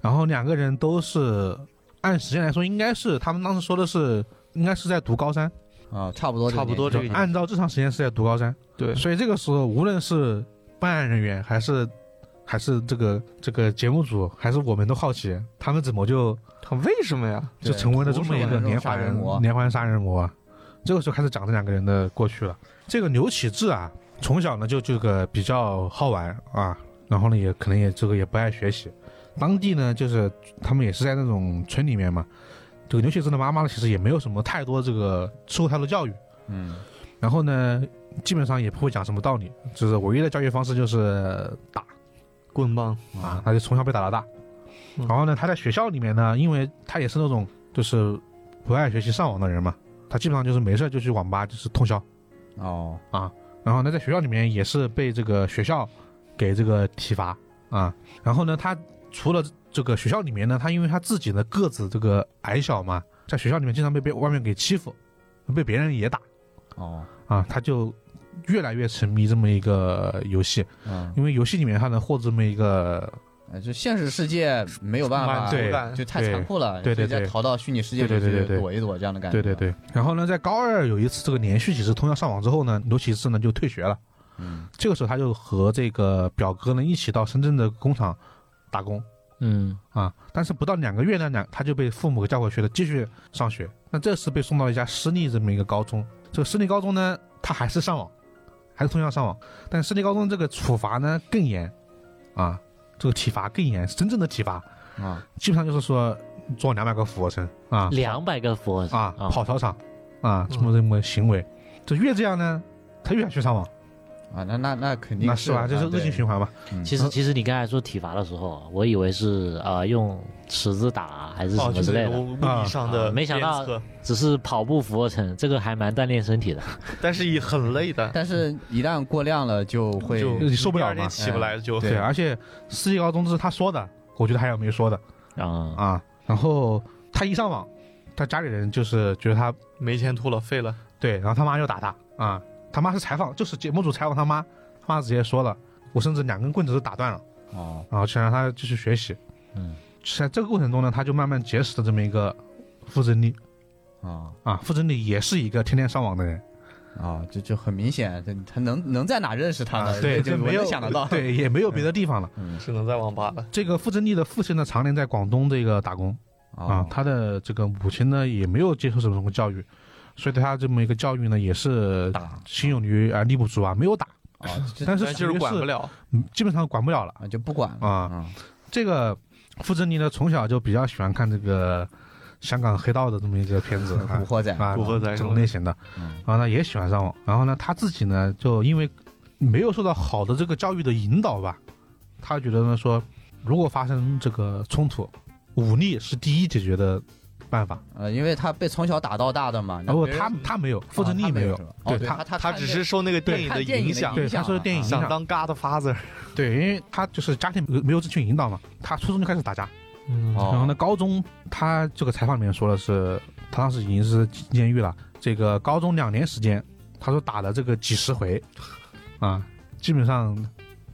Speaker 1: 然后两个人都是按时间来说，应该是他们当时说的是，应该是在读高三，
Speaker 4: 啊，差不多这个
Speaker 2: 差不多
Speaker 4: 年纪
Speaker 2: 这个意思
Speaker 1: 按照正常时间是在读高三。
Speaker 2: 对，
Speaker 1: 所以这个时候，无论是办案人员还是还是这个这个节目组，还是我们都好奇，他们怎么就
Speaker 2: 他为什么呀？
Speaker 1: 就
Speaker 4: 对
Speaker 1: 成为了这
Speaker 4: 图
Speaker 1: 么
Speaker 4: 什
Speaker 1: 一
Speaker 4: 么
Speaker 1: 个
Speaker 4: 这种
Speaker 1: 连
Speaker 4: 杀
Speaker 1: 环
Speaker 4: 人魔
Speaker 1: 连环杀人魔啊？这个时候开始讲这两个人的过去了。这个刘启智啊，从小呢就这个比较好玩啊，然后呢也可能也这个也不爱学习。当地呢就是他们也是在那种村里面嘛，这个刘启智的妈妈呢其实也没有什么太多这个受过太多教育，
Speaker 4: 嗯
Speaker 1: 然后呢基本上也不会讲什么道理，就是唯一的教育方式就是打。
Speaker 2: 棍棒，
Speaker 1: 啊，他就从小被打到大。
Speaker 2: 嗯
Speaker 1: 然后呢，他在学校里面呢，因为他也是那种就是不爱学习上网的人嘛，他基本上就是没事就去网吧就是通宵。啊
Speaker 4: 哦
Speaker 1: 然后呢，在学校里面也是被这个学校给这个体罚啊。然后呢，他除了这个学校里面呢，他因为他自己的个子这个矮小嘛，在学校里面经常被被外面给欺负，被别人也打
Speaker 4: 哦
Speaker 1: 啊，他就越来越沉迷这么一个游戏，
Speaker 4: 嗯，
Speaker 1: 因为游戏里面他能获得这么一个
Speaker 4: 呃就现实世界没有办法，
Speaker 2: 满足
Speaker 1: 对
Speaker 2: 感
Speaker 4: 就太残酷了，
Speaker 1: 对对
Speaker 4: 所以
Speaker 1: 对
Speaker 4: 再逃到虚拟世界
Speaker 1: 对
Speaker 4: 里
Speaker 1: 对对对
Speaker 4: 去
Speaker 1: 对
Speaker 4: 躲一躲这样的感觉，
Speaker 1: 对对，对，然后呢，在高二有一次这个连续几次通宵上网之后呢，刘启智呢就退学了。
Speaker 4: 嗯
Speaker 1: 这个时候他就和这个表哥呢一起到深圳的工厂打工
Speaker 3: 嗯，
Speaker 1: 啊，但是不到两个月呢，两他就被父母给叫回去了，继续上学。那这次被送到一家私立这么一个高中，这个私立高中呢，他还是上网，还是通宵上网，但私立高中这个处罚呢更严啊，这个体罚更严，真正的体罚，
Speaker 4: 啊
Speaker 1: 基本上就是说做两百个俯卧撑啊，
Speaker 3: 两百个佛
Speaker 1: 啊，
Speaker 3: 啊
Speaker 2: 嗯
Speaker 1: 跑操场啊，这么这么行为，就越这样呢，他越想去上网
Speaker 4: 啊，那那那肯定
Speaker 1: 那是吧？
Speaker 4: 啊
Speaker 1: 就是恶性
Speaker 4: 对嗯
Speaker 1: 循环嘛。
Speaker 3: 其实其实你刚才说体罚的时候，啊我以为是呃用尺子打还是什
Speaker 2: 哦，
Speaker 3: 么
Speaker 2: 就
Speaker 3: 之
Speaker 2: 是
Speaker 3: 类
Speaker 2: 那
Speaker 3: 的，
Speaker 2: 种物理上的
Speaker 3: 啊没想到
Speaker 2: 鞭策，
Speaker 3: 只是跑步俯卧撑，这个还蛮锻炼身体的。
Speaker 2: 但是也很累的，
Speaker 4: 但是一旦过量了就会
Speaker 2: 就
Speaker 1: 你受不了
Speaker 2: 第二天
Speaker 1: 嘛哎
Speaker 2: 起不哎来就
Speaker 4: 对
Speaker 1: 对，而且世纪高中这是他说的，我觉得还有没说的
Speaker 3: 啊、
Speaker 1: 啊。然后他一上网，他家里人就是觉得他
Speaker 2: 没前途了，废了。
Speaker 1: 对，然后他妈就打他啊、他妈是采访，就是节目组采访他妈，他妈直接说了，我甚至两根棍子都打断了，
Speaker 4: 哦，
Speaker 1: 然后想让他继续学习。
Speaker 3: 嗯，
Speaker 1: 在这个过程中呢，他就慢慢结识了这么一个傅真理
Speaker 4: 啊
Speaker 1: 啊，傅真理也是一个天天上网的人，
Speaker 4: 啊，这就很明显，这他能能在哪认识他
Speaker 1: 啊
Speaker 4: 呢？
Speaker 1: 对，就
Speaker 4: 就我
Speaker 1: 没
Speaker 4: 能
Speaker 1: 有
Speaker 4: 想得到，嗯
Speaker 1: 对，也没有别的地方了。
Speaker 2: 只能在网吧了。
Speaker 1: 这个傅真理的父亲呢，常年在广东这个打工，啊
Speaker 4: 啊，，
Speaker 1: 他的这个母亲呢也没有接受什么教育，所以对他这么一个教育呢也是
Speaker 4: 打
Speaker 1: 心有余而力不足啊，没有打，
Speaker 4: 啊， 这
Speaker 1: 但是
Speaker 2: 但就
Speaker 1: 属
Speaker 2: 是
Speaker 1: 于
Speaker 2: 管不了，
Speaker 1: 嗯基本上管不了了
Speaker 4: 啊就不管了
Speaker 1: 啊。
Speaker 4: 啊
Speaker 1: 这个傅珍妮呢从小就比较喜欢看这个香港黑道的这么一个片 子
Speaker 4: 古
Speaker 1: 啊
Speaker 4: 惑仔
Speaker 1: 啊，
Speaker 2: 古惑仔
Speaker 1: 这种类型的，
Speaker 4: 嗯
Speaker 1: 然后呢也喜欢上网，然后呢他自己呢就因为没有受到好的这个教育的引导吧，他觉得呢说如果发生这个冲突，武力是第一解决的办法。
Speaker 4: 呃，因为他被从小打到大的嘛，
Speaker 1: 然后
Speaker 4: 别人
Speaker 1: 哦他他没有，傅
Speaker 4: 啊
Speaker 1: 真
Speaker 4: 他
Speaker 1: 力没有
Speaker 4: 是，吧
Speaker 1: 对
Speaker 4: 哦对
Speaker 1: 他
Speaker 4: 他
Speaker 2: 他
Speaker 4: 看
Speaker 2: 只
Speaker 4: 这
Speaker 2: 是受那个
Speaker 4: 对
Speaker 2: 电影
Speaker 4: 看
Speaker 2: 的
Speaker 4: 电影
Speaker 2: 影
Speaker 4: 的
Speaker 2: 响，
Speaker 1: 对
Speaker 4: 影响
Speaker 1: 他受电影
Speaker 4: 啊
Speaker 1: 影响
Speaker 2: 想当 Godfather。
Speaker 1: 对，因为他就是家庭没有这群引导嘛，他初中就开始打架，
Speaker 2: 嗯
Speaker 1: 然后
Speaker 4: 哦
Speaker 1: 呢，高中他这个采访里面说的是，他当时已经是进监狱了，这个高中两年时间，他说打了这个几十回，啊，基本上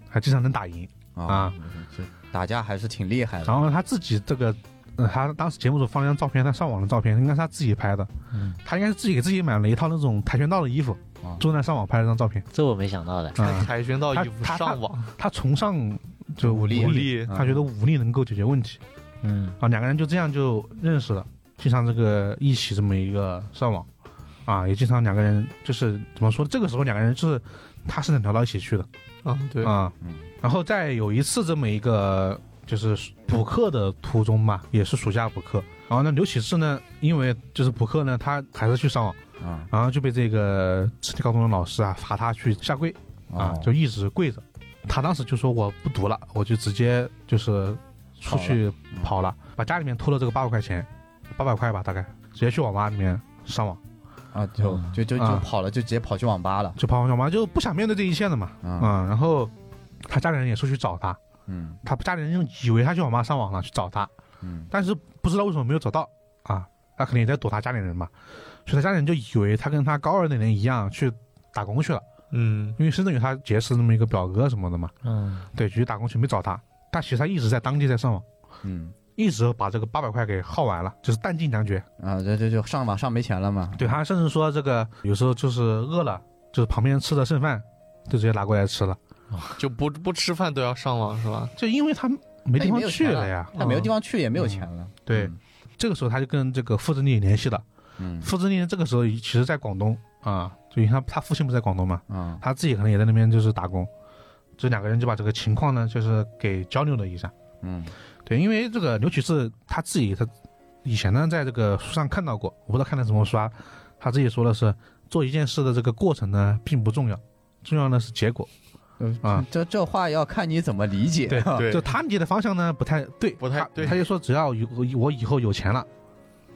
Speaker 1: 还经常能打赢。啊，
Speaker 4: 这打架还是挺厉害的
Speaker 1: 然后他自己这个，呃、他当时节目组放了张照片，他上网的照片，应该是他自己拍的，
Speaker 3: 嗯
Speaker 1: 他应该是自己给自己买了一套那种跆拳道的衣服
Speaker 4: 哦，
Speaker 1: 坐在上网拍了张照片，
Speaker 3: 这我没想到的。
Speaker 1: 啊，
Speaker 2: 跆拳道
Speaker 1: 他
Speaker 2: 衣服
Speaker 1: 他
Speaker 2: 上网，
Speaker 1: 他崇尚就
Speaker 4: 武力
Speaker 1: 武
Speaker 2: 武力
Speaker 1: 他觉得武力能够解决问题。
Speaker 3: 嗯，
Speaker 1: 啊，两个人就这样就认识了，经常这个一起这么一个上网，啊，也经常两个人就是怎么说，这个时候两个人就是他是能聊到一起去的
Speaker 2: 嗯，对，
Speaker 1: 啊，
Speaker 4: 嗯
Speaker 1: 然后再有一次这么一个就是补课的途中嘛，也是暑假补课，然后呢，刘启智呢，因为就是补课呢，他还是去上网，
Speaker 4: 啊
Speaker 1: 然后就被这个实体高中的老师啊罚他去下跪啊
Speaker 4: 哦，
Speaker 1: 就一直跪着，他当时就说我不读了，我就直接就是出去跑了，把家里面偷了这个八百块钱，八百块吧，大概直接去网吧里面上网，
Speaker 4: 啊，就就就就
Speaker 1: 啊
Speaker 4: 跑了，就直接跑去网吧了
Speaker 1: 就跑网吧就不想面对这一切了嘛，
Speaker 4: 啊，
Speaker 1: 嗯，然后他家里人也出去找他，
Speaker 4: 嗯
Speaker 1: 他家里人就以为他去网吧上网了去找他，
Speaker 4: 嗯
Speaker 1: 但是不知道为什么没有找到啊，他肯定也在躲他家里人嘛，所以他家里人就以为他跟他高二那年一样去打工去了，
Speaker 2: 嗯，
Speaker 1: 因为深圳有他结识那么一个表哥什么的嘛，
Speaker 3: 嗯，
Speaker 1: 对，就去打工去没找他，但其实他一直在当地在上网，
Speaker 4: 嗯
Speaker 1: 一直把这个八百块给耗完了，就是弹尽粮绝。
Speaker 4: 啊，这这就上网上没钱了嘛，
Speaker 1: 对他甚至说这个有时候就是饿了，就是旁边吃的剩饭就直接拿过来吃了，
Speaker 2: 就不不吃饭都要上网是吧？
Speaker 1: 就因为他哎没地方去了呀。
Speaker 4: 他没有地方去，也没有钱了，
Speaker 1: 嗯对，这个时候他就跟这个傅振利联系了。
Speaker 4: 嗯
Speaker 1: 傅振利这个时候其实在广东啊，就因为他他父亲不在广东嘛，
Speaker 4: 嗯啊
Speaker 1: 他自己可能也在那边就是打工，这两个人就把这个情况呢就是给交流了一下。
Speaker 4: 嗯
Speaker 1: 对，因为这个刘启智他自己他以前呢在这个书上看到过，我不知道看的什么书啊，他自己说的是做一件事的这个过程呢并不重要，重要的是结果。
Speaker 4: 呃
Speaker 1: 啊
Speaker 4: 这这话要看你怎么理解，
Speaker 1: 对
Speaker 4: 啊
Speaker 2: 对
Speaker 1: 就他理解的方向呢不太对，
Speaker 2: 不太
Speaker 1: 他
Speaker 2: 对
Speaker 1: 他就说只要有我以后有钱了，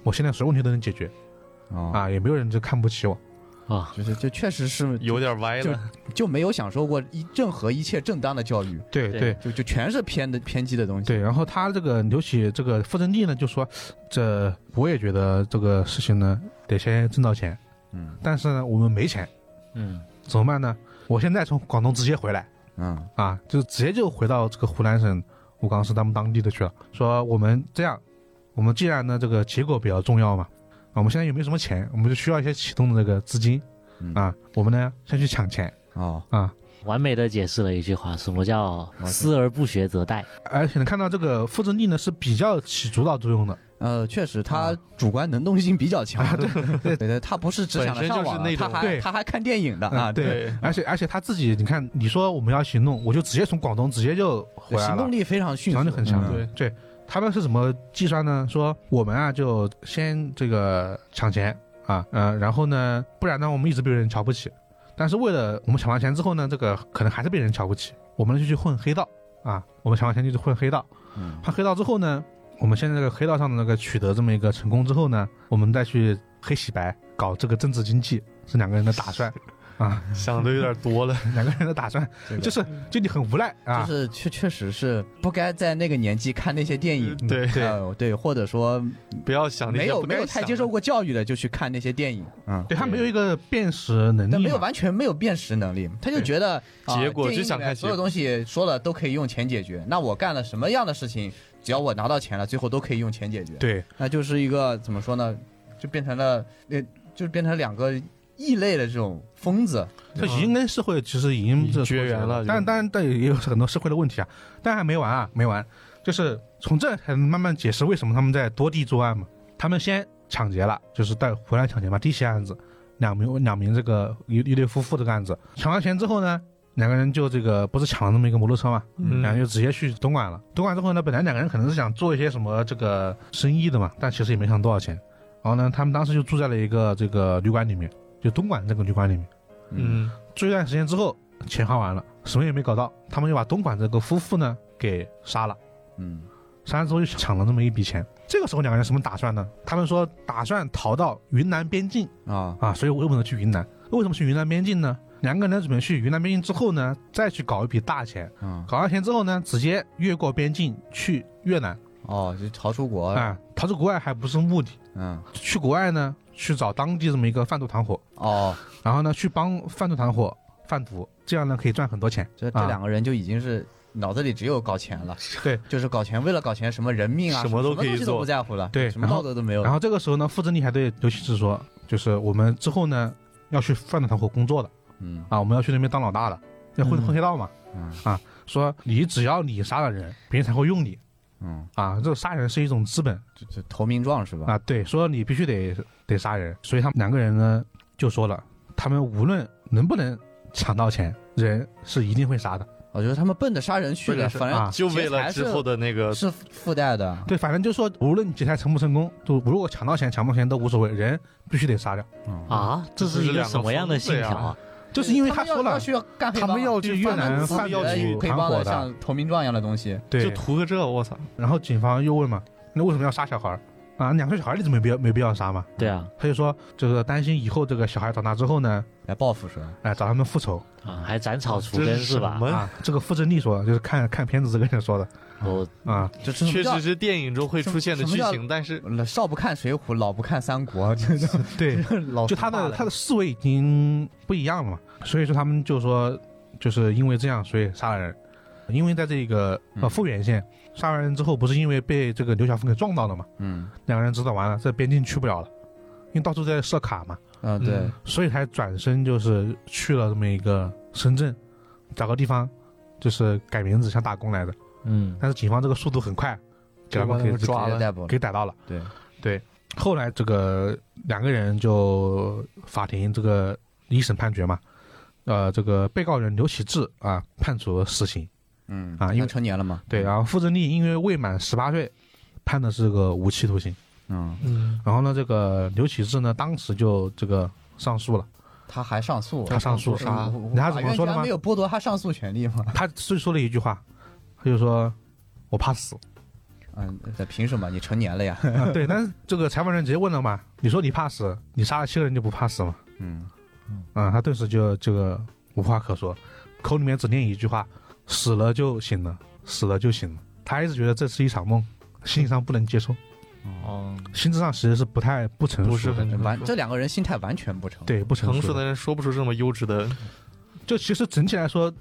Speaker 1: 我现在什么问题都能解决
Speaker 4: 啊，
Speaker 1: 啊，也没有人就看不起我。
Speaker 3: 哇，
Speaker 4: 就是就确实是
Speaker 2: 有点歪
Speaker 4: 就
Speaker 2: 了，
Speaker 4: 就没有享受过一任何一切正当的教育，
Speaker 1: 对
Speaker 3: 对
Speaker 1: 对
Speaker 4: 就就全是偏的偏激的东西，
Speaker 1: 对，然后他这个刘启这个傅振利呢就说，这我也觉得这个事情呢得先挣到钱，
Speaker 4: 嗯
Speaker 1: 但是呢我们没钱
Speaker 3: 嗯，
Speaker 1: 怎么办呢？我现在从广东直接回来。
Speaker 4: 嗯
Speaker 1: 啊，就直接就回到这个湖南省武冈市他们当地的去了。说我们这样，我们既然呢这个结果比较重要嘛，啊我们现在也没什么钱，我们就需要一些启动的这个资金
Speaker 4: 嗯
Speaker 1: 啊，我们呢先去抢钱
Speaker 4: 哦
Speaker 1: 啊。
Speaker 3: 完美的解释了一句话，什么叫思而不学则殆？
Speaker 1: 而且能看到这个傅政力呢是比较起主导作用的，
Speaker 4: 呃，确实，他主观能动性比较强。 对对对，他不是只想着上
Speaker 2: 本
Speaker 4: 网
Speaker 2: 身
Speaker 4: 啊，
Speaker 2: 就是
Speaker 4: 他
Speaker 2: 那种
Speaker 4: 还
Speaker 1: 对
Speaker 4: 他还看电影的啊，
Speaker 1: 嗯对
Speaker 2: 对
Speaker 1: 而且而且他自己，你看你说我们要行动，我就直接从广东直接就回
Speaker 4: 对，
Speaker 1: 来
Speaker 4: 行
Speaker 1: 了
Speaker 4: 动，力非常迅
Speaker 1: 强
Speaker 4: 速，
Speaker 1: 就很强
Speaker 4: 嗯
Speaker 1: 的。对，他们是怎么计算呢？说我们啊就先这个抢钱啊，呃，然后呢，不然呢我们一直被人瞧不起。但是为了我们抢完钱之后呢，这个可能还是被人瞧不起，我们就去混黑道啊。我们抢完钱就去混黑道，
Speaker 4: 嗯
Speaker 1: 他黑道之后呢，我们现在这个黑道上的那个取得这么一个成功之后呢，我们再去黑洗白搞这个政治经济是两个人的打算啊，
Speaker 2: 想的有点多了，
Speaker 1: 两个人的打算
Speaker 4: 这个
Speaker 1: 就是就你很无赖啊，
Speaker 4: 就是确确实是不该在那个年纪看那些电影。
Speaker 2: 嗯对，
Speaker 4: 呃对，或者说
Speaker 2: 不要想那些
Speaker 4: 没有
Speaker 2: 不
Speaker 4: 没
Speaker 2: 该
Speaker 4: 有太
Speaker 2: 想
Speaker 4: 接受
Speaker 2: 的，
Speaker 4: 过教育的就去看那些电影，嗯，
Speaker 1: 对他
Speaker 2: 对
Speaker 1: 没有一个辨识能
Speaker 4: 但
Speaker 1: 力
Speaker 4: 没有
Speaker 1: 嘛，
Speaker 4: 完全没有辨识能力，他就
Speaker 1: 对
Speaker 4: 觉得啊
Speaker 2: 结果
Speaker 4: 电影
Speaker 2: 就想
Speaker 4: 里面
Speaker 2: 看结
Speaker 4: 所有
Speaker 2: 果
Speaker 4: 东西说了都可以用钱解决，那我干了什么样的事情，只要我拿到钱了，最后都可以用钱解决，
Speaker 1: 对
Speaker 4: 那就是一个怎么说呢，就变成了呃，就变成两个异类的这种疯子，
Speaker 1: 这已经跟社会其实已经
Speaker 2: 嗯已
Speaker 1: 这
Speaker 2: 绝缘了
Speaker 1: 但
Speaker 2: 就
Speaker 1: 但但也有很多社会的问题啊，但还没完啊，没完，就是从这才能慢慢解释为什么他们在多地作案嘛。他们先抢劫了，就是带回来抢劫嘛，第一起案子，两名两名这个一一对夫妇这个案子，抢完钱之后呢，两个人就这个不是抢了那么一个摩托车嘛，
Speaker 2: 嗯
Speaker 1: 然后就直接去东莞了。东莞之后呢，本来两个人可能是想做一些什么这个生意的嘛，但其实也没想多少钱。然后呢，他们当时就住在了一个这个旅馆里面，就东莞这个旅馆里面。
Speaker 2: 嗯，
Speaker 1: 住一段时间之后，钱花完了，什么也没搞到，他们又把东莞这个夫妇呢给杀了。
Speaker 4: 嗯，
Speaker 1: 杀了之后又抢了这么一笔钱。这个时候两个人什么打算呢？他们说打算逃到云南边境
Speaker 4: 啊，
Speaker 1: 啊，所以我不能去云南。为什么去云南边境呢？两个人准备去云南边境之后呢，再去搞一笔大钱，
Speaker 4: 嗯，
Speaker 1: 搞完钱之后呢，直接越过边境去越南
Speaker 4: 哦，就逃出国，
Speaker 1: 啊、逃出国外还不是目的，
Speaker 4: 嗯，
Speaker 1: 去国外呢去找当地这么一个贩毒团伙，
Speaker 4: 哦，
Speaker 1: 然后呢去帮贩毒团伙贩毒，这样呢可以赚很多钱。
Speaker 4: 这这
Speaker 1: 啊
Speaker 4: 两个人就已经是脑子里只有搞钱了，
Speaker 1: 对，
Speaker 4: 就是搞钱，为了搞钱，什么人命啊，
Speaker 2: 什
Speaker 4: 什
Speaker 2: 么都可以
Speaker 4: 东西
Speaker 2: 做
Speaker 4: 不在乎了，
Speaker 1: 对
Speaker 4: 什么
Speaker 1: 然后
Speaker 4: 道德都没有
Speaker 1: 然
Speaker 4: 了，
Speaker 1: 后这个时候呢，傅振利还对刘启志说，就是我们之后呢要去贩毒团伙工作的
Speaker 4: 嗯
Speaker 1: 啊，我们要去那边当老大的，要混
Speaker 2: 嗯
Speaker 1: 混黑道嘛。啊
Speaker 4: 嗯
Speaker 1: 说你只要你杀了人，别人才会用你
Speaker 4: 嗯，
Speaker 1: 啊。这个杀人是一种资本
Speaker 4: 就就投名状是吧？
Speaker 1: 啊，对，说你必须得得杀人。所以他们两个人呢就说了，他们无论能不能抢到钱，人是一定会杀的。
Speaker 4: 我觉得他们奔着杀人去
Speaker 2: 奔
Speaker 4: 的，
Speaker 2: 着杀
Speaker 4: 反正
Speaker 1: 啊
Speaker 2: 嗯就为了之后的那个，
Speaker 4: 是附带的。
Speaker 1: 对，反正就说无论你劫财成不成功，就如果抢到钱抢不到钱都无所谓，人必须得杀掉。
Speaker 3: 啊，这
Speaker 2: 这
Speaker 3: 是
Speaker 2: 是
Speaker 3: 一个
Speaker 2: 两个
Speaker 3: 什么样的
Speaker 2: 疯子
Speaker 3: 信条啊？
Speaker 1: 就是因为他
Speaker 4: 他们要
Speaker 1: 说了
Speaker 4: 要，去干黑
Speaker 1: 他
Speaker 4: 帮啊
Speaker 1: 们要去越南
Speaker 4: 自己
Speaker 1: 贩
Speaker 4: 的
Speaker 1: 毒
Speaker 4: 黑
Speaker 1: 团
Speaker 4: 帮
Speaker 1: 伙
Speaker 4: 的
Speaker 1: 的，
Speaker 4: 像投名状一样的东西。
Speaker 1: 对
Speaker 2: 就，图个这，我操，
Speaker 1: 然后警方又问嘛，那为什么要杀小孩儿啊？两岁小孩儿你怎么没必要没必要杀嘛？
Speaker 3: 对啊，
Speaker 1: 他就说就是担心以后这个小孩长大之后呢，
Speaker 4: 来报复是吧？
Speaker 1: 哎，找他们复仇
Speaker 3: 啊，还斩草除
Speaker 2: 这
Speaker 3: 根
Speaker 2: 是
Speaker 3: 是吧
Speaker 2: 什？么？
Speaker 1: 啊。这个傅振利说的，就是看看片子这个人说的
Speaker 3: 我
Speaker 1: 啊。
Speaker 4: 这这
Speaker 2: 确实是电影中会出现的剧
Speaker 4: 什么
Speaker 2: 情，但是
Speaker 4: 少不看水浒，老不看三国， 这这
Speaker 1: 对，
Speaker 4: 这老
Speaker 1: 就他
Speaker 4: 大
Speaker 1: 的
Speaker 4: 了
Speaker 1: 他的思维已经不一样了嘛，所以说他们就说就是因为这样，所以杀了人。因为在这个呃
Speaker 4: 嗯
Speaker 1: 富源县杀完人之后，不是因为被这个刘小凤给撞到了嘛？
Speaker 4: 嗯
Speaker 1: 两个人知道完了，这边境去不了了，因为到处在设卡嘛。
Speaker 4: 嗯对
Speaker 2: 嗯，
Speaker 1: 所以才转身就是去了这么一个深圳，找个地方，就是改名字想打工来的。
Speaker 3: 嗯，
Speaker 1: 但是警方这个速度很快，给他
Speaker 2: 就把
Speaker 1: 们
Speaker 2: 他
Speaker 1: 给
Speaker 2: 们抓
Speaker 4: 直接
Speaker 2: 了
Speaker 4: 逮捕了。
Speaker 1: 给逮到了。
Speaker 4: 对，
Speaker 1: 后来这个两个人就法庭这个一审判决嘛，呃，这个被告人刘启志啊判处死刑，
Speaker 4: 嗯
Speaker 1: 啊因为
Speaker 4: 他成年了嘛？
Speaker 1: 对，然后傅振利因为未满十八岁，判的是个无期徒刑。
Speaker 4: 嗯，
Speaker 2: 嗯，
Speaker 1: 然后呢，这个刘启志呢当时就这个上诉了。
Speaker 4: 他还上诉，
Speaker 1: 他上诉
Speaker 4: 啥？我我
Speaker 1: 你知道他怎么
Speaker 4: 法院
Speaker 1: 说的
Speaker 4: 居然
Speaker 1: 吗
Speaker 4: 没有剥夺他上诉权利吗？
Speaker 1: 他是说了一句话，他就说：“我怕死。
Speaker 4: 嗯，这凭什么？你成年 了呀？
Speaker 1: 啊”对，但是这个采访人直接问了嘛：“你说你怕死，你杀了七个人就不怕死吗
Speaker 4: 嗯，？”
Speaker 1: 啊、他顿时就这个无话可说，口里面只念一句话：“死了就醒了，死了就醒了。”他一直觉得这是一场梦，心理上不能接受，
Speaker 3: 哦，
Speaker 1: 心智上其实是不太不成
Speaker 2: 嗯不
Speaker 1: 熟
Speaker 2: 是
Speaker 1: 的，
Speaker 2: 很
Speaker 4: 完，这两个人心态完全不成。，
Speaker 1: 对不成
Speaker 2: 成熟
Speaker 1: 熟的。
Speaker 2: 的人说不出这么优质的，
Speaker 1: 就其实整体来说，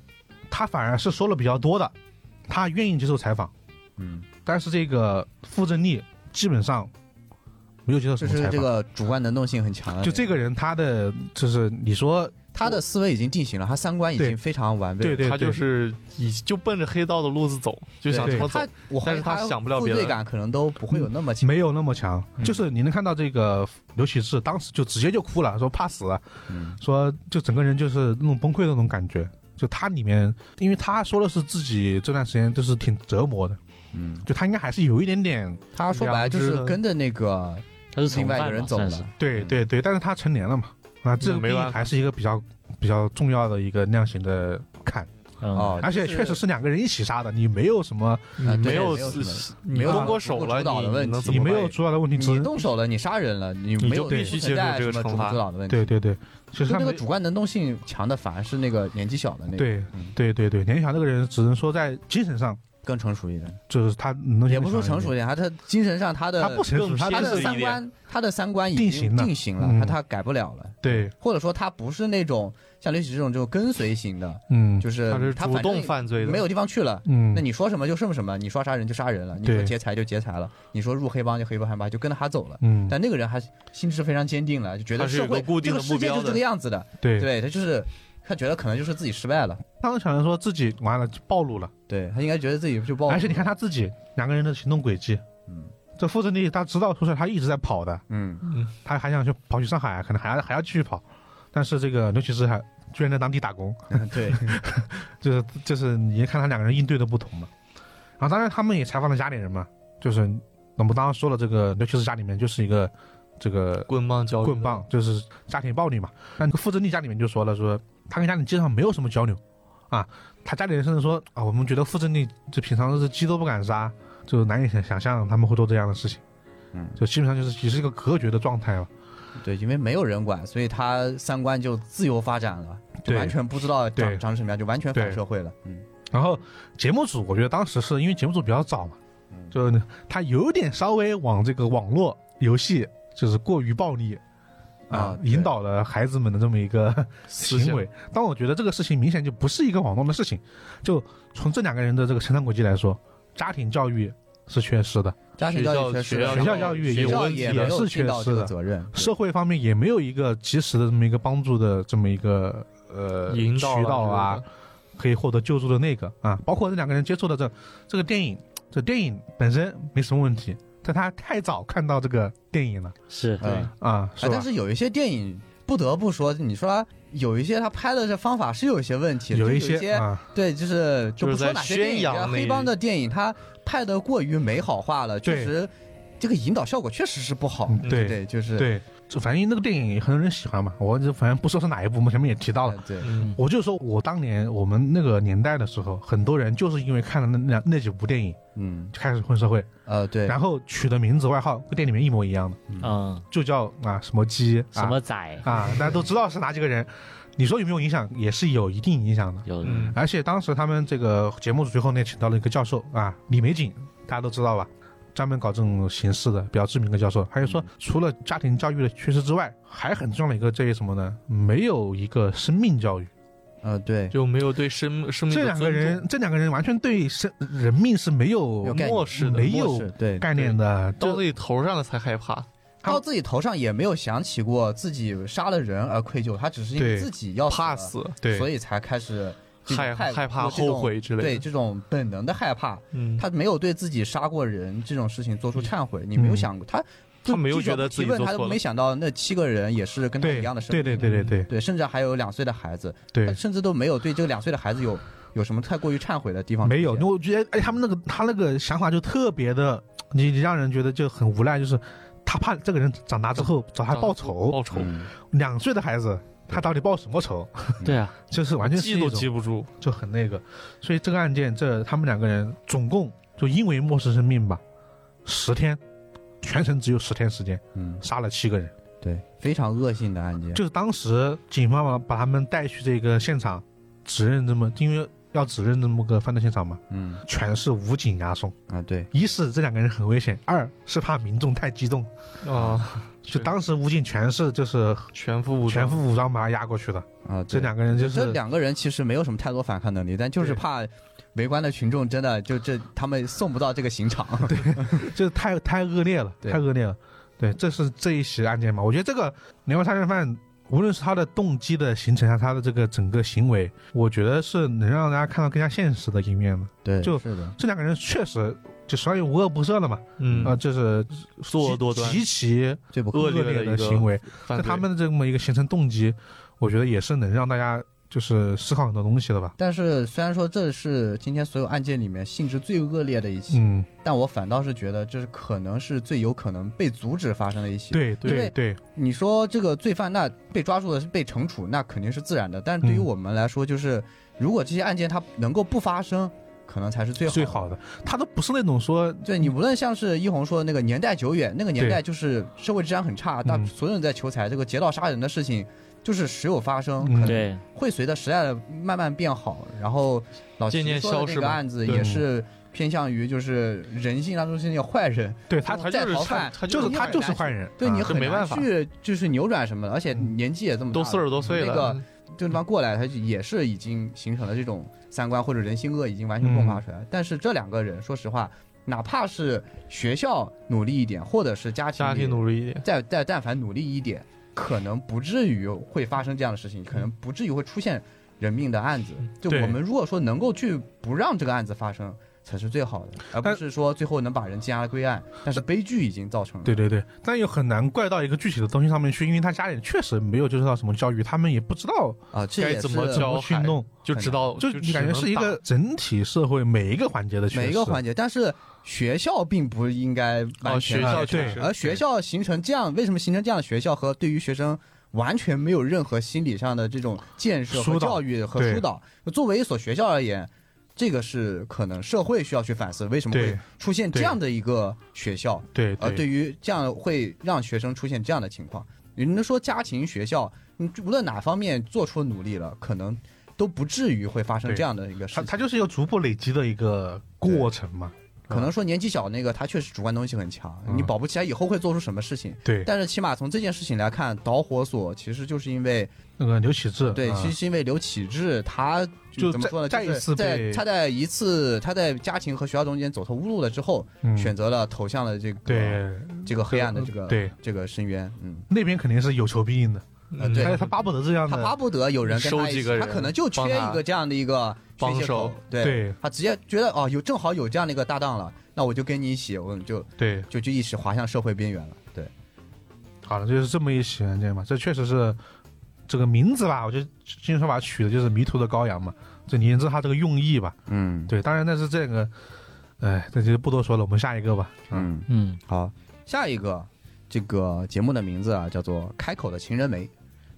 Speaker 1: 他反而是说了比较多的，他愿意接受采访，
Speaker 4: 嗯，
Speaker 1: 但是这个傅振利基本上没有接受什
Speaker 4: 这
Speaker 1: 么采访。
Speaker 4: 是这个主观能动性很强的。
Speaker 1: 就这个人，他的就是你说
Speaker 4: 他的思维已经定型了，他三观已
Speaker 1: 对
Speaker 4: 经非常完备了。
Speaker 1: 对对，
Speaker 2: 他
Speaker 1: 对
Speaker 2: 就是以就奔着黑道的路子走，就想
Speaker 1: 对
Speaker 2: 怎么走
Speaker 4: 他，，我怀疑
Speaker 2: 但是他想不了
Speaker 4: 负
Speaker 2: 别的
Speaker 4: 罪感可能都不会有那么强。
Speaker 1: 没有那么强。
Speaker 3: 嗯
Speaker 1: 就是你能看到这个刘启志当时就直接就哭了，说怕死了，
Speaker 4: 嗯
Speaker 1: 说就整个人就是那种崩溃的那种感觉。就他里面，因为他说的是自己这段时间就是挺折磨的，
Speaker 4: 嗯，
Speaker 1: 就他应该还是有一点点，
Speaker 4: 他说白了就
Speaker 2: 两只
Speaker 4: 是
Speaker 2: 的
Speaker 4: 跟着那个
Speaker 3: 他是从
Speaker 4: 另外一
Speaker 3: 犯
Speaker 4: 个人
Speaker 3: 嘛
Speaker 4: 走
Speaker 3: 算是
Speaker 4: 了。
Speaker 1: 对
Speaker 4: 嗯
Speaker 1: 对对，但是他成年了嘛，啊，这个
Speaker 2: 嗯没
Speaker 1: 病
Speaker 2: 办法
Speaker 1: 还是一个比较比较重要的一个量刑的坎，
Speaker 3: 嗯，
Speaker 4: 哦，
Speaker 1: 而且
Speaker 4: 就是
Speaker 1: 确实是两个人一起杀的，你没有什么，
Speaker 4: 啊对
Speaker 2: 没有
Speaker 4: 没有什
Speaker 2: 没
Speaker 1: 有
Speaker 2: 动过手了，
Speaker 4: 主导的问题
Speaker 2: 你能怎
Speaker 1: 你
Speaker 2: 么
Speaker 1: 没
Speaker 2: 办
Speaker 1: 有主要的问题，只
Speaker 4: 你动手了，你杀人了，你没
Speaker 2: 你
Speaker 4: 有
Speaker 2: 就必须接受这个
Speaker 4: 不存在什么
Speaker 2: 惩罚
Speaker 4: 主导的问题。
Speaker 1: 对对对，其实
Speaker 4: 就
Speaker 1: 他
Speaker 4: 那
Speaker 1: 们
Speaker 4: 个主观能动性强的，反而是那个年纪小的那个，
Speaker 1: 对
Speaker 4: 嗯，
Speaker 1: 对对对，年纪小那个人只能说在精神上，
Speaker 4: 更成熟一点。
Speaker 1: 就是他能
Speaker 4: 也不说成熟一，点，他他精神上他的
Speaker 1: 他不成熟，
Speaker 2: 更
Speaker 1: 他
Speaker 4: 他
Speaker 2: 偏
Speaker 1: 的
Speaker 4: 的
Speaker 2: 执
Speaker 4: 三
Speaker 2: 一点
Speaker 4: 观，他的三观已
Speaker 1: 定
Speaker 4: 经
Speaker 1: 型了
Speaker 4: 定型了，
Speaker 1: 嗯
Speaker 4: 他他改不了了。
Speaker 1: 对，
Speaker 4: 或者说他不是那种像刘启这种就跟随型的，
Speaker 1: 嗯，
Speaker 4: 就是
Speaker 2: 他是
Speaker 4: 他
Speaker 2: 主
Speaker 4: 反正
Speaker 2: 动犯罪的，
Speaker 4: 没有地方去了。
Speaker 1: 嗯，
Speaker 4: 那你说什么就是什么，你说杀人就杀人了，你说
Speaker 1: 对
Speaker 4: 劫财就劫财了，你说入黑帮就黑帮吧，就跟着他走了。
Speaker 1: 嗯，
Speaker 4: 但那个人还心智非常坚定了，就觉得
Speaker 2: 他是
Speaker 4: 社
Speaker 2: 有个
Speaker 4: 会
Speaker 2: 固定
Speaker 4: 这个
Speaker 2: 的目
Speaker 4: 世界
Speaker 2: 标
Speaker 4: 就是
Speaker 2: 的
Speaker 4: 这个样子的，
Speaker 1: 对，
Speaker 4: 对他就是他觉得可能就是自己失败了，
Speaker 1: 他们想着说自己完了就暴露了，
Speaker 4: 对他应该觉得自己就暴露了。
Speaker 1: 而且你看他自己两个人的行动轨迹，
Speaker 4: 嗯
Speaker 1: 这傅振利他知道出事，他一直在跑的，
Speaker 4: 嗯
Speaker 2: 嗯，
Speaker 1: 他还想去跑去上海，可能还要还要继续跑，但是这个刘启志还居然在当地打工，
Speaker 4: 对，
Speaker 1: 就是就是你一看他两个人应对的不同嘛。然后当然他们也采访了家里人嘛，就是我们刚刚说了，这个刘启志家里面就是一个这个
Speaker 2: 棍棒交流
Speaker 1: 棍棒，哦就是家庭暴力嘛。但傅振利家里面就说了说，他跟家里基本上没有什么交流啊，他家里人甚至说啊，我们觉得傅振利这平常是鸡都不敢杀，就难以想想象他们会做这样的事情。
Speaker 4: 嗯
Speaker 1: 就基本上就是也是一个隔绝的状态嘛。
Speaker 4: 对，因为没有人管，所以他三观就自由发展了，就
Speaker 1: 对
Speaker 4: 完全不知道
Speaker 1: 对
Speaker 4: 长长什么样，就完全反
Speaker 1: 对
Speaker 4: 社会了。嗯，
Speaker 1: 然后节目组，我觉得当时是因为节目组比较早嘛，就是他有点稍微往这个网络游戏就是过于暴力啊
Speaker 4: 啊，
Speaker 1: 引导了孩子们的这么一个
Speaker 2: 思
Speaker 1: 行
Speaker 2: 想
Speaker 1: 为。但我觉得这个事情明显就不是一个网络的事情，就从这两个人的这个成长轨迹来说，家庭教育是缺失的，
Speaker 4: 家庭
Speaker 2: 学
Speaker 4: 教育
Speaker 2: 校
Speaker 4: 确实
Speaker 2: 学校
Speaker 1: 学校教育
Speaker 2: 也
Speaker 4: 学
Speaker 2: 有
Speaker 4: 校
Speaker 2: 问题
Speaker 4: 也
Speaker 1: 的
Speaker 4: 没
Speaker 2: 的，
Speaker 4: 有尽到这
Speaker 1: 是
Speaker 4: 个
Speaker 1: 的
Speaker 4: 责任，
Speaker 1: 社会方面也没有一个及时的这么一个帮助的这么一个呃
Speaker 2: 引导
Speaker 1: 渠道啊，，可以获得救助的那个啊，包括这两个人接触的这这个电影，这电影本身没什么问题，但他太早看到这个电影了
Speaker 3: 是
Speaker 4: 对。嗯
Speaker 1: 啊，
Speaker 4: 哎
Speaker 1: 是，吧
Speaker 4: 但？是有一些电影不得不说，你说它有一些他拍的这方法是有一些问题的，就
Speaker 1: 有
Speaker 4: 有
Speaker 1: 一些啊，
Speaker 4: 对，就是
Speaker 2: 就
Speaker 4: 就是不
Speaker 2: 在
Speaker 4: 说哪些
Speaker 2: 宣
Speaker 4: 电影
Speaker 2: 扬
Speaker 4: 了，
Speaker 2: 那
Speaker 4: 黑帮的电影它拍的过于美好化了，
Speaker 1: 对
Speaker 4: 确实这个引导效果确实是不好
Speaker 1: 嗯。
Speaker 4: 对
Speaker 1: 对
Speaker 4: 对，就是
Speaker 1: 对，这反正那个电影也很多人喜欢嘛，我就反正不说是哪一部，我们前面也提到了
Speaker 4: 呃。对
Speaker 2: 嗯，
Speaker 1: 我就说，我当年我们那个年代的时候，很多人就是因为看了那那那几部电影，
Speaker 4: 嗯
Speaker 1: 就开始混社会，
Speaker 4: 呃对
Speaker 1: 然后取的名字外号跟电影里面一模一样的，
Speaker 3: 嗯，
Speaker 1: 就叫啊什么鸡啊
Speaker 3: 什么仔
Speaker 1: 啊，大家都知道是哪几个人。你说有没有影响？也是有一定影响的。
Speaker 3: 有
Speaker 2: 嗯
Speaker 1: 而且当时他们这个节目组最后呢，请到了一个教授啊，李玫瑾，大家都知道吧，专门搞这种形式的比较知名的教授。他就说，除了家庭教育的缺失之外，还很重要的一个这些什么呢？没有一个生命教育。
Speaker 4: 呃对
Speaker 2: 就没有对生生命
Speaker 1: 这
Speaker 2: 的
Speaker 1: 两个
Speaker 2: 尊重
Speaker 1: 人，这两个人完全对生人命是没有
Speaker 4: 有概念
Speaker 2: 漠视的，
Speaker 1: 没
Speaker 4: 漠
Speaker 1: 有
Speaker 4: 视对
Speaker 1: 概念的，
Speaker 2: 到
Speaker 1: 就
Speaker 2: 自己头上了才害怕。
Speaker 1: 他
Speaker 4: 到自己头上也没有想起过自己杀了人而愧疚，他只是因
Speaker 1: 对
Speaker 4: 为自己要
Speaker 1: 啊
Speaker 2: 怕
Speaker 4: 死
Speaker 2: 死、
Speaker 4: 了，所
Speaker 1: 以
Speaker 4: 以才开始就
Speaker 2: 害害怕、
Speaker 4: 有这种
Speaker 2: 后悔之类的。
Speaker 4: 对这种本能的害怕。
Speaker 2: 嗯，
Speaker 4: 他没有对自己杀过人这种事情做出忏悔，你没有想过他，
Speaker 2: 他没有
Speaker 4: 记者
Speaker 2: 觉得自己
Speaker 4: 提问
Speaker 2: 做
Speaker 4: 他都
Speaker 2: 错了
Speaker 4: 没想到那七个人也是跟他
Speaker 1: 对
Speaker 4: 一样的身
Speaker 1: 对
Speaker 4: 份，
Speaker 1: 对对对对
Speaker 4: 对，甚至还有两岁的孩子，他
Speaker 1: 对。
Speaker 4: 甚至都没有对这个两岁的孩子有有什么太过于忏悔的地方出现。
Speaker 1: 没有，我觉得哎，他们那个他那个想法就特别的，你你让人觉得就很无赖，就是他怕这个人长大之后找他报仇，
Speaker 2: 报仇，
Speaker 4: 嗯
Speaker 1: 两岁的孩子，他到底报什么仇？
Speaker 3: 对啊，
Speaker 1: 就是完全是
Speaker 2: 记
Speaker 1: 一
Speaker 2: 都
Speaker 1: 种
Speaker 2: 记不住。
Speaker 1: 就很那个。所以这个案件，这他们两个人总共就因为漠视生命吧，十天，全程只有十天时间，
Speaker 4: 嗯，
Speaker 1: 杀了七个人。
Speaker 4: 对，非常恶性的案件。
Speaker 1: 就是当时警方把把他们带去这个现场指认这么，因为要指认这么个犯罪现场嘛，
Speaker 4: 嗯
Speaker 1: 全是武警押送。
Speaker 4: 啊，对，
Speaker 1: 一是这两个人很危险，二是怕民众太激动。
Speaker 2: 啊，
Speaker 1: 嗯就当时武警全是就是
Speaker 2: 全副武装
Speaker 1: 全副武装把他押过去的，
Speaker 4: 啊，
Speaker 1: 这
Speaker 4: 对
Speaker 1: 两个人就
Speaker 4: 这
Speaker 1: 是
Speaker 4: 两个人其实没有什么太多反抗能力，但就是
Speaker 1: 对
Speaker 4: 怕围观的群众真的就这他们送不到这个刑场。对，
Speaker 1: 就是太太恶劣了，
Speaker 4: 对
Speaker 1: 太恶劣了。对，这是这一起案件嘛？我觉得这个连环杀人犯，无论是他的动机的形成，还是啊他的这个整个行为，我觉得是能让大家看到更加现实的一面的。
Speaker 4: 对，
Speaker 1: 就是
Speaker 4: 的，
Speaker 1: 这两个人确实就相当于无恶不赦了嘛，
Speaker 2: 嗯
Speaker 1: 啊、就是
Speaker 2: 作恶多端
Speaker 1: 极其
Speaker 4: 最不
Speaker 1: 恶
Speaker 2: 恶劣的
Speaker 1: 的
Speaker 2: 一个
Speaker 1: 行为。
Speaker 2: 犯
Speaker 1: 在
Speaker 2: 罪
Speaker 1: 他们的这么一个形成动机，我觉得也是能让大家就是思考很多东西了吧。
Speaker 4: 但是虽然说这是今天所有案件里面性质最恶劣的一起，
Speaker 1: 嗯，
Speaker 4: 但我反倒是觉得这是可能是最有可能被阻止发生的一起。
Speaker 1: 对
Speaker 4: 因
Speaker 1: 对
Speaker 4: 为
Speaker 1: 对，
Speaker 4: 你说这个罪犯那被抓住的是被惩处，那肯定是自然的。但是对于
Speaker 1: 嗯
Speaker 4: 我们来说，就是、如果这些案件它能够不发生，可能才是最好
Speaker 1: 最
Speaker 4: 的。
Speaker 1: 好的，他都不是那种说
Speaker 4: 对你无论像是一红说的那个年代久远，那个年代就是社会治安很差，但
Speaker 1: 嗯
Speaker 4: 所有人在求财，这个劫道杀人的事情就是时有发生，
Speaker 1: 嗯
Speaker 4: 可能
Speaker 3: 对，
Speaker 4: 会随着时代的慢慢变好。然后老
Speaker 2: 渐渐
Speaker 4: 齐说
Speaker 2: 消
Speaker 4: 的
Speaker 2: 失
Speaker 4: 这个
Speaker 2: 嘛
Speaker 4: 案子
Speaker 2: 对
Speaker 4: 也是偏向于就是人性当中是那种坏人，
Speaker 1: 对他
Speaker 2: 他
Speaker 4: 再
Speaker 2: 就是
Speaker 4: 逃
Speaker 2: 他
Speaker 4: 犯
Speaker 2: 他
Speaker 1: 就是
Speaker 4: 你
Speaker 1: 他
Speaker 4: 很
Speaker 1: 就是
Speaker 4: 难
Speaker 1: 坏人，
Speaker 4: 对你
Speaker 1: 啊
Speaker 4: 很
Speaker 2: 没办
Speaker 4: 难
Speaker 2: 法
Speaker 4: 去就是扭转什么的，而且
Speaker 1: 嗯
Speaker 4: 年纪也这么大
Speaker 2: 都
Speaker 4: 了，
Speaker 2: 四十多岁
Speaker 4: 那
Speaker 2: 了，
Speaker 4: 个这地方过来，他就也是已经形成了这种三观或者人性恶已经完全迸发
Speaker 2: 嗯
Speaker 4: 出来了。但是这两个人，说实话，哪怕是学校努力一点，或者是家庭
Speaker 2: 家
Speaker 4: 里
Speaker 2: 庭努力一点。
Speaker 4: 再再但凡努力一点，可能不至于会发生这样的事情，
Speaker 2: 嗯
Speaker 4: 可能不至于会出现人命的案子。就
Speaker 1: 对
Speaker 4: 我们如果说能够去不让这个案子发生。才是最好的，而不
Speaker 1: 但
Speaker 4: 是说最后能把人缉拿归案，但是悲剧已经造成了。
Speaker 1: 对对对，但又很难怪到一个具体的东西上面去，因为他家里确实没有接受到什么教育，他们也不知道
Speaker 4: 啊，这
Speaker 2: 该
Speaker 4: 也
Speaker 2: 怎
Speaker 4: 是
Speaker 2: 么
Speaker 1: 怎么
Speaker 2: 教
Speaker 1: 去
Speaker 2: 孩
Speaker 1: 弄，
Speaker 2: 就知道，
Speaker 1: 哎就
Speaker 2: 只
Speaker 1: 你感觉
Speaker 2: 能
Speaker 1: 是一
Speaker 2: 打
Speaker 1: 个整体社会每一个环节的缺失，
Speaker 4: 每一个环节，但是学校并不应该完
Speaker 2: 哦，
Speaker 4: 全
Speaker 2: 学
Speaker 1: 啊对
Speaker 2: 校确实
Speaker 4: 而学校形成这样，为什么形成这样的学校和对于学生完全没有任何心理上的这种建设和
Speaker 1: 疏导
Speaker 4: 教育和
Speaker 1: 对
Speaker 4: 疏导？作为一所学校而言，这个是可能社会需要去反思，为什么
Speaker 1: 对
Speaker 4: 会出现这
Speaker 1: 对
Speaker 4: 样的一个学校？
Speaker 1: 对
Speaker 4: 而
Speaker 1: 对
Speaker 4: 呃对于这样会让学生出现这样的情况，你能说家庭、学校，你无论哪方面做出努力了，可能都不至于会发生
Speaker 1: 对
Speaker 4: 这样的一个事
Speaker 1: 它
Speaker 4: 情。
Speaker 1: 它就是一个逐步累积的一个过程嘛，
Speaker 4: 可能说年纪小那个，他确实主观能力性很强，
Speaker 1: 嗯
Speaker 4: 你保不齐他以后会做出什么事情。
Speaker 1: 对，
Speaker 4: 但是起码从这件事情来看，导火索其实就是因为
Speaker 1: 那个刘启智，
Speaker 4: 对，
Speaker 1: 啊
Speaker 4: 其实是因为刘启智他
Speaker 1: 就
Speaker 4: 怎么
Speaker 1: 再
Speaker 4: 说呢？
Speaker 1: 再
Speaker 4: 就
Speaker 1: 一
Speaker 4: 是
Speaker 1: 次
Speaker 4: 在
Speaker 1: 被
Speaker 4: 他在一次他在家庭和学校中间走投无路了之后，
Speaker 1: 嗯
Speaker 4: 选择了投向了这个
Speaker 1: 对嗯
Speaker 4: 这个黑暗的这个
Speaker 1: 对
Speaker 4: 这个深渊。嗯，
Speaker 1: 那边肯定是有求必应的，
Speaker 4: 呃
Speaker 2: 嗯
Speaker 4: 对
Speaker 1: 但是他巴不得这样
Speaker 4: 他
Speaker 1: 的，
Speaker 4: 巴不得有人跟
Speaker 2: 收
Speaker 4: 他
Speaker 2: 几
Speaker 4: 一
Speaker 2: 个
Speaker 4: 起，他
Speaker 2: 人
Speaker 4: 可能就缺
Speaker 2: 帮他
Speaker 4: 一个这样的一个缺
Speaker 2: 帮
Speaker 4: 一些
Speaker 2: 手
Speaker 4: 口，对。
Speaker 1: 对
Speaker 4: 他直接觉得哦，有正好有这样的一个搭档了，那我就跟你一起，我们就
Speaker 1: 对，
Speaker 4: 就就一起滑向社会边缘了。对，
Speaker 1: 好了，就是这么一起案件嘛，这确实是这个名字吧，我觉得金庸说法取的就是迷途的羔羊嘛，这你也知道他这个用意吧？
Speaker 4: 嗯，
Speaker 1: 对，当然但是这个，哎，这就不多说了，我们下一个吧，嗯，
Speaker 4: 嗯。
Speaker 3: 嗯，
Speaker 4: 好，下一个这个节目的名字啊，叫做《开口的情人梅》。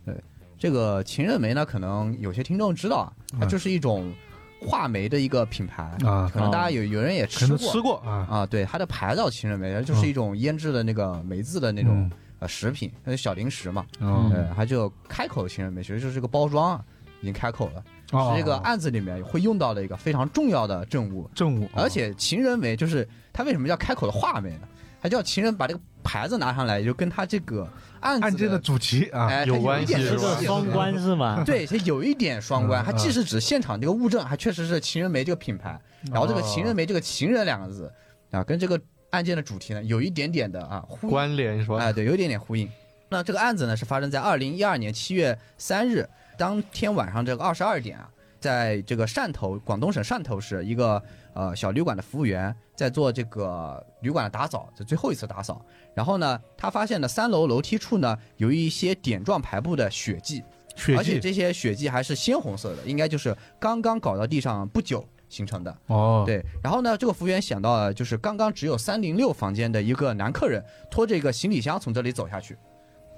Speaker 4: 对，这个情人梅呢，可能有些听众知道啊，它
Speaker 1: 嗯
Speaker 4: 就是一种话梅的一个品牌，
Speaker 1: 啊
Speaker 4: 可能大家有有人也
Speaker 1: 可
Speaker 4: 吃
Speaker 1: 能
Speaker 4: 过。
Speaker 1: 吃过嗯啊，
Speaker 4: 啊，对，它的牌照情人梅就是一种腌制的那个梅子的那种、呃食品，那是小零食嘛。
Speaker 1: 嗯，哦
Speaker 3: 嗯
Speaker 4: 呃，它就开口情人梅，其实就是这个包装啊已经开口了，
Speaker 1: 哦
Speaker 4: 是这个
Speaker 1: 哦
Speaker 4: 案子里面会用到的一个非常重要的证物。
Speaker 1: 正午，
Speaker 4: 而且情人梅就是它为什么叫开口的画眉呢？它叫情人把这个牌子拿上来，就跟它这个案
Speaker 1: 哦案
Speaker 4: 子
Speaker 1: 件的主题啊，
Speaker 4: 哎它
Speaker 2: 有
Speaker 4: 有
Speaker 2: 关
Speaker 4: 一点
Speaker 2: 系
Speaker 4: 是
Speaker 2: 是吧
Speaker 4: 吧
Speaker 3: 双关是吗？
Speaker 4: 对，它有一点双
Speaker 1: 嗯
Speaker 4: 关。它既是指现场这个物证，还确实是情人梅这个品牌，
Speaker 1: 哦
Speaker 4: 然后这个情人梅这个情人两个字啊，跟这个案件的主题呢有一点点的啊呼应。
Speaker 2: 关联是吧？
Speaker 4: 哎，对，有一点点呼应。那这个案子呢是发生在二零一二年七月三日当天晚上这个二十二点啊，在这个汕头广东省汕头市一个呃小旅馆的服务员在做这个旅馆的打扫，这最后一次打扫。然后呢，他发现呢三楼楼梯处呢有一些点状排布的血迹，
Speaker 1: 血
Speaker 4: 而且
Speaker 1: 迹
Speaker 4: 这些血迹还是鲜红色的，应该就是刚刚搞到地上不久形成的。
Speaker 1: 哦，
Speaker 4: 对，然后呢，这个服务员想到了，就是刚刚只有三零六房间的一个男客人拖着一个行李箱从这里走下去。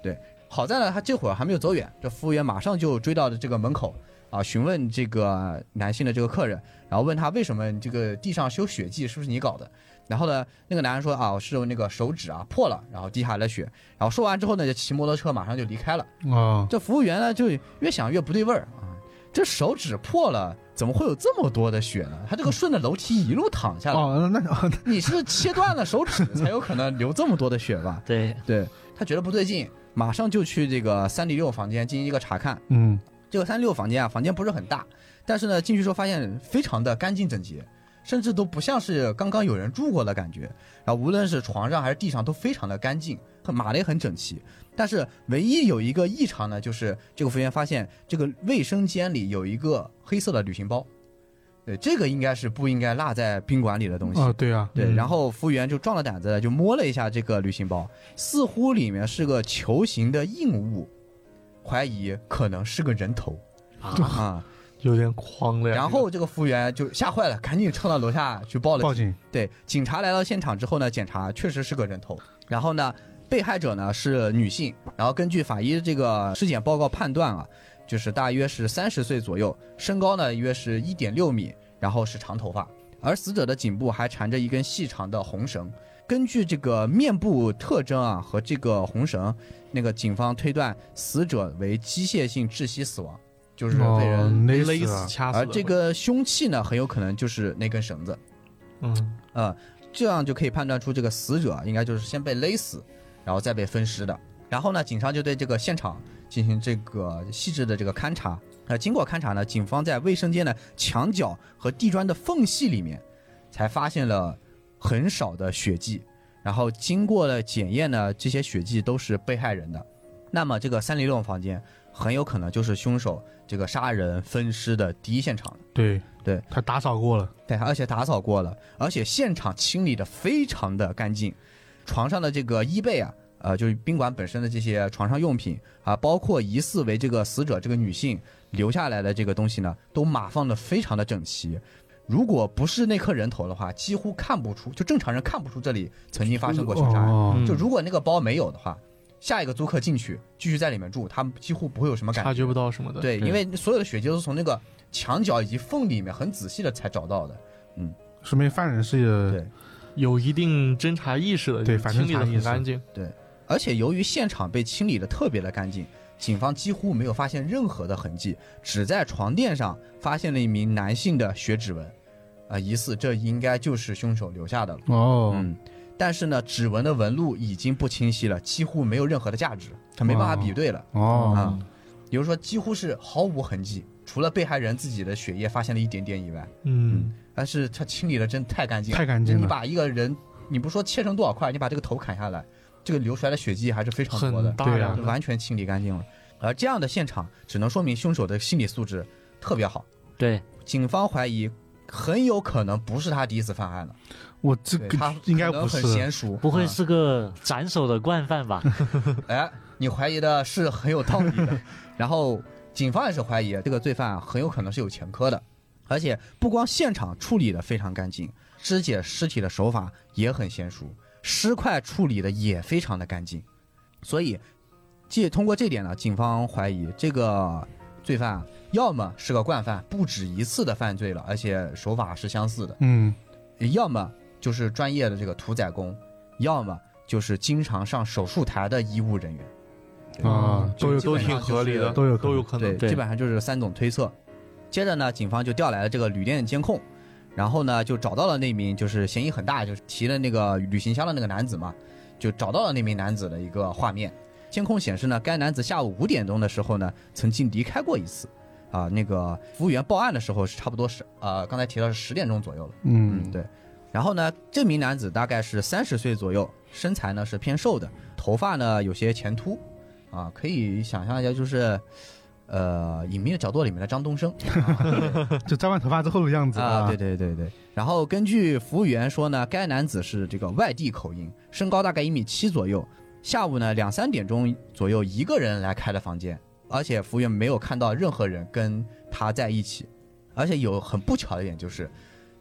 Speaker 4: 对，好在呢，他这会儿还没有走远，这服务员马上就追到了这个门口啊，询问这个男性的这个客人，然后问他为什么你这个地上是有血迹，是不是你搞的？然后呢，那个男人说啊，是我那个手指啊破了，然后滴下来的血。然后说完之后呢，就骑摩托车马上就离开了。
Speaker 1: 哦，
Speaker 4: 这服务员呢就越想越不对味儿啊，这手指破了，怎么会有这么多的血呢？他这个顺着楼梯一路躺下来，
Speaker 1: 哦，那那哦
Speaker 4: 你是切断了手指才有可能流这么多的血吧？
Speaker 3: 对，
Speaker 4: 对他觉得不对劲，马上就去这个三零六房间进行一个查看。
Speaker 1: 嗯，
Speaker 4: 这个三六房间啊，房间不是很大，但是呢，进去之后发现非常的干净整洁，甚至都不像是刚刚有人住过的感觉。然后无论是床上还是地上都非常的干净，很码的也很整齐。但是唯一有一个异常呢，就是这个服务员发现这个卫生间里有一个黑色的旅行包，对，这个应该是不应该落在宾馆里的东西。
Speaker 1: 哦，对啊，
Speaker 4: 对，
Speaker 1: 嗯
Speaker 4: 然后服务员就壮了胆子，就摸了一下这个旅行包，似乎里面是个球形的硬物，怀疑可能是个人头。
Speaker 3: 啊，
Speaker 4: 啊、
Speaker 2: 有点慌了呀。
Speaker 4: 然
Speaker 2: 这个
Speaker 4: 后这个服务员就吓坏了，赶紧冲到楼下去报了
Speaker 1: 报警，
Speaker 4: 对，警察来到现场之后呢，检查确实是个人头。然后呢，被害者呢是女性。然后根据法医这个尸检报告判断啊，就是大约是三十岁左右，身高呢约是一点六米，然后是长头发。而死者的颈部还缠着一根细长的红绳。根据这个面部特征啊和这个红绳，那个警方推断死者为机械性窒息死亡，就是被人。
Speaker 1: 哦勒
Speaker 2: 勒
Speaker 1: 死了
Speaker 2: 死、掐死
Speaker 4: 而
Speaker 2: 了。
Speaker 4: 这个凶器呢，很有可能就是那根绳子。
Speaker 2: 嗯，
Speaker 4: 呃，这样就可以判断出这个死者应该就是先被勒死，然后再被分尸的。然后呢，警方就对这个现场进行这个细致的这个勘查。呃，经过勘查呢，警方在卫生间的墙角和地砖的缝隙里面，才发现了很少的血迹。然后经过了检验呢，这些血迹都是被害人的。那么这个三零六房间很有可能就是凶手这个杀人分尸的第一现场。
Speaker 1: 对
Speaker 4: 对，
Speaker 1: 他打扫过了，
Speaker 4: 对，而且打扫过了，而且现场清理的非常的干净，床上的这个衣被啊，呃，就是宾馆本身的这些床上用品啊，包括疑似为这个死者这个女性留下来的这个东西呢，都码放的非常的整齐。如果不是那颗人头的话，几乎看不出，就正常人看不出这里曾经发生过凶杀案。
Speaker 1: 哦
Speaker 2: 嗯
Speaker 4: 就如果那个包没有的话，下一个租客进去继续在里面住，他们几乎不会有什么感
Speaker 2: 察觉不到什么的。
Speaker 4: 对，因为所有的血迹都是从那个墙角以及缝里面很仔细的才找到的。
Speaker 1: 说明犯人是
Speaker 4: 对，
Speaker 2: 有一定侦查意识的，
Speaker 1: 对
Speaker 2: 就是
Speaker 1: 反
Speaker 2: 清理
Speaker 1: 侦
Speaker 2: 的
Speaker 1: 查意
Speaker 2: 很
Speaker 1: 识
Speaker 2: 干净。
Speaker 4: 而且由于现场被清理的特别的干净，警方几乎没有发现任何的痕迹，只在床垫上发现了一名男性的血指纹，啊、疑似这应该就是凶手留下的了。
Speaker 1: 哦，
Speaker 4: 嗯，但是呢，指纹的纹路已经不清晰了，几乎没有任何的价值，他没办法比对了。
Speaker 1: 哦，
Speaker 4: 啊，也就是说几乎是毫无痕迹，除了被害人自己的血液发现了一点点以外，
Speaker 2: 嗯，
Speaker 4: 但是他清理的真太干净了，
Speaker 1: 太干净
Speaker 4: 你
Speaker 1: 了，
Speaker 4: 把一个人，你不说切成多少块，你把这个头砍下来，这个流出来的血迹还是非常多的
Speaker 2: 很，大
Speaker 1: 对
Speaker 2: 呀
Speaker 1: 啊。
Speaker 4: 完全清理干净了。而这样的现场，只能说明凶手的心理素质特别好。
Speaker 3: 对，
Speaker 4: 警方怀疑，很有可能不是他第一次犯案了，
Speaker 1: 我这
Speaker 4: 对他
Speaker 1: 个应该
Speaker 4: 可能
Speaker 1: 不
Speaker 4: 很
Speaker 1: 是，
Speaker 4: 娴熟，
Speaker 3: 不会是个斩首的惯犯吧？
Speaker 4: 嗯？哎，你怀疑的是很有道理的。然后，警方也是怀疑这个罪犯啊很有可能是有前科的，而且不光现场处理的非常干净，肢解尸体的手法也很娴熟，尸块处理的也非常的干净，所以借通过这点呢，警方怀疑这个罪犯啊要么是个惯犯，不止一次的犯罪了，而且手法是相似的，
Speaker 1: 嗯，
Speaker 4: 要么就是专业的这个屠宰工，要么就是经常上手术台的医务人员。
Speaker 1: 啊，
Speaker 4: 就
Speaker 1: 都有
Speaker 4: 基
Speaker 2: 都
Speaker 4: 本上
Speaker 2: 挺
Speaker 4: 就是
Speaker 2: 合理的，
Speaker 1: 都有可能
Speaker 2: 都有可能
Speaker 4: 对，。
Speaker 3: 对
Speaker 4: 基本上就是三种推测。接着呢，警方就调来了这个旅店的监控，然后呢就找到了那名就是嫌疑很大，就是提了那个旅行箱的那个男子嘛，就找到了那名男子的一个画面。监控显示呢，该男子下午五点钟的时候呢，曾经离开过一次。啊、那个服务员报案的时候是差不多是呃，刚才提到是十点钟左右了。嗯，
Speaker 1: 嗯，
Speaker 4: 对。然后呢，这名男子大概是三十岁左右，身材呢是偏瘦的，头发呢有些前秃，啊，可以想象一下，就是，呃，《隐秘的角落》里面的张东升
Speaker 1: 就扎完头发之后的样子
Speaker 4: 嗯啊，对，对对对。然后根据服务员说呢，该男子是这个外地口音，身高大概一米七左右，下午呢两三点钟左右一个人来开的房间，而且服务员没有看到任何人跟他在一起，而且有很不巧的一点就是，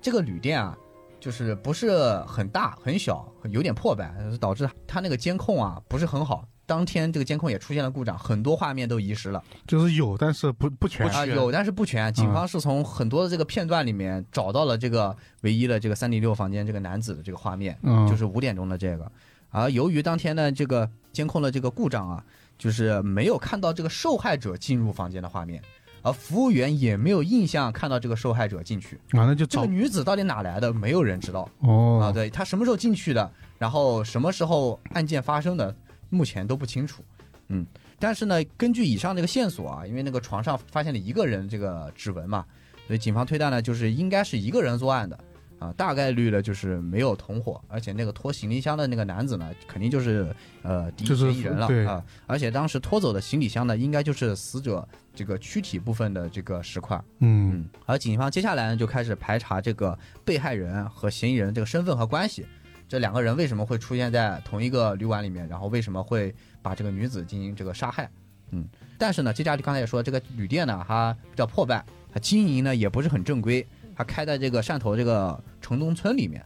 Speaker 4: 这个旅店啊，就是不是很大很小，有点破败，导致他那个监控啊不是很好。当天这个监控也出现了故障，很多画面都遗失了
Speaker 1: 就是有，但是不不全
Speaker 2: 不，
Speaker 4: 啊、
Speaker 2: 全嗯
Speaker 4: 有但是不全。警方是从很多的这个片段里面找到了这个唯一的这个三零六房间这个男子的这个画面，
Speaker 1: 嗯，
Speaker 4: 就是五点钟的这个。而由于当天的这个监控的这个故障啊，就是没有看到这个受害者进入房间的画面，而服务员也没有印象看到这个受害者进去。
Speaker 1: 啊，那就
Speaker 4: 这
Speaker 1: 找
Speaker 4: 个女子到底哪来的，没有人知道啊。
Speaker 1: 哦，
Speaker 4: 对她什么时候进去的，然后什么时候案件发生的，目前都不清楚。嗯，但是呢，根据以上这个线索啊，因为那个床上发现了一个人这个指纹嘛，所以警方推断呢，就是应该是一个人作案的啊，大概率呢就是没有同伙，而且那个拖行李箱的那个男子呢，肯定就是呃第一
Speaker 1: 就是
Speaker 4: 嫌疑人了、
Speaker 1: 对
Speaker 4: 啊，而且当时拖走的行李箱呢，应该就是死者这个躯体部分的这个石块。
Speaker 1: 嗯，
Speaker 4: 嗯，而警方接下来呢就开始排查这个被害人和嫌疑人这个身份和关系，这两个人为什么会出现在同一个旅馆里面，然后为什么会把这个女子进行这个杀害？嗯但是呢，这家里刚才也说，这个旅店呢，它比较破败，它经营呢也不是很正规，它开在这个汕头这个城中村里面，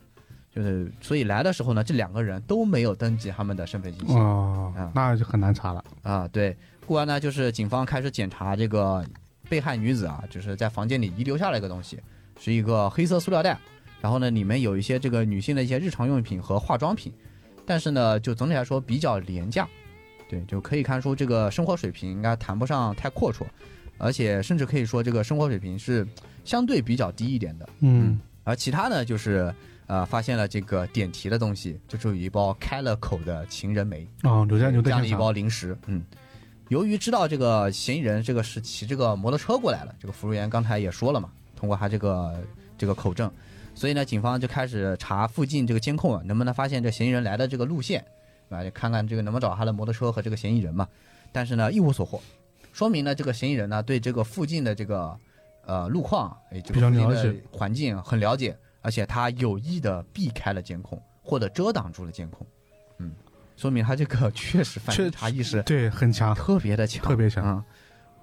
Speaker 4: 就是所以来的时候呢，这两个人都没有登记他们的身份信息
Speaker 5: 哦
Speaker 4: 啊，
Speaker 5: 那就很难查了。
Speaker 4: 啊。对，过完呢，就是警方开始检查这个被害女子啊，就是在房间里遗留下来一个东西，是一个黑色塑料袋，然后呢，里面有一些这个女性的一些日常用品和化妆品，但是呢，就总体来说比较廉价。对，就可以看出这个生活水平应该谈不上太阔绰，而且甚至可以说这个生活水平是相对比较低一点的。
Speaker 5: 嗯，
Speaker 4: 而其他呢，就是呃发现了这个点题的东西，就是有一包开了口的情人梅，
Speaker 5: 哦，刘家牛
Speaker 4: 加
Speaker 5: 在
Speaker 4: 了一
Speaker 5: 现
Speaker 4: 嗯包
Speaker 5: 场。
Speaker 4: 零食。嗯，由于知道这个嫌疑人这个是骑这个摩托车过来了，这个服务员刚才也说了嘛，通过他这个这个口证，所以呢，警方就开始查附近这个监控啊，能不能发现这嫌疑人来的这个路线，对吧？就看看这个能不能找到他的摩托车和这个嫌疑人嘛。但是呢，一无所获，说明呢，这个嫌疑人呢对这个附近的这个呃路况，哎，这
Speaker 1: 比
Speaker 4: 个
Speaker 1: 较
Speaker 4: 附近
Speaker 1: 了
Speaker 4: 的
Speaker 1: 解
Speaker 4: 环境很了解，而且他有意的避开了监控或者遮挡住了监控，嗯，说明他这个确实反
Speaker 1: 确
Speaker 4: 侦查意识
Speaker 1: 对，很强，
Speaker 4: 特别的强，
Speaker 1: 特别强。
Speaker 4: 啊。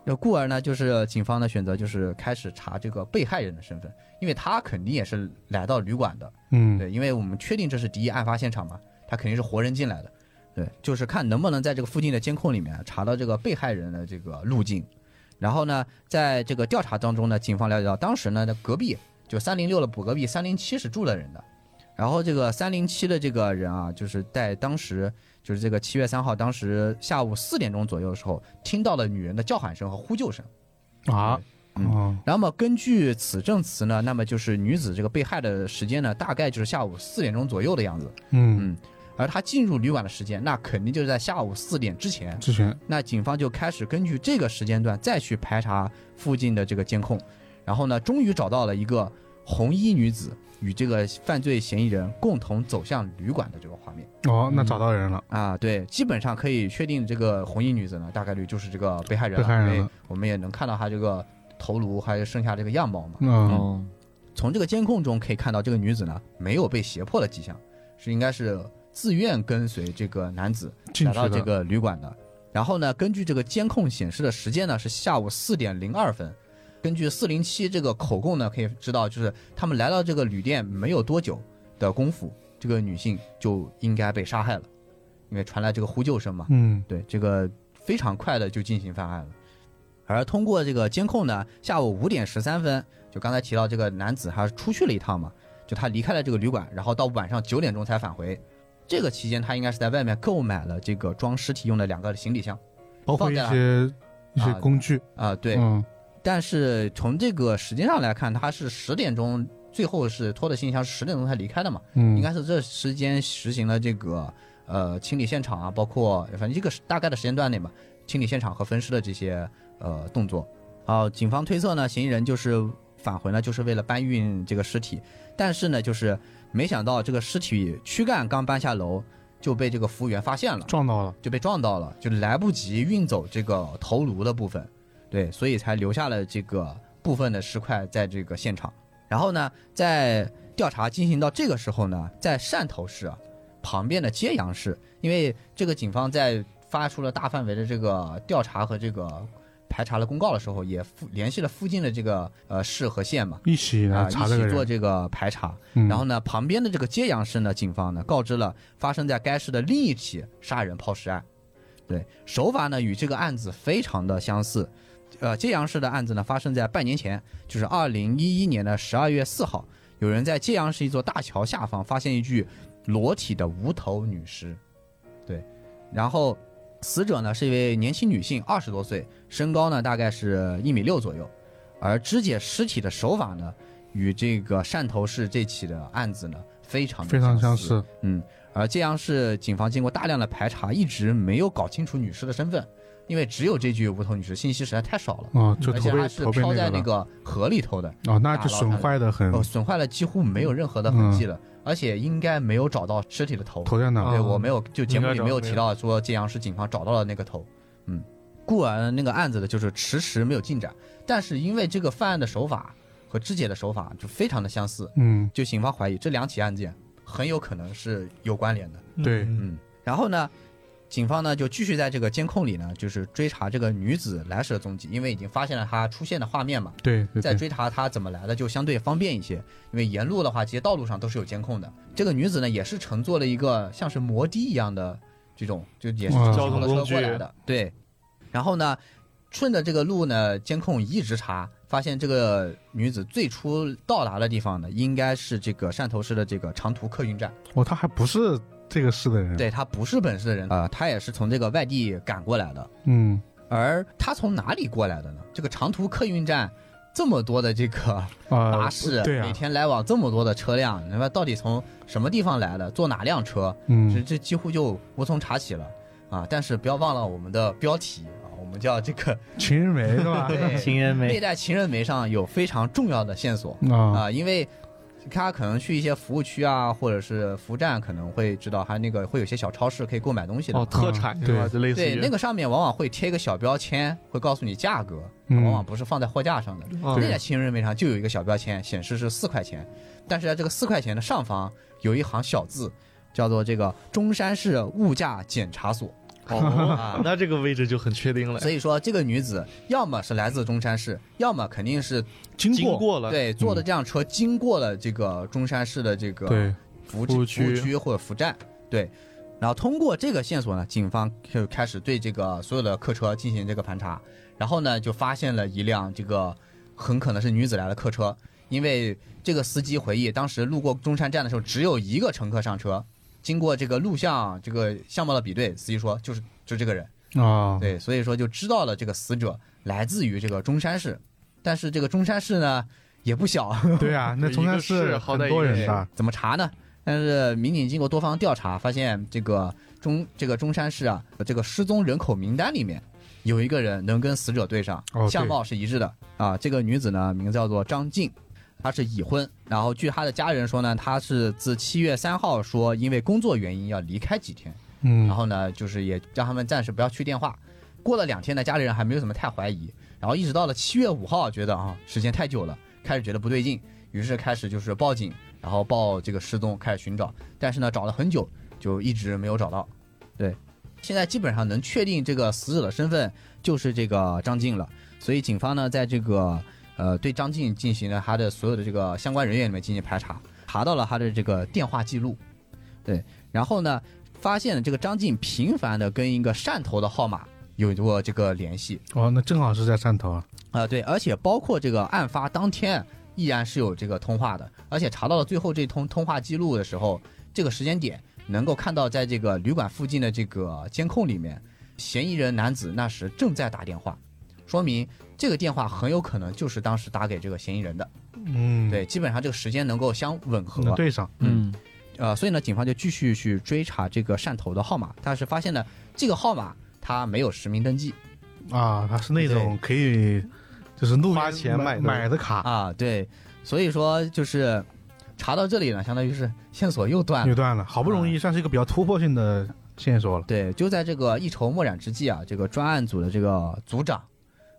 Speaker 4: 那故而呢，就是警方的选择就是开始查这个被害人的身份，因为他肯定也是来到旅馆的，
Speaker 5: 嗯，
Speaker 4: 对，因为我们确定这是第一案发现场嘛，他肯定是活人进来的，对，就是看能不能在这个附近的监控里面查到这个被害人的这个路径。然后呢，在这个调查当中呢，警方了解到，当时呢，那隔壁就三零六的补隔壁三零七是住了人的，然后这个三零七的这个人啊，就是在当时就是这个七月三号当时下午四点钟左右的时候，听到了女人的叫喊声和呼救声。
Speaker 5: 啊，
Speaker 4: 嗯
Speaker 5: 哦，
Speaker 4: 那么根据此证词呢，那么就是女子这个被害的时间呢，大概就是下午四点钟左右的样子。
Speaker 5: 嗯，
Speaker 4: 嗯，而她进入旅馆的时间，那肯定就是在下午四点之前。
Speaker 5: 之前
Speaker 4: 那警方就开始根据这个时间段再去排查附近的这个监控，然后呢，终于找到了一个红衣女子与这个犯罪嫌疑人共同走向旅馆的这个画面
Speaker 1: 哦，那找到人了，
Speaker 4: 啊。对，基本上可以确定这个红衣女子呢，大概率就是这个被害人了，
Speaker 1: 被害人了
Speaker 4: 因为我们也能看到她这个头颅还有剩下这个样貌嘛。
Speaker 1: 嗯，
Speaker 3: 哦，
Speaker 4: 从这个监控中可以看到，这个女子呢没有被胁迫的迹象，是应该是自愿跟随这个男子
Speaker 1: 进
Speaker 4: 来
Speaker 1: 去
Speaker 4: 到
Speaker 1: 了，
Speaker 4: 这个旅馆的。然后呢，根据这个监控显示的时间呢是下午四点零二分。根据四零七这个口供呢，可以知道就是他们来到这个旅店没有多久的功夫，这个女性就应该被杀害了，因为传来这个呼救声嘛。
Speaker 5: 嗯，
Speaker 4: 对，这个非常快的就进行犯案了。而通过这个监控呢，下午五点十三分，就刚才提到这个男子他出去了一趟嘛，就他离开了这个旅馆，然后到晚上九点钟才返回。这个期间，他应该是在外面购买了这个装尸体用的两个行李箱
Speaker 1: 包括
Speaker 4: 放
Speaker 1: 一
Speaker 4: 在哪
Speaker 1: 些一些
Speaker 4: 啊
Speaker 1: 工具，
Speaker 4: 啊、对。
Speaker 5: 嗯，
Speaker 4: 但是从这个时间上来看，他是十点钟，最后是拖着行李箱十点钟才离开的嘛。
Speaker 5: 嗯，
Speaker 4: 应该是这时间实行了这个呃清理现场啊，包括反正这个大概的时间段内嘛，清理现场和分尸的这些呃动作。啊，警方推测呢，嫌疑人就是返回呢，就是为了搬运这个尸体，但是呢，就是没想到这个尸体躯干刚搬下楼就被这个服务员发现了，
Speaker 1: 撞到了，
Speaker 4: 就被撞到了，就来不及运走这个头颅的部分，对，所以才留下了这个部分的尸块在这个现场。然后呢，在调查进行到这个时候呢，在汕头市啊旁边的揭阳市，因为这个警方在发出了大范围的这个调查和这个排查了公告的时候，也附联系了附近的这个呃市和县嘛，
Speaker 5: 一起
Speaker 4: 啊、
Speaker 5: 来查这个
Speaker 4: 一起做
Speaker 5: 人，
Speaker 4: 这个排查。
Speaker 5: 嗯
Speaker 4: 然后呢，旁边的这个揭阳市呢，警方呢告知了发生在该市的另一起杀人抛尸案，对，手法呢与这个案子非常的相似。呃，揭阳市的案子呢发生在半年前，就是二零一一年的十二月四号，有人在揭阳市一座大桥下方发现一具裸体的无头女尸，对，然后死者呢是一位年轻女性，二十多岁，身高呢大概是一米六左右，而肢解尸体的手法呢与这个汕头市这起的案子呢非常地
Speaker 1: 非常相
Speaker 4: 相
Speaker 1: 似，
Speaker 4: 嗯，而揭阳市警方经过大量的排查，一直没有搞清楚女尸的身份，因为只有这具无头女尸，信息实在太少了。
Speaker 1: 哦，就
Speaker 4: 嗯而
Speaker 1: 头
Speaker 4: 且
Speaker 1: 被
Speaker 4: 它是
Speaker 1: 头被
Speaker 4: 飘在那
Speaker 1: 个了，嗯
Speaker 4: 个河里头的，
Speaker 1: 哦，那就损坏的很，
Speaker 4: 哦，损坏了几乎没有任何的痕迹了，
Speaker 1: 嗯
Speaker 4: 而且应该没有找到尸体的头。
Speaker 1: 头在哪？
Speaker 2: 啊
Speaker 4: 对，我没有，就节目
Speaker 2: 应该
Speaker 4: 里
Speaker 2: 找
Speaker 4: 没有
Speaker 2: 没
Speaker 4: 提
Speaker 2: 有
Speaker 4: 到说揭阳市警方找到了那个头，嗯，故而那个案子的就是迟迟没有进展，但是因为这个犯案的手法和肢解的手法就非常的相似，
Speaker 5: 嗯，
Speaker 4: 就警方怀疑这两起案件很有可能是有关联的。
Speaker 1: 对
Speaker 2: 嗯
Speaker 4: 嗯，然后呢，警方呢就继续在这个监控里呢，就是追查这个女子来时的踪迹，因为已经发现了她出现的画面嘛，
Speaker 1: 对对
Speaker 4: 再
Speaker 1: 对，
Speaker 4: 追查她怎么来的就相对方便一些。因为沿路的话，其实道路上都是有监控的。这个女子呢也是乘坐了一个像是摩的一样的这种，就也是
Speaker 1: 哇
Speaker 4: 交通
Speaker 2: 交
Speaker 4: 的
Speaker 2: 通工
Speaker 4: 车
Speaker 2: 具
Speaker 4: 过来的，对。然后呢，顺着这个路呢，监控一直查，发现这个女子最初到达的地方呢，应该是这个汕头市的这个长途客运站。
Speaker 1: 哦，他还不是这个市的人，，
Speaker 4: 对他不是本市的人，呃，他也是从这个外地赶过来的。
Speaker 1: 嗯，
Speaker 4: 而他从哪里过来的呢？这个长途客运站这么多的这个
Speaker 1: 啊
Speaker 4: 巴，士，
Speaker 1: 对啊
Speaker 4: 每天来往这么多的车辆，那么到底从什么地方来的？坐哪辆车？这
Speaker 1: 嗯，
Speaker 4: 这几乎就无从查起了啊！但是不要忘了我们的标题啊，我们叫这 个
Speaker 1: 情人梅是吧？
Speaker 4: 对
Speaker 3: 情人
Speaker 4: 《历
Speaker 3: 梅，
Speaker 4: 代情人梅》上有非常重要的线索。
Speaker 1: 啊，
Speaker 4: 啊、因为他可能去一些服务区啊，或者是服务站，可能会知道他那个会有些小超市可以购买东西的。
Speaker 2: 哦，特产
Speaker 1: 嗯
Speaker 2: 是吧？
Speaker 1: 对
Speaker 2: 就类似
Speaker 4: 对，
Speaker 2: 于
Speaker 4: 那个上面往往会贴一个小标签，会告诉你价格，
Speaker 1: 嗯
Speaker 4: 往往不是放在货架上的。
Speaker 2: 嗯
Speaker 4: 那在情人梅上就有一个小标签，显示是四块钱，但是在这个四块钱的上方有一行小字，叫做这个中山市物价检查所。
Speaker 2: 哦
Speaker 4: 啊，
Speaker 2: 那这个位置就很确定了。
Speaker 4: 所以说，这个女子要么是来自中山市，要么肯定是
Speaker 1: 经
Speaker 2: 经
Speaker 1: 过，
Speaker 2: 过了，
Speaker 4: 对坐的这辆车经过了这个中山市的这个
Speaker 1: 对，
Speaker 4: 服务
Speaker 2: 服务
Speaker 4: 区
Speaker 2: 区
Speaker 4: 服务区或者服站，对。然后通过这个线索呢，警方就开始对这个所有的客车进行这个盘查，然后呢就发现了一辆这个很可能是女子来的客车，因为这个司机回忆，当时路过中山站的时候只有一个乘客上车，经过这个录像这个相貌的比对，司机说就是就这个人，
Speaker 1: 啊，
Speaker 4: 对，所以说就知道了这个死者来自于这个中山市，但是这个中山市呢也不小，
Speaker 1: 对 啊，那
Speaker 2: 一
Speaker 1: 中
Speaker 2: 个
Speaker 1: 山
Speaker 2: 市
Speaker 1: 市
Speaker 2: 好
Speaker 1: 很
Speaker 2: 歹
Speaker 1: 多
Speaker 2: 一个
Speaker 1: 人
Speaker 2: 市
Speaker 1: 的，
Speaker 4: 怎么查呢？但是民警经过多方调查，发现这个中这个中山市啊，这个失踪人口名单里面有一个人能跟死者对上，
Speaker 1: 哦对
Speaker 4: 相貌是一致的啊。这个女子呢，名字叫做张静，她是已婚。然后据她的家人说呢，她是自七月三号说因为工作原因要离开几天，然
Speaker 1: 嗯，
Speaker 4: 后呢，就是也让他们暂时不要去电话。过了两天呢，家里人还没有怎么太怀疑，然后一直到了七月五号，觉得啊时间太久了，开始觉得不对劲，于是开始就是报警，然后报这个失踪，开始寻找，但是呢找了很久，就一直没有找到。对，现在基本上能确定这个死者的身份就是这个张静了，所以警方呢在这个呃对张静进行了他的所有的这个相关人员里面进行排查，查到了他的这个电话记录，对，然后呢发现了这个张静频繁的跟一个汕头的号码有过这个联系，
Speaker 1: 哦，那正好是在汕头啊，
Speaker 4: 啊、对，而且包括这个案发当天依然是有这个通话的，而且查到了最后这通通话记录的时候，这个时间点能够看到在这个旅馆附近的这个监控里面，嫌疑人男子那时正在打电话，说明这个电话很有可能就是当时打给这个嫌疑人的，
Speaker 1: 嗯，
Speaker 4: 对，基本上这个时间能够相吻合，
Speaker 1: 能对上，
Speaker 3: 嗯，
Speaker 4: 呃，所以呢，警方就继续去追查这个汕头的号码，但是发现呢，这个号码它没有实名登记
Speaker 1: 啊，他是那种可以就是路
Speaker 2: 花
Speaker 1: 边
Speaker 2: 钱
Speaker 1: 买
Speaker 2: 买的
Speaker 1: 的卡，
Speaker 4: 啊，对，所以说就是查到这里呢，相当于是线索又断了
Speaker 1: 又。断了，好不
Speaker 4: 啊
Speaker 1: 容易算是一个比较突破性的线索了，
Speaker 4: 对，就在这个一筹莫展之际啊，这个专案组的这个组长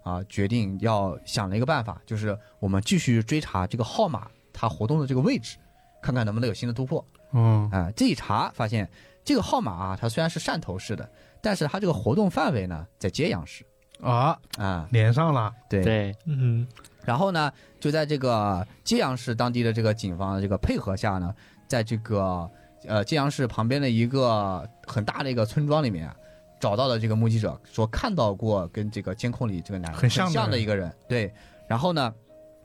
Speaker 4: 啊，决定要想了一个办法，就是我们继续追查这个号码它活动的这个位置，看看能不能有新的突破。
Speaker 1: 嗯，
Speaker 4: 啊、这一查发现这个号码啊，它虽然是汕头市的，但是它这个活动范围呢在揭阳市
Speaker 1: 啊，
Speaker 4: 啊、
Speaker 1: 连上了，
Speaker 4: 对
Speaker 3: 对，
Speaker 2: 嗯，
Speaker 4: 然后呢，就在这个揭阳市当地的这个警方的这个配合下呢，在这个呃揭阳市旁边的一个很大的一个村庄里面啊，找到了这个目击者，说看到过跟这个监控里这个男
Speaker 1: 很像的
Speaker 4: 很像的一个人。对，然后呢，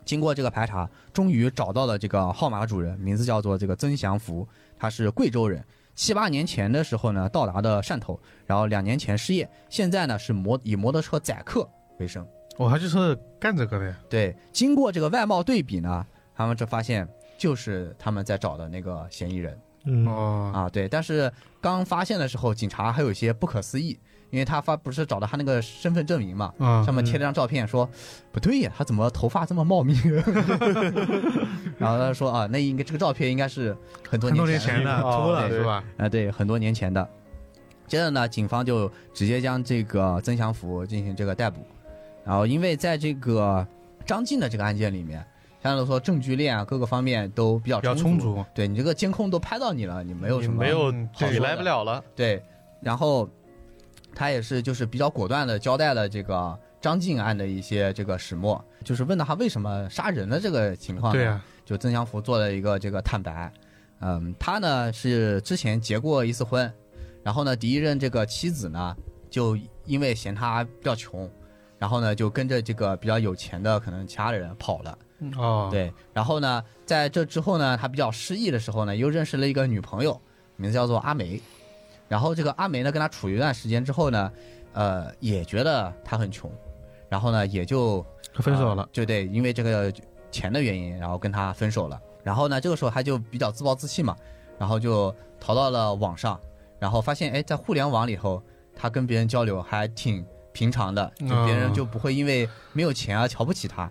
Speaker 4: 经过这个排查，终于找到了这个号码主人，名字叫做这个曾祥福，他是贵州人。七八年前的时候呢，到达的汕头，然后两年前失业，现在呢是摩以摩托车载客为生。
Speaker 1: 哦，他就是干这个的呀，
Speaker 4: 对，经过这个外貌对比呢，他们就发现就是他们在找的那个嫌疑人
Speaker 2: 嗯，
Speaker 1: 哦，
Speaker 4: 啊。对，但是刚发现的时候，警察还有一些不可思议，因为他发不是找到他那个身份证明嘛，
Speaker 1: 啊
Speaker 4: 上，面贴了张照片说，不对呀，他怎么头发这么茂密？ 然后他说啊，那应该这个照片应该是很多
Speaker 1: 很多
Speaker 4: 年
Speaker 1: 年
Speaker 4: 前
Speaker 1: 前的
Speaker 2: 哦
Speaker 1: 秃了
Speaker 2: 对
Speaker 1: 是吧？
Speaker 4: 啊，对，很多年前的。接着呢，警方就直接将这个曾祥福进行这个逮捕。然后，因为在这个张静的这个案件里面，相对来说证据链啊各个方面都比较
Speaker 1: 比较
Speaker 4: 充
Speaker 1: 充。足，
Speaker 4: 对你这个监控都拍到你了，你没有
Speaker 1: 你
Speaker 4: 什么嗯
Speaker 1: 没有
Speaker 2: 没有
Speaker 1: 这
Speaker 4: 个
Speaker 2: 你来不了了，
Speaker 4: 对。然后他也是就是比较果断的交代了这个张晋案的一些这个始末，就是问到他为什么杀人的这个情况。
Speaker 1: 对呀、，
Speaker 4: 就曾祥福做了一个这个坦白。嗯，他呢是之前结过一次婚，然后呢第一任这个妻子呢就因为嫌他比较穷，然后呢就跟着这个比较有钱的可能其他的人跑了。
Speaker 1: 哦，，
Speaker 4: 嗯对，然后呢在这之后呢，他比较失意的时候呢，又认识了一个女朋友，名字叫做阿梅。然后这个阿梅呢跟他处一段时间之后呢，呃也觉得他很穷，然后呢也就
Speaker 1: 分手了
Speaker 4: 呃，就对，因为这个钱的原因，然后跟他分手了。然后呢，这个时候他就比较自暴自弃嘛，然后就逃到了网上，然后发现哎，在互联网里头，他跟别人交流还挺平常的，就别人就不会因为没有钱啊而瞧不起他。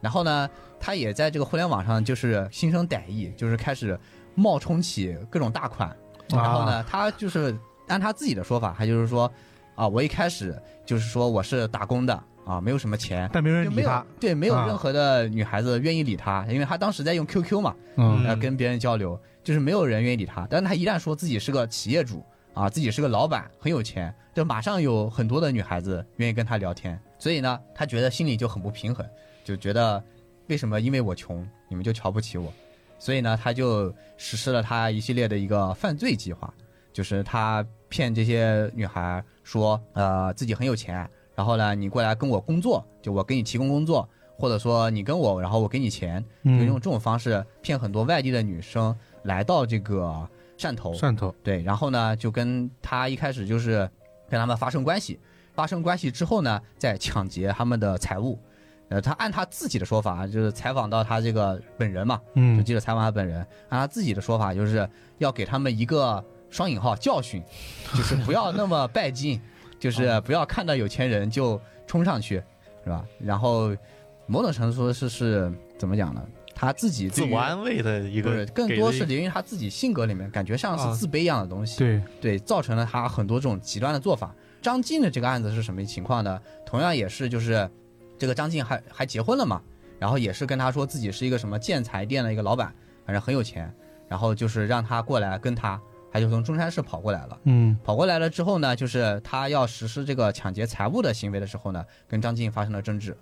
Speaker 4: 然后呢，他也在这个互联网上就是心生歹意，就是开始冒充起各种大款。然
Speaker 1: 啊
Speaker 4: 后呢，他就是按他自己的说法，他就是说啊，我一开始就是说我是打工的啊，没有什么钱，
Speaker 1: 但没人
Speaker 4: 就
Speaker 1: 理
Speaker 4: 没
Speaker 1: 他
Speaker 4: 有，对，没有
Speaker 1: 啊
Speaker 4: 任何的女孩子愿意理他，因为他当时在用 QQ 嘛，
Speaker 1: 嗯，
Speaker 4: 呃，跟别人交流，就是没有人愿意理他。但是他一旦说自己是个企业主啊，自己是个老板，很有钱，就马上有很多的女孩子愿意跟他聊天。所以呢，他觉得心里就很不平衡，就觉得为什么因为我穷，你们就瞧不起我？所以呢，他就实施了他一系列的一个犯罪计划，就是他骗这些女孩说，呃，自己很有钱，然后呢，你过来跟我工作，就我给你提供工作，或者说你跟我，然后我给你钱，
Speaker 1: 嗯
Speaker 4: 就用这种方式骗很多外地的女生来到这个汕头，
Speaker 1: 汕头，
Speaker 4: 对，然后呢就跟他一开始就是跟他们发生关系，发生关系之后呢再抢劫他们的财物，呃，他按他自己的说法，啊就是采访到他这个本人嘛，就
Speaker 1: 嗯，
Speaker 4: 记者采访他本人，按他自己的说法，就是要给他们一个双引号教训，就是不要那么拜金，
Speaker 2: 哦
Speaker 4: 就是不要看到有钱人就冲上去，是吧？然后某种程度说是是怎么讲呢？他自己
Speaker 2: 自
Speaker 4: 对于
Speaker 2: 我安慰的一
Speaker 4: 不
Speaker 2: 个
Speaker 4: 是，，更
Speaker 2: 给
Speaker 4: 多
Speaker 2: 了一
Speaker 4: 是源于他自己性格里面，感觉像
Speaker 2: 啊
Speaker 4: 是自卑一样的东西。
Speaker 1: 对，
Speaker 4: 对，造成了他很多这种极端的做法。张晋的这个案子是什么情况呢？同样也是，就是这个张晋还还结婚了嘛，然后也是跟他说自己是一个什么建材店的一个老板，反正很有钱，然后就是让他过来跟他，他就从中山市跑过来了。
Speaker 1: 嗯，
Speaker 4: 跑过来了之后呢，就是他要实施这个抢劫财物的行为的时候呢，跟张晋发生了争执。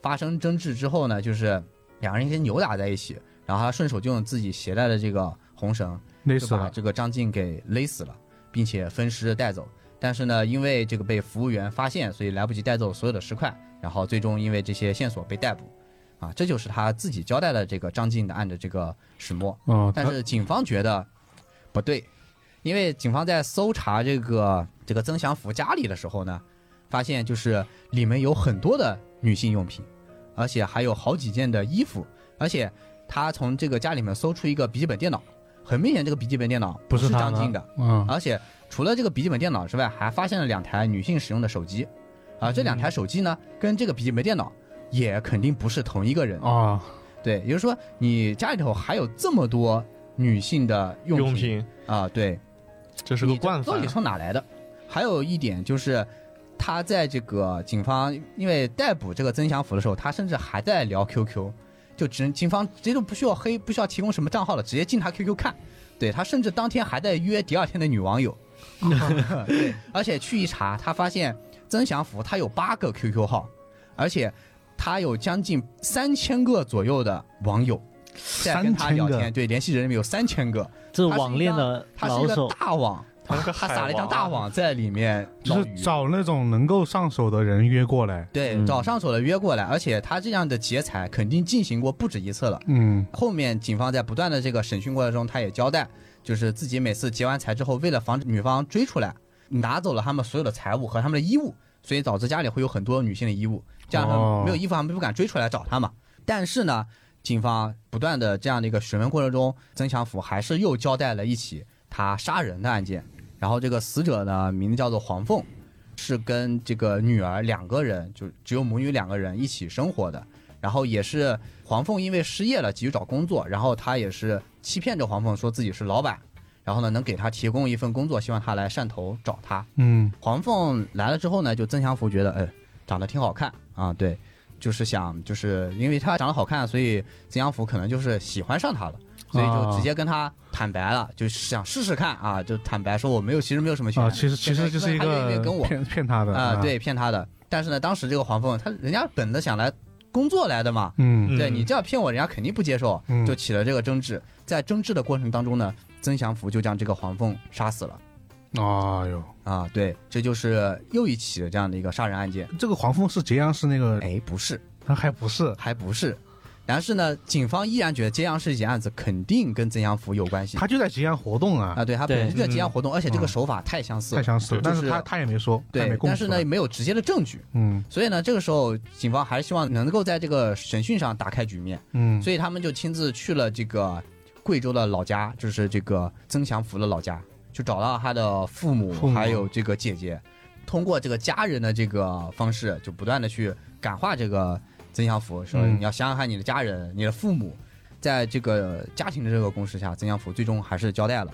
Speaker 4: 发生争执之后呢，就是两个人先扭打在一起，然后他顺手就用自己携带的这个红绳
Speaker 1: 累
Speaker 4: 就
Speaker 1: 死
Speaker 4: 把
Speaker 1: 了，
Speaker 4: 这个张晋给勒死了，并且分尸带走。但是呢，因为这个被服务员发现，所以来不及带走所有的尸块，然后最终因为这些线索被逮捕。啊，这就是他自己交代的这个张晋的案的这个始末。
Speaker 1: 哦，
Speaker 4: 但
Speaker 1: 他
Speaker 4: 是警方觉得不对，因为警方在搜查这个这个曾祥福家里的时候呢，发现就是里面有很多的女性用品，而且还有好几件的衣服，而且他从这个家里面搜出一个笔记本电脑，很明显这个笔记本电脑
Speaker 1: 不
Speaker 4: 是
Speaker 1: 是他
Speaker 4: 张静的，
Speaker 1: 嗯，
Speaker 4: 而且除了这个笔记本电脑之外，还发现了两台女性使用的手机，啊，这两台手机呢跟这个笔记本电脑也肯定不是同一个人
Speaker 1: 哦，
Speaker 4: 对，也就是说你家里头还有这么多女性的用
Speaker 2: 用品，
Speaker 4: 啊，对，
Speaker 2: 这是个啊
Speaker 4: 你这
Speaker 2: 惯
Speaker 4: 到
Speaker 2: 犯
Speaker 4: 底。从哪来的？还有一点就是，他在这个警方因为逮捕这个曾祥福的时候，他甚至还在聊 QQ，就只警方直接就不需要黑，不需要提供什么账号了，直接进他 QQ 看。对他甚至当天还在约第二天的女网 友，对，而且去一查，他发现曾祥福他有八个 QQ 号，而且他有将近三千个左右的网友在跟他
Speaker 1: 3000
Speaker 4: 聊
Speaker 1: 个
Speaker 4: 天，对，联系人里面有三千个，
Speaker 3: 这网恋的
Speaker 4: 他是
Speaker 3: 老
Speaker 4: 一个
Speaker 3: 手，
Speaker 4: 大网，
Speaker 2: 他是个
Speaker 4: 他
Speaker 2: 海
Speaker 4: 撒了一张
Speaker 2: 王啊
Speaker 4: 大网在里面捞
Speaker 1: 就
Speaker 4: 鱼
Speaker 1: 是找那种能够上手的人约过来，
Speaker 4: 对
Speaker 3: 嗯
Speaker 4: 找上手的约过来，而且他这样的劫财肯定进行过不止一次了。
Speaker 1: 嗯，
Speaker 4: 后面警方在不断的这个审讯过程中，他也交代，就是自己每次劫完财之后，为了防止女方追出来，拿走了他们所有的财物和他们的衣物，所以导致家里会有很多女性的衣物，这样他
Speaker 1: 哦
Speaker 4: 们没有衣服，他们不敢追出来找他嘛。但是呢，警方不断的这样的一个询问过程中，曾祥福还是又交代了一起他杀人的案件，然后这个死者呢名字叫做黄凤，是跟这个女儿两个人，就只有母女两个人一起生活的。然后也是黄凤因为失业了，急于找工作，然后他也是欺骗着黄凤说自己是老板，然后呢能给他提供一份工作，希望他来汕头找他。
Speaker 1: 嗯，
Speaker 4: 黄凤来了之后呢，就曾祥福觉得，哎，长得挺好看啊，对，就是想就是因为她长得好看，所以曾祥福可能就是喜欢上她了，所以就
Speaker 5: 啊
Speaker 4: 直接跟他坦白了，就想试试看啊，就坦白说我没有，其实没有什么血
Speaker 1: 啊，
Speaker 4: 缘的
Speaker 1: 其实其实就是一
Speaker 4: 他愿意
Speaker 1: 个
Speaker 4: 跟我
Speaker 1: 骗骗他的
Speaker 4: 啊、对，骗他的。但是呢，当时这个黄蜂他人家本着想来工作来的嘛，
Speaker 1: 嗯
Speaker 4: 对
Speaker 2: 嗯
Speaker 4: 你这样骗我，人家肯定不接受，
Speaker 1: 嗯
Speaker 4: 就起了这个争执。在争执的过程当中呢，曾祥福就将这个黄蜂杀死了
Speaker 1: 哎呦，
Speaker 4: 啊。对，这就是又一起的这样的一个杀人案件。
Speaker 1: 这个黄蜂是揭阳市那个，
Speaker 4: 哎，不是，
Speaker 1: 他还不是
Speaker 4: 还不是。但是呢，警方依然觉得揭阳市这起案子肯定跟曾祥福有关系
Speaker 1: 他就在吉安活动啊，
Speaker 4: 啊。对他本身就在揭阳活动，而且这个
Speaker 1: 嗯
Speaker 4: 手法太相似
Speaker 1: 太
Speaker 4: 了。
Speaker 1: 相似了，
Speaker 4: 就
Speaker 1: 但
Speaker 4: 是
Speaker 1: 是他他也没说，他也没
Speaker 4: 对，
Speaker 1: 供
Speaker 4: 但是
Speaker 1: 出来
Speaker 4: 呢，，没有直接的证据，
Speaker 1: 嗯
Speaker 4: 所以呢，这个时候警方还是希望能够在这个审讯上打开局面。
Speaker 1: 嗯，
Speaker 4: 所以他们就亲自去了这个贵州的老家，就是这个曾祥福的老家，就找到他的父母
Speaker 1: 父母
Speaker 4: 还有这个姐姐，通过这个家人的这个方式，就不断的去感化这个曾祥福，说
Speaker 1: 嗯
Speaker 4: 你要想想看你的家人、你的父母，在这个家庭的这个攻势下，曾祥福最终还是交代了。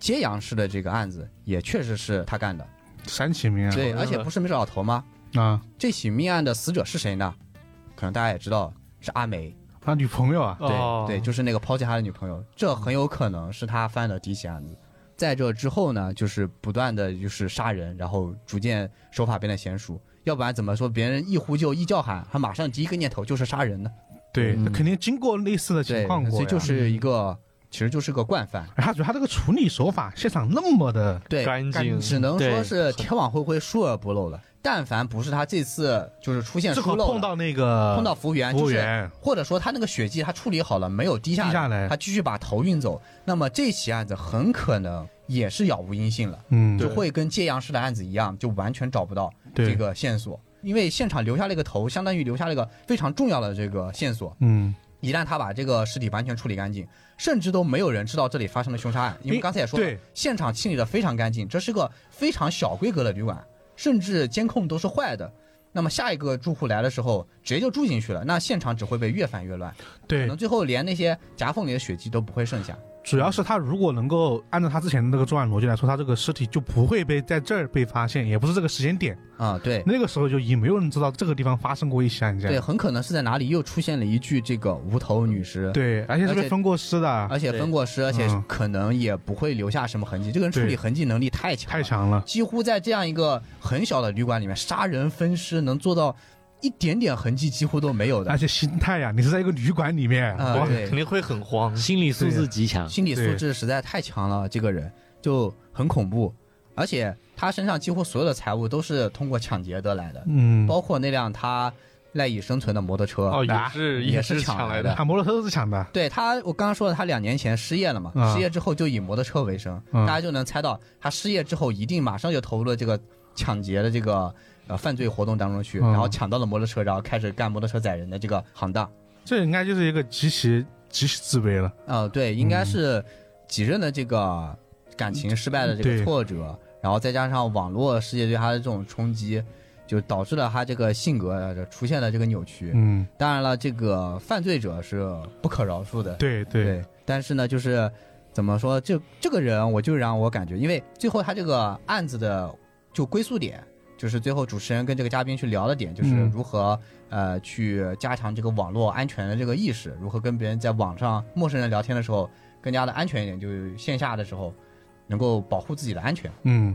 Speaker 4: 揭阳市的这个案子也确实是他干的，
Speaker 1: 三起名
Speaker 4: 对，
Speaker 2: 好
Speaker 4: 而且
Speaker 2: 的
Speaker 4: 不是没找到头吗？
Speaker 1: 啊啊，
Speaker 4: 这起命案的死者是谁呢？可能大家也知道是阿梅，
Speaker 1: 他女朋友啊，
Speaker 2: 哦
Speaker 4: 对对，就是那个抛弃他的女朋友，这很有可能是他犯的第一起案子。在这之后呢，就是不断的就是杀人，然后逐渐手法变得娴熟，要不然怎么说别人一呼救一叫喊，他马上第一个念头就是杀人呢？
Speaker 1: 对，
Speaker 3: 嗯
Speaker 1: 他肯定经过类似的情
Speaker 4: 对，
Speaker 1: 况过
Speaker 4: 所以
Speaker 1: 呀，
Speaker 4: 就是一个，其实就是个惯犯，
Speaker 1: 哎他主要他这个处理手法，现场那么的，
Speaker 4: 对，
Speaker 2: 干
Speaker 1: 干
Speaker 2: 净
Speaker 4: 只能说
Speaker 2: 对
Speaker 4: 是天网恢恢，疏而不漏了。但凡不是他这次就是出现
Speaker 1: 正
Speaker 4: 疏
Speaker 1: 好
Speaker 4: 漏
Speaker 1: 碰
Speaker 4: 了，
Speaker 1: 到那个
Speaker 4: 碰到服务员，
Speaker 1: 服务
Speaker 4: 就是
Speaker 1: 员，
Speaker 4: 或者说他那个血迹他处理好了没有滴下
Speaker 1: 滴下来
Speaker 4: 他继续把头运走，那么这起案子很可能也是杳无音信了，
Speaker 1: 嗯，
Speaker 4: 就
Speaker 2: 对
Speaker 4: 会跟揭阳市的案子一样，就完全找不到
Speaker 1: 对
Speaker 4: 这个线索，因为现场留下了一个头，相当于留下了一个非常重要的这个线索。
Speaker 1: 嗯，
Speaker 4: 一旦他把这个尸体完全处理干净，甚至都没有人知道这里发生了凶杀案，因为
Speaker 1: 因
Speaker 4: 刚才也说了
Speaker 1: 哎对，
Speaker 4: 现场清理的非常干净，这是个非常小规格的旅馆，甚至监控都是坏的。那么下一个住户来的时候，直接就住进去了，那现场只会被越翻越乱，可
Speaker 1: 对
Speaker 4: 能，最后连那些夹缝里的血迹都不会剩下。
Speaker 1: 主要是他如果能够按照他之前的那个作案逻辑来说，他这个尸体就不会被在这儿被发现，也不是这个时间点，
Speaker 4: 啊、对
Speaker 1: 那个时候就已经没有人知道这个地方发生过一起案件
Speaker 4: 对，
Speaker 1: 了，
Speaker 4: 很可能是在哪里又出现了一具这个无头女尸，
Speaker 1: 对，而且是
Speaker 4: 而且
Speaker 1: 被分过尸的，
Speaker 4: 而且分过尸，而且
Speaker 1: 嗯
Speaker 4: 可能也不会留下什么痕迹。这个人处
Speaker 1: 对
Speaker 4: 理痕迹能力太强，
Speaker 1: 太，强了，
Speaker 4: 几乎在这样一个很小的旅馆里面杀人分尸，能做到一点点痕迹几乎都没有的
Speaker 1: 而。且心态啊呀，你是在一个旅馆里面，
Speaker 4: 啊、
Speaker 1: 哇，
Speaker 4: 对
Speaker 2: 肯，定会很慌。
Speaker 3: 心理素质极强。
Speaker 4: 心理素
Speaker 1: 对
Speaker 4: 质实在太强了，这个人就很恐怖，而且他身上几乎所有的财物都是通过抢劫得来的，
Speaker 1: 嗯，
Speaker 4: 包括那辆他赖以生存的摩托车。
Speaker 2: 哦，也
Speaker 1: 啊
Speaker 2: 是
Speaker 4: 也是
Speaker 2: 是
Speaker 4: 抢
Speaker 2: 抢
Speaker 4: 来
Speaker 2: 来
Speaker 4: 的
Speaker 2: 的，
Speaker 1: 啊，摩托车是抢的，
Speaker 4: 对他，我刚刚说了，他两年前失业了嘛，
Speaker 1: 啊
Speaker 4: 失业之后就以摩托车为生，
Speaker 1: 嗯
Speaker 4: 大家就能猜到他失业之后一定马上就投入了这个抢劫的这个呃犯罪活动当中去，
Speaker 1: 嗯
Speaker 4: 然后抢到了摩托车，然后开始干摩托车载人的这个行当。
Speaker 1: 这应该就是一个极其极其自卑了，
Speaker 4: 呃，对，
Speaker 1: 嗯
Speaker 4: 应该是几任的这个感情失败的这个
Speaker 1: 对
Speaker 4: 挫折，然后再加上网络世界对他的这种冲击，就导致了他这个性格呃出现了这个扭曲。
Speaker 1: 嗯，
Speaker 4: 当然了，这个犯罪者是不可饶恕的，
Speaker 1: 对对，
Speaker 4: 但是呢，就是怎么说，这这个人我就让我感觉，因为最后他这个案子的就归宿点，就是最后主持人跟这个嘉宾去聊的点，就是
Speaker 1: 嗯
Speaker 4: 如何、呃去加强这个网络安全的这个意识，如何跟别人在网上陌生人聊天的时候更加的安全一点，就是线下的时候能够保护自己的安全。
Speaker 1: 嗯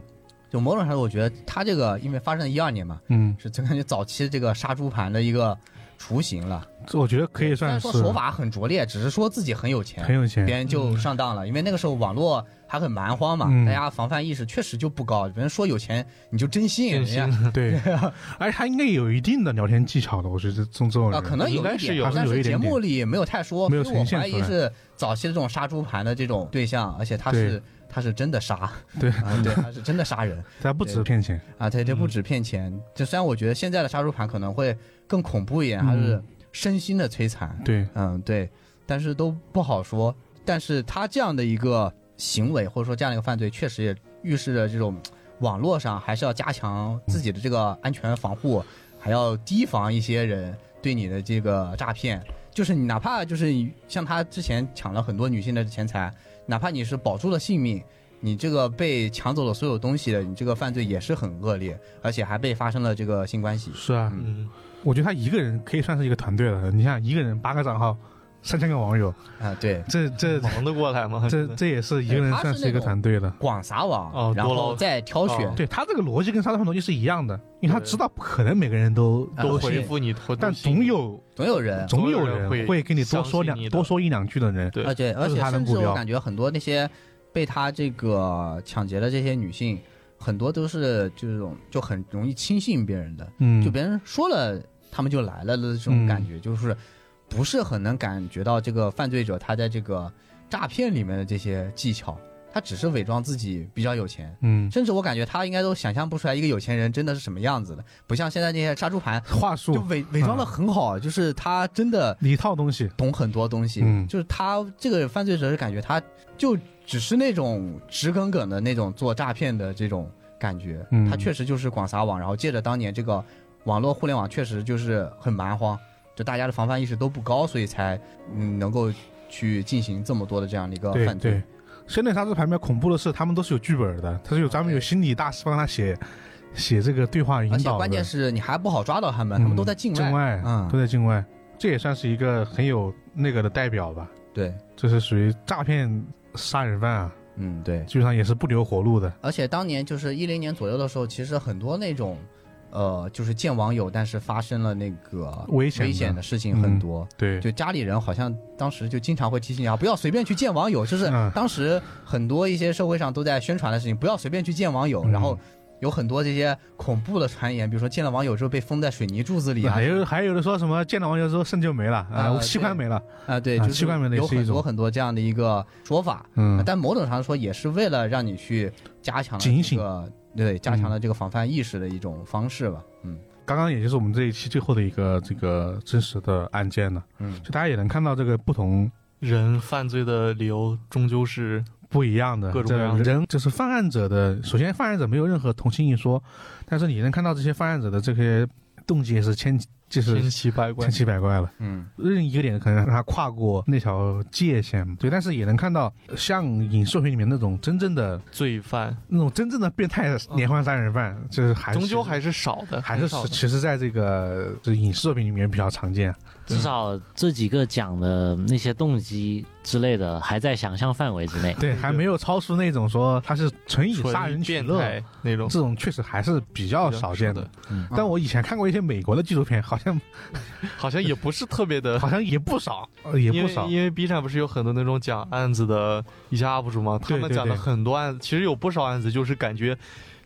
Speaker 4: 就某种程度，我觉得他这个因为发生在一二年嘛，
Speaker 1: 嗯，
Speaker 4: 是真感觉早期这个杀猪盘的一个雏形了。
Speaker 1: 这我觉得可以
Speaker 4: 虽然
Speaker 1: 算是
Speaker 4: 说手法很拙劣，只是说自己很有钱，
Speaker 1: 很有钱，
Speaker 4: 别人就上当了，因为那个时候网络还很蛮荒嘛，
Speaker 1: 嗯
Speaker 4: 大家防范意识确实就不高。别人说有钱你就真信人家
Speaker 1: 对， 而且他应该有一定的聊天技巧的，我觉得这种这种
Speaker 4: 啊，
Speaker 1: 人
Speaker 4: 可能有
Speaker 2: 应该
Speaker 4: 一
Speaker 2: 是
Speaker 4: 点，
Speaker 2: 有
Speaker 4: 但
Speaker 1: 还是有
Speaker 4: 是
Speaker 1: 一
Speaker 4: 节
Speaker 1: 点点
Speaker 4: 目里没有太说，
Speaker 1: 没有
Speaker 4: 所以我
Speaker 1: 呈现
Speaker 4: 怀疑
Speaker 1: 出来
Speaker 4: 是早期的这种杀猪盘的这种对象，而且他
Speaker 1: 对
Speaker 4: 是他是真的杀，
Speaker 1: 对
Speaker 4: 啊，对，他是真的杀人
Speaker 1: 他不止
Speaker 4: 对
Speaker 1: 骗钱，
Speaker 4: 啊，他这不止骗钱，就虽然我觉得现在的杀猪盘可能会更恐怖一点，
Speaker 1: 嗯
Speaker 4: 还是身心的摧残，
Speaker 1: 对，
Speaker 4: 嗯，对，但是都不好说。但是他这样的一个行为，或者说这样的一个犯罪，确实也预示着这种网络上还是要加强自己的这个安全防护，还要提防一些人对你的这个诈骗。就是你哪怕就是你像他之前抢了很多女性的钱财，哪怕你是保住了性命，你这个被抢走了所有东西的，你这个犯罪也是很恶劣，而且还被发生了这个性关系。
Speaker 1: 是啊，
Speaker 2: 嗯，
Speaker 1: 我觉得他一个人可以算是一个团队了。你像一个人八个账号，三千个网友，
Speaker 4: 啊，对，
Speaker 1: 这这
Speaker 2: 忙得过来
Speaker 4: 嗯
Speaker 2: 吗？
Speaker 1: 这这也是一个人算是一个团队了。
Speaker 4: 广撒网，
Speaker 2: 哦
Speaker 4: 然
Speaker 2: 多
Speaker 4: 后
Speaker 2: 捞
Speaker 4: 再挑选，
Speaker 2: 哦
Speaker 1: 对他这个逻辑跟沙滩逻辑是一样的，因为他
Speaker 2: 对
Speaker 1: 知道不可能每个人都
Speaker 4: 啊
Speaker 2: 都
Speaker 1: 都信
Speaker 2: 回复你，都
Speaker 1: 但
Speaker 2: 都信
Speaker 1: 总有
Speaker 4: 总有人
Speaker 1: 总有
Speaker 2: 总有人会
Speaker 1: 人会跟你多说
Speaker 2: 相信你
Speaker 1: 两
Speaker 2: 的
Speaker 1: 多说一两句的人。
Speaker 2: 对
Speaker 4: 啊，对，而且
Speaker 1: 他的
Speaker 4: 甚
Speaker 1: 目
Speaker 4: 至我
Speaker 1: 标
Speaker 4: 感觉很多那些被他这个抢劫的这些女性，很多都是这种就很容易轻信别人的，
Speaker 1: 嗯，
Speaker 4: 就别人说了他们就来了的这种感觉，就是不是很能感觉到这个犯罪者他在这个诈骗里面的这些技巧，他只是伪装自己比较有钱。
Speaker 1: 嗯，
Speaker 4: 甚至我感觉他应该都想象不出来一个有钱人真的是什么样子的，不像现在那些杀猪盘
Speaker 1: 话
Speaker 4: 就
Speaker 1: 术
Speaker 4: 伪伪装的很好，就是他真的
Speaker 1: 一套东西，
Speaker 4: 懂很多东西，
Speaker 1: 嗯
Speaker 4: 就是他这个犯罪者是感觉他就只是那种直耿耿的那种做诈骗的这种感觉，
Speaker 1: 嗯
Speaker 4: 他确实就是广撒网，然后借着当年这个网络互联网确实就是很蛮荒，就大家的防范意识都不高，所以才嗯能够去进行这么多的这样的一个
Speaker 1: 对
Speaker 4: 犯罪
Speaker 1: 对。。现在他这牌面恐怖的是，他们都是有剧本的，他是有专门有
Speaker 4: 对
Speaker 1: 心理大师帮他写写这个对话引
Speaker 4: 而且
Speaker 1: 导的。
Speaker 4: 关键是你还不好抓到他们，他们都在
Speaker 1: 嗯
Speaker 4: 境外。
Speaker 1: 境外，
Speaker 4: 嗯
Speaker 1: 都在境外，这也算是一个很有那个的代表吧。
Speaker 4: 对，
Speaker 1: 这是属于诈骗杀人犯啊，
Speaker 4: 嗯，对。
Speaker 1: 基本上也是不留活路的。
Speaker 4: 而且当年就是一零年左右的时候，其实很多那种，呃，就是见网友，但是发生了那个
Speaker 1: 危险的嗯
Speaker 4: 危险的事情很多。
Speaker 1: 对，
Speaker 4: 就家里人好像当时就经常会提醒你啊，不要随便去见网友，就是
Speaker 1: 嗯
Speaker 4: 当时很多一些社会上都在宣传的事情，不要随便去见网友。
Speaker 1: 嗯
Speaker 4: 然后有很多这些恐怖的传言，比如说见了网友之后被封在水泥柱子里啊，
Speaker 1: 还有还有的说什么见到网友之后肾就没了啊，
Speaker 4: 啊
Speaker 1: 器官
Speaker 4: 对
Speaker 1: 没了，
Speaker 4: 啊，对，
Speaker 1: 啊
Speaker 4: 就
Speaker 1: 器
Speaker 4: 是
Speaker 1: 官门的也
Speaker 4: 有
Speaker 1: 是一
Speaker 4: 很多
Speaker 1: 种
Speaker 4: 很多这样的一个说法。
Speaker 1: 嗯，
Speaker 4: 但某种程度说也是为了让你去加强了
Speaker 1: 警
Speaker 4: 这
Speaker 1: 醒嗯
Speaker 4: 个对，加强了这个防范意识的一种方式吧。嗯
Speaker 1: 刚刚也就是我们这一期最后的一个这个真实的案件了，
Speaker 4: 嗯
Speaker 1: 就大家也能看到这个不同
Speaker 2: 人犯罪的理由终究是
Speaker 1: 不一样的
Speaker 2: 各种
Speaker 1: 这
Speaker 2: 各样的
Speaker 1: 人就是犯案者的，首先犯案者没有任何同情一说，但是你能看到这些犯案者的这些动机也是千就是
Speaker 2: 千奇百怪
Speaker 1: 千。奇百怪了。
Speaker 4: 嗯，
Speaker 1: 任意一个点可能让他跨过那条界限，对，但是也能看到像影视作品里面那种真正的
Speaker 2: 罪犯
Speaker 1: 那种真正的变态连环杀人犯，就是还是
Speaker 2: 嗯终究还是少的，
Speaker 1: 还是
Speaker 2: 少的。
Speaker 1: 其实在这个就是影视作品里面比较常见。
Speaker 3: 至少这几个讲的那些动机之类的还在想象范围之内。
Speaker 1: 对，还没有超出那种说他是纯以杀人
Speaker 2: 纯
Speaker 1: 取
Speaker 2: 变
Speaker 1: 乐
Speaker 2: 态那种
Speaker 1: 这种，确实还是比较少见
Speaker 2: 的嗯
Speaker 1: 的。，
Speaker 4: 嗯
Speaker 1: 但我以前看过一些美国的纪录片，好像
Speaker 2: 好像也不是特别的
Speaker 1: 好像也不少，呃 也
Speaker 2: 因
Speaker 1: 不
Speaker 2: 为
Speaker 1: 少。
Speaker 2: 因为 B 站不是有很多那种讲案子的一些 UP 主吗？他
Speaker 1: 对
Speaker 2: 们
Speaker 1: 对
Speaker 2: 讲的
Speaker 1: 对
Speaker 2: 很多案子，其实有不少案子就是感觉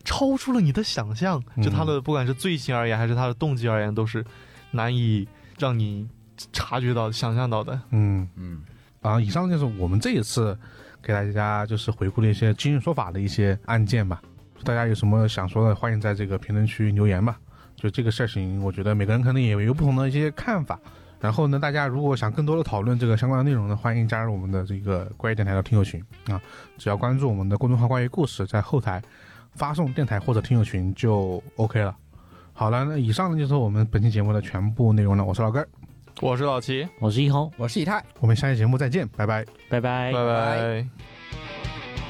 Speaker 2: 超出了你的想象，
Speaker 1: 嗯
Speaker 2: 就他的不管是罪行而言，还是他的动机而言，都是难以让你察觉到、想象到的。
Speaker 1: 嗯，
Speaker 4: 嗯，
Speaker 1: 啊，以上就是我们这一次给大家就是回顾了一些今日说法的一些案件吧。大家有什么想说的，欢迎在这个评论区留言吧。就这个事情，我觉得每个人可能也有不同的一些看法。然后呢，大家如果想更多的讨论这个相关的内容呢，欢迎加入我们的这个怪异电台的听友群啊！只要关注我们的公众号“怪异故事”，在后台发送“电台”或者“听友群”就 OK 了。好了，那以上呢就是我们本期节目的全部内容了。我是老根儿，
Speaker 2: 我是老齐，
Speaker 3: 我是一红，
Speaker 4: 我是以太。
Speaker 1: 我们下期节目再见，拜拜。
Speaker 3: 拜哎
Speaker 2: 拜
Speaker 3: 拜。
Speaker 4: 拜
Speaker 2: 拜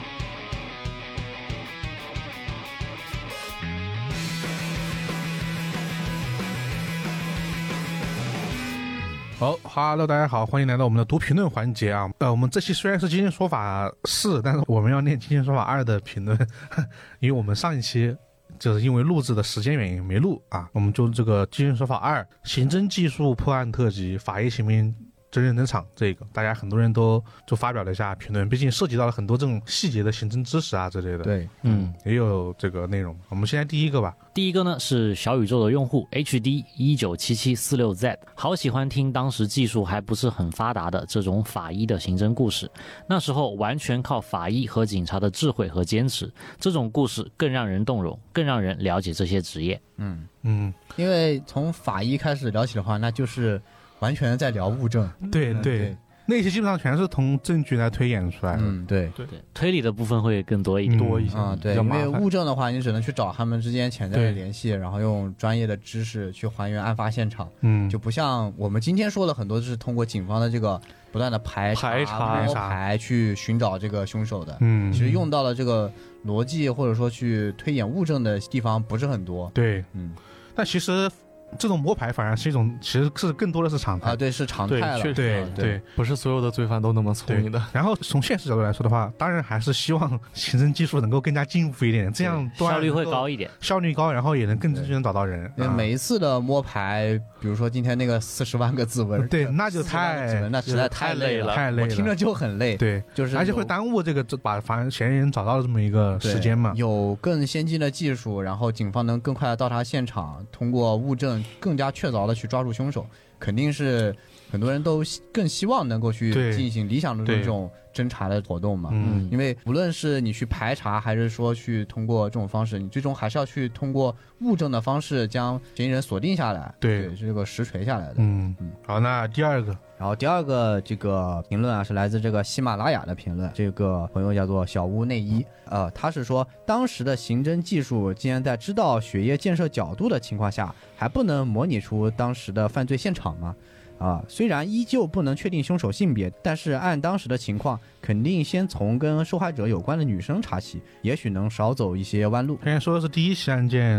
Speaker 1: 好哈喽，大家好，欢迎来到我们的读评论环节啊。呃，我们这期虽然是今天说法四，但是我们要念今天说法二的评论， 因为我们上一期就是因为录制的时间原因没录啊，我们就这个今天说法二刑侦技术破案特辑法医刑侦真人登场这个，大家很多人都就发表了一下评论，毕竟涉及到了很多这种细节的刑侦知识啊之类的。，
Speaker 4: 对，
Speaker 3: 嗯，
Speaker 1: 也有这个内容。我们先来第一个吧，
Speaker 3: 第一个呢是小宇宙的用户 HD 一九七七四六 Z，好喜欢听当时技术还不是很发达的这种法医的刑侦故事，那时候完全靠法医和警察的智慧和坚持，这种故事更让人动容，更让人了解这些职业。
Speaker 4: 嗯，
Speaker 1: 嗯，
Speaker 4: 因为从法医开始聊起的话，那就是完全在聊物证。
Speaker 1: 对
Speaker 4: 嗯
Speaker 1: 对，那些基本上全是从证据来推演出来的。
Speaker 4: 嗯，对，
Speaker 3: 对，推理的部分会更多一点。
Speaker 2: 多一些
Speaker 4: 啊、
Speaker 2: 嗯
Speaker 4: 对，
Speaker 2: 比较
Speaker 4: 因
Speaker 2: 麻
Speaker 4: 为
Speaker 2: 烦
Speaker 4: 物证的话，你只能去找他们之间潜在的
Speaker 1: 对
Speaker 4: 联系，然后用专业的知识去还原案发现场，
Speaker 1: 嗯，
Speaker 4: 就不像我们今天说了很多，就是通过警方的这个不断的排
Speaker 2: 排查
Speaker 4: 摸
Speaker 1: 查
Speaker 4: 排去寻找这个凶手的。
Speaker 1: 嗯
Speaker 4: 其，实用到了这个逻辑或者说去推演物证的地方不是很多。
Speaker 1: 对，
Speaker 4: 嗯，
Speaker 1: 但其实这种摸排反而是一种，其实是更多的是常态
Speaker 4: 啊，。对，是啊常
Speaker 2: 嗯对
Speaker 4: 态，了
Speaker 2: 确。实
Speaker 1: 对
Speaker 2: 是
Speaker 1: 对
Speaker 2: 不是所有的罪犯都那么聪 明的。
Speaker 1: 然后从现实角度来说的话，当然还是希望刑侦技术能够更加进步一点，这样端
Speaker 3: 效率会
Speaker 1: 能够
Speaker 3: 高一点。
Speaker 1: 效率高，然后也能更精确地找到人。
Speaker 4: 因为
Speaker 1: 啊
Speaker 4: 每一次的摸排，比如说今天那个四十万个字纹，
Speaker 1: 对，那就
Speaker 4: 40万个字
Speaker 1: 太
Speaker 4: 纹那实在
Speaker 2: 太累
Speaker 4: 累
Speaker 2: 了
Speaker 1: 太累
Speaker 4: 我听着
Speaker 1: 了。
Speaker 4: 就很累。，
Speaker 1: 对，
Speaker 4: 就是
Speaker 1: 而且会
Speaker 4: 有
Speaker 1: 耽误这个这把反嫌疑人找到的这么一个
Speaker 4: 对
Speaker 1: 时间嘛。
Speaker 4: 有更先进的技术，然后警方能更快的到达现场，通过物证更加确凿的去抓住凶手，肯定是很多人都希更希望能够去
Speaker 1: 对
Speaker 4: 进行理想的
Speaker 1: 对
Speaker 4: 这种侦查的活动嘛。
Speaker 1: 嗯，
Speaker 4: 因为无论是你去排查，还是说去通过这种方式，你最终还是要去通过物证的方式将嫌疑人锁定下来，
Speaker 1: 对
Speaker 4: 这个实锤下来的。
Speaker 1: 嗯
Speaker 4: 嗯，
Speaker 1: 好，那第二个，
Speaker 4: 然后第二个这个评论啊，是来自这个喜马拉雅的评论，这个朋友叫做小屋内衣，呃，他是说当时的刑侦技术竟然在知道血液建设角度的情况下，还不能模拟出当时的犯罪现场吗？啊，虽然依旧不能确定凶手性别，但是按当时的情况，肯定先从跟受害者有关的女生查起，也许能少走一些弯路。
Speaker 1: 刚才说的是第一起案件，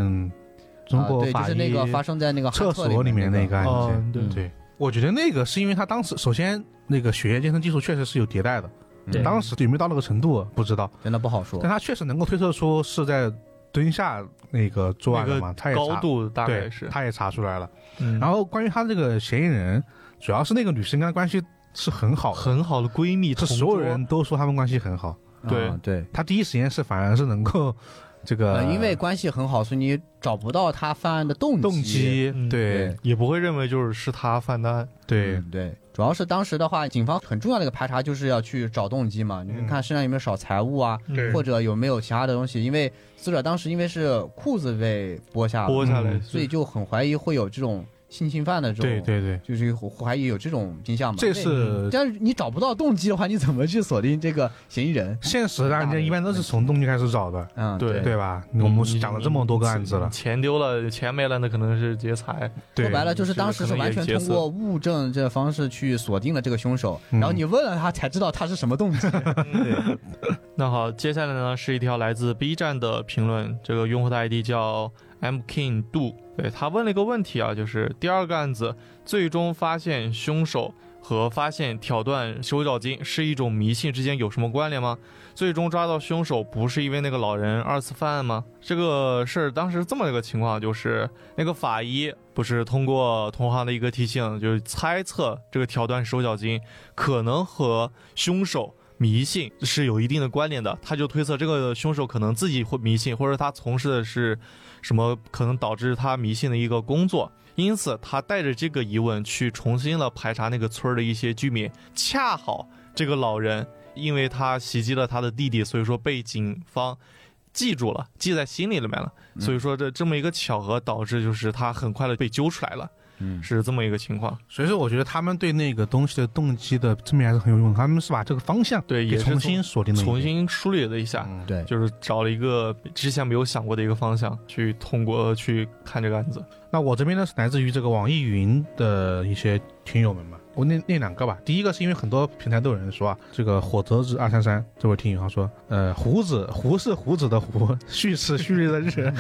Speaker 1: 中国
Speaker 4: 啊、对，就
Speaker 1: 法
Speaker 4: 是
Speaker 1: 医
Speaker 4: 那个发生在那个
Speaker 1: 厕所里面
Speaker 4: 那
Speaker 1: 那个案件。
Speaker 2: 嗯对
Speaker 4: 嗯
Speaker 1: 对，我觉得那个是因为他当时首先那个血液监测技术确实是有迭代的，
Speaker 3: 对
Speaker 1: 当时有没有到那个程度不知道，
Speaker 4: 真的不好说
Speaker 1: 但。他确实能够推测出是在蹲下那个作
Speaker 2: 那
Speaker 1: 案的
Speaker 2: 个
Speaker 1: 嘛，他也
Speaker 2: 高
Speaker 1: 查，
Speaker 2: 度大概
Speaker 1: 对
Speaker 2: 是，，
Speaker 1: 他也查出来了。
Speaker 2: 嗯
Speaker 1: 然后关于他这个嫌疑人，主要是那个女生跟他关系是很好的，
Speaker 2: 很好的闺蜜，
Speaker 1: 是
Speaker 2: 同
Speaker 1: 所有
Speaker 2: 桌
Speaker 1: 人都说他们关系很好。
Speaker 2: 对
Speaker 4: 啊对，
Speaker 1: 他第一时间是反而是能够这个，
Speaker 4: 呃，
Speaker 2: 嗯
Speaker 4: 因为关系很好，所以你找不到他犯案的动机。
Speaker 1: 动机
Speaker 2: 嗯，
Speaker 1: 对
Speaker 4: 对
Speaker 2: 也不会认为就是是他犯的案。
Speaker 1: 对
Speaker 4: 嗯对，主要是当时的话，警方很重要的一个排查就是要去找动机嘛，你
Speaker 1: 嗯
Speaker 4: 看身上有没有少财物啊，
Speaker 1: 对
Speaker 4: 或者有没有其他的东西。因为死者当时因为是裤子被剥下了，
Speaker 2: 剥下来，
Speaker 1: 嗯
Speaker 4: 所以就很怀疑会有这种性侵犯的这种，
Speaker 1: 对对对，
Speaker 2: 嗯
Speaker 4: 就是怀疑有这种倾向嘛。
Speaker 1: 这
Speaker 4: 因为
Speaker 1: 是
Speaker 4: 但是你找不到动机的话，你怎么去锁定这个嫌疑人？
Speaker 1: 现实的案件一般都是从动机开始找的，
Speaker 4: 嗯，
Speaker 2: 对
Speaker 1: 对吧？我们
Speaker 2: 嗯
Speaker 1: 讲了这么多个案子了，
Speaker 2: 钱丢了，钱没了，那可能是劫财。
Speaker 1: 对
Speaker 4: 说，白了就是
Speaker 2: 这个
Speaker 4: 当时
Speaker 2: 可
Speaker 4: 是
Speaker 2: 能
Speaker 4: 完
Speaker 2: 也
Speaker 4: 全
Speaker 2: 劫
Speaker 4: 通
Speaker 2: 色
Speaker 4: 过物证这方式去锁定了这个凶手，
Speaker 1: 嗯
Speaker 4: 然后你问了他才知道他是什么动机。对，
Speaker 2: 那好，接下来呢是一条来自 B 站的评论，这个用户的 ID 叫 M King Do，对他问了一个问题啊，就是第二个案子最终发现凶手和发现挑断手脚筋是一种迷信之间有什么关联吗？最终抓到凶手不是因为那个老人二次犯案吗？这个事儿当时这么一个情况，就是那个法医不是通过同行的一个提醒，就是猜测这个挑断手脚筋可能和凶手迷信是有一定的关联的，他就推测这个凶手可能自己会迷信，或者他从事的是什么可能导致他迷信的一个工作。因此，他带着这个疑问去重新了排查那个村儿的一些居民。恰好这个老人，因为他袭击了他的弟弟，所以说被警方记住了，记在心里了面了。
Speaker 4: 嗯
Speaker 2: 所以说这这么一个巧合，导致就是他很快的被揪出来了，
Speaker 4: 嗯，
Speaker 2: 是这么一个情况。
Speaker 1: 所以说我觉得他们对那个东西的动机的正面还是很有用的，他们是把这个方向
Speaker 2: 对，
Speaker 1: 给
Speaker 2: 也是
Speaker 1: 重新锁定了一遍，
Speaker 2: 重新梳理了一下。
Speaker 1: 嗯
Speaker 4: 对，
Speaker 2: 就是找了一个之前没有想过的一个方向去通过呃去看这个案子。
Speaker 1: 那我这边呢是来自于这个网易云的一些听友们嘛，我念念两个吧。第一个是因为很多平台都有人说啊，这个火折子二三三这位听友他说，呃，胡子胡是胡子的胡， 旭是旭日的日，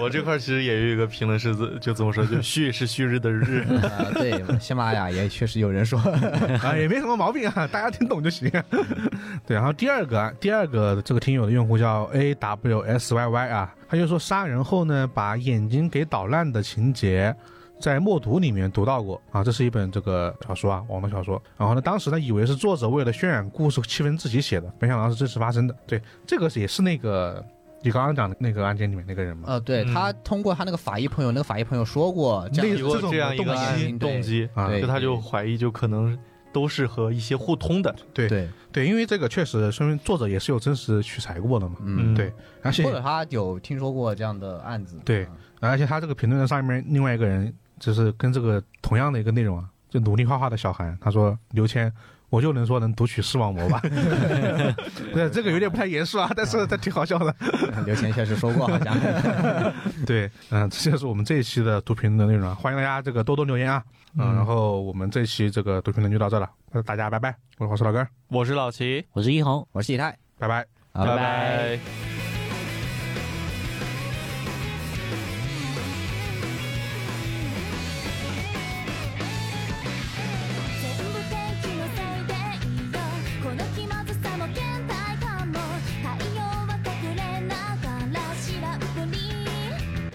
Speaker 2: 我这块儿其实也有一个评论是自就怎么说，就旭是旭日的日，
Speaker 4: 啊，对，喜马拉雅也确实有人说，
Speaker 1: 啊，也没什么毛病啊，大家听懂就行。 对，然后第二个啊，第二个这个听友的用户叫 A W S Y Y 啊，他就说杀人后呢，把眼睛给捣烂的情节。在《默读》里面读到过啊，这是一本这个小说啊，网络小说。然后呢，当时呢以为是作者为了渲染故事气氛自己写的，没想到是真实发生的。对，这个也是那个你刚刚讲的那个案件里面那个人嘛。
Speaker 4: 呃，对
Speaker 2: 嗯
Speaker 4: 他通过他那个法医朋友，那个法医朋友说过这
Speaker 1: 类
Speaker 4: 样
Speaker 1: 似
Speaker 4: 一
Speaker 1: 这
Speaker 2: 有
Speaker 4: 个，
Speaker 1: 种
Speaker 2: 这样一个
Speaker 1: 动
Speaker 4: 机
Speaker 2: 动机，
Speaker 1: 啊
Speaker 4: 对
Speaker 2: 就他就怀疑就可能都是和一些互通的，
Speaker 1: 对
Speaker 4: 对，
Speaker 1: 对，因为这个确实说明作者也是有真实取材过的嘛。
Speaker 4: 嗯，
Speaker 1: 对，而且
Speaker 4: 或者他有听说过这样的案子，
Speaker 1: 对
Speaker 4: 啊，
Speaker 1: 而且他这个评论上面另外一个人，就是跟这个同样的一个内容啊，就努力画画的小韩，他说刘谦。我就能说能读取视网膜吧， 对，这个有点不太严肃啊，但是他挺好笑的。
Speaker 4: 嗯刘谦确实说过，好像
Speaker 1: 对，嗯、这就是我们这一期的读评的内容啊，欢迎大家这个多多留言啊，嗯，然后我们这一期这个读评论就到这了，那大家拜拜，我是黄鼠老根儿，
Speaker 2: 我是老齐，
Speaker 3: 我是一红，
Speaker 4: 我是以太，
Speaker 1: 拜拜。
Speaker 4: 啊
Speaker 2: 拜。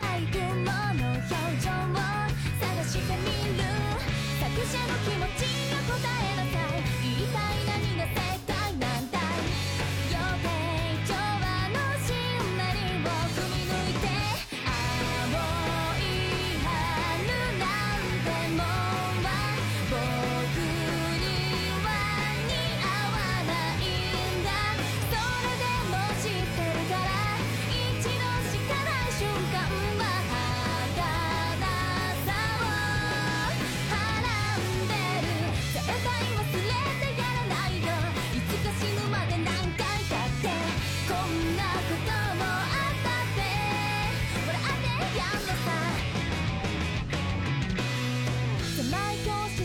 Speaker 6: 描いてるもの表情を探してみる作者の気持ちが答えなさい言いたい何が正解なんだ予定調和のしんなりを踏み抜いて青い春なんてもんは僕には似合わないんだそれでも知ってるから一度しかない瞬間は儚さをはらんでる絶対忘れてやらないよいつか死ぬまで何回だってこんなこともあったって笑ってやんなさい狭い教室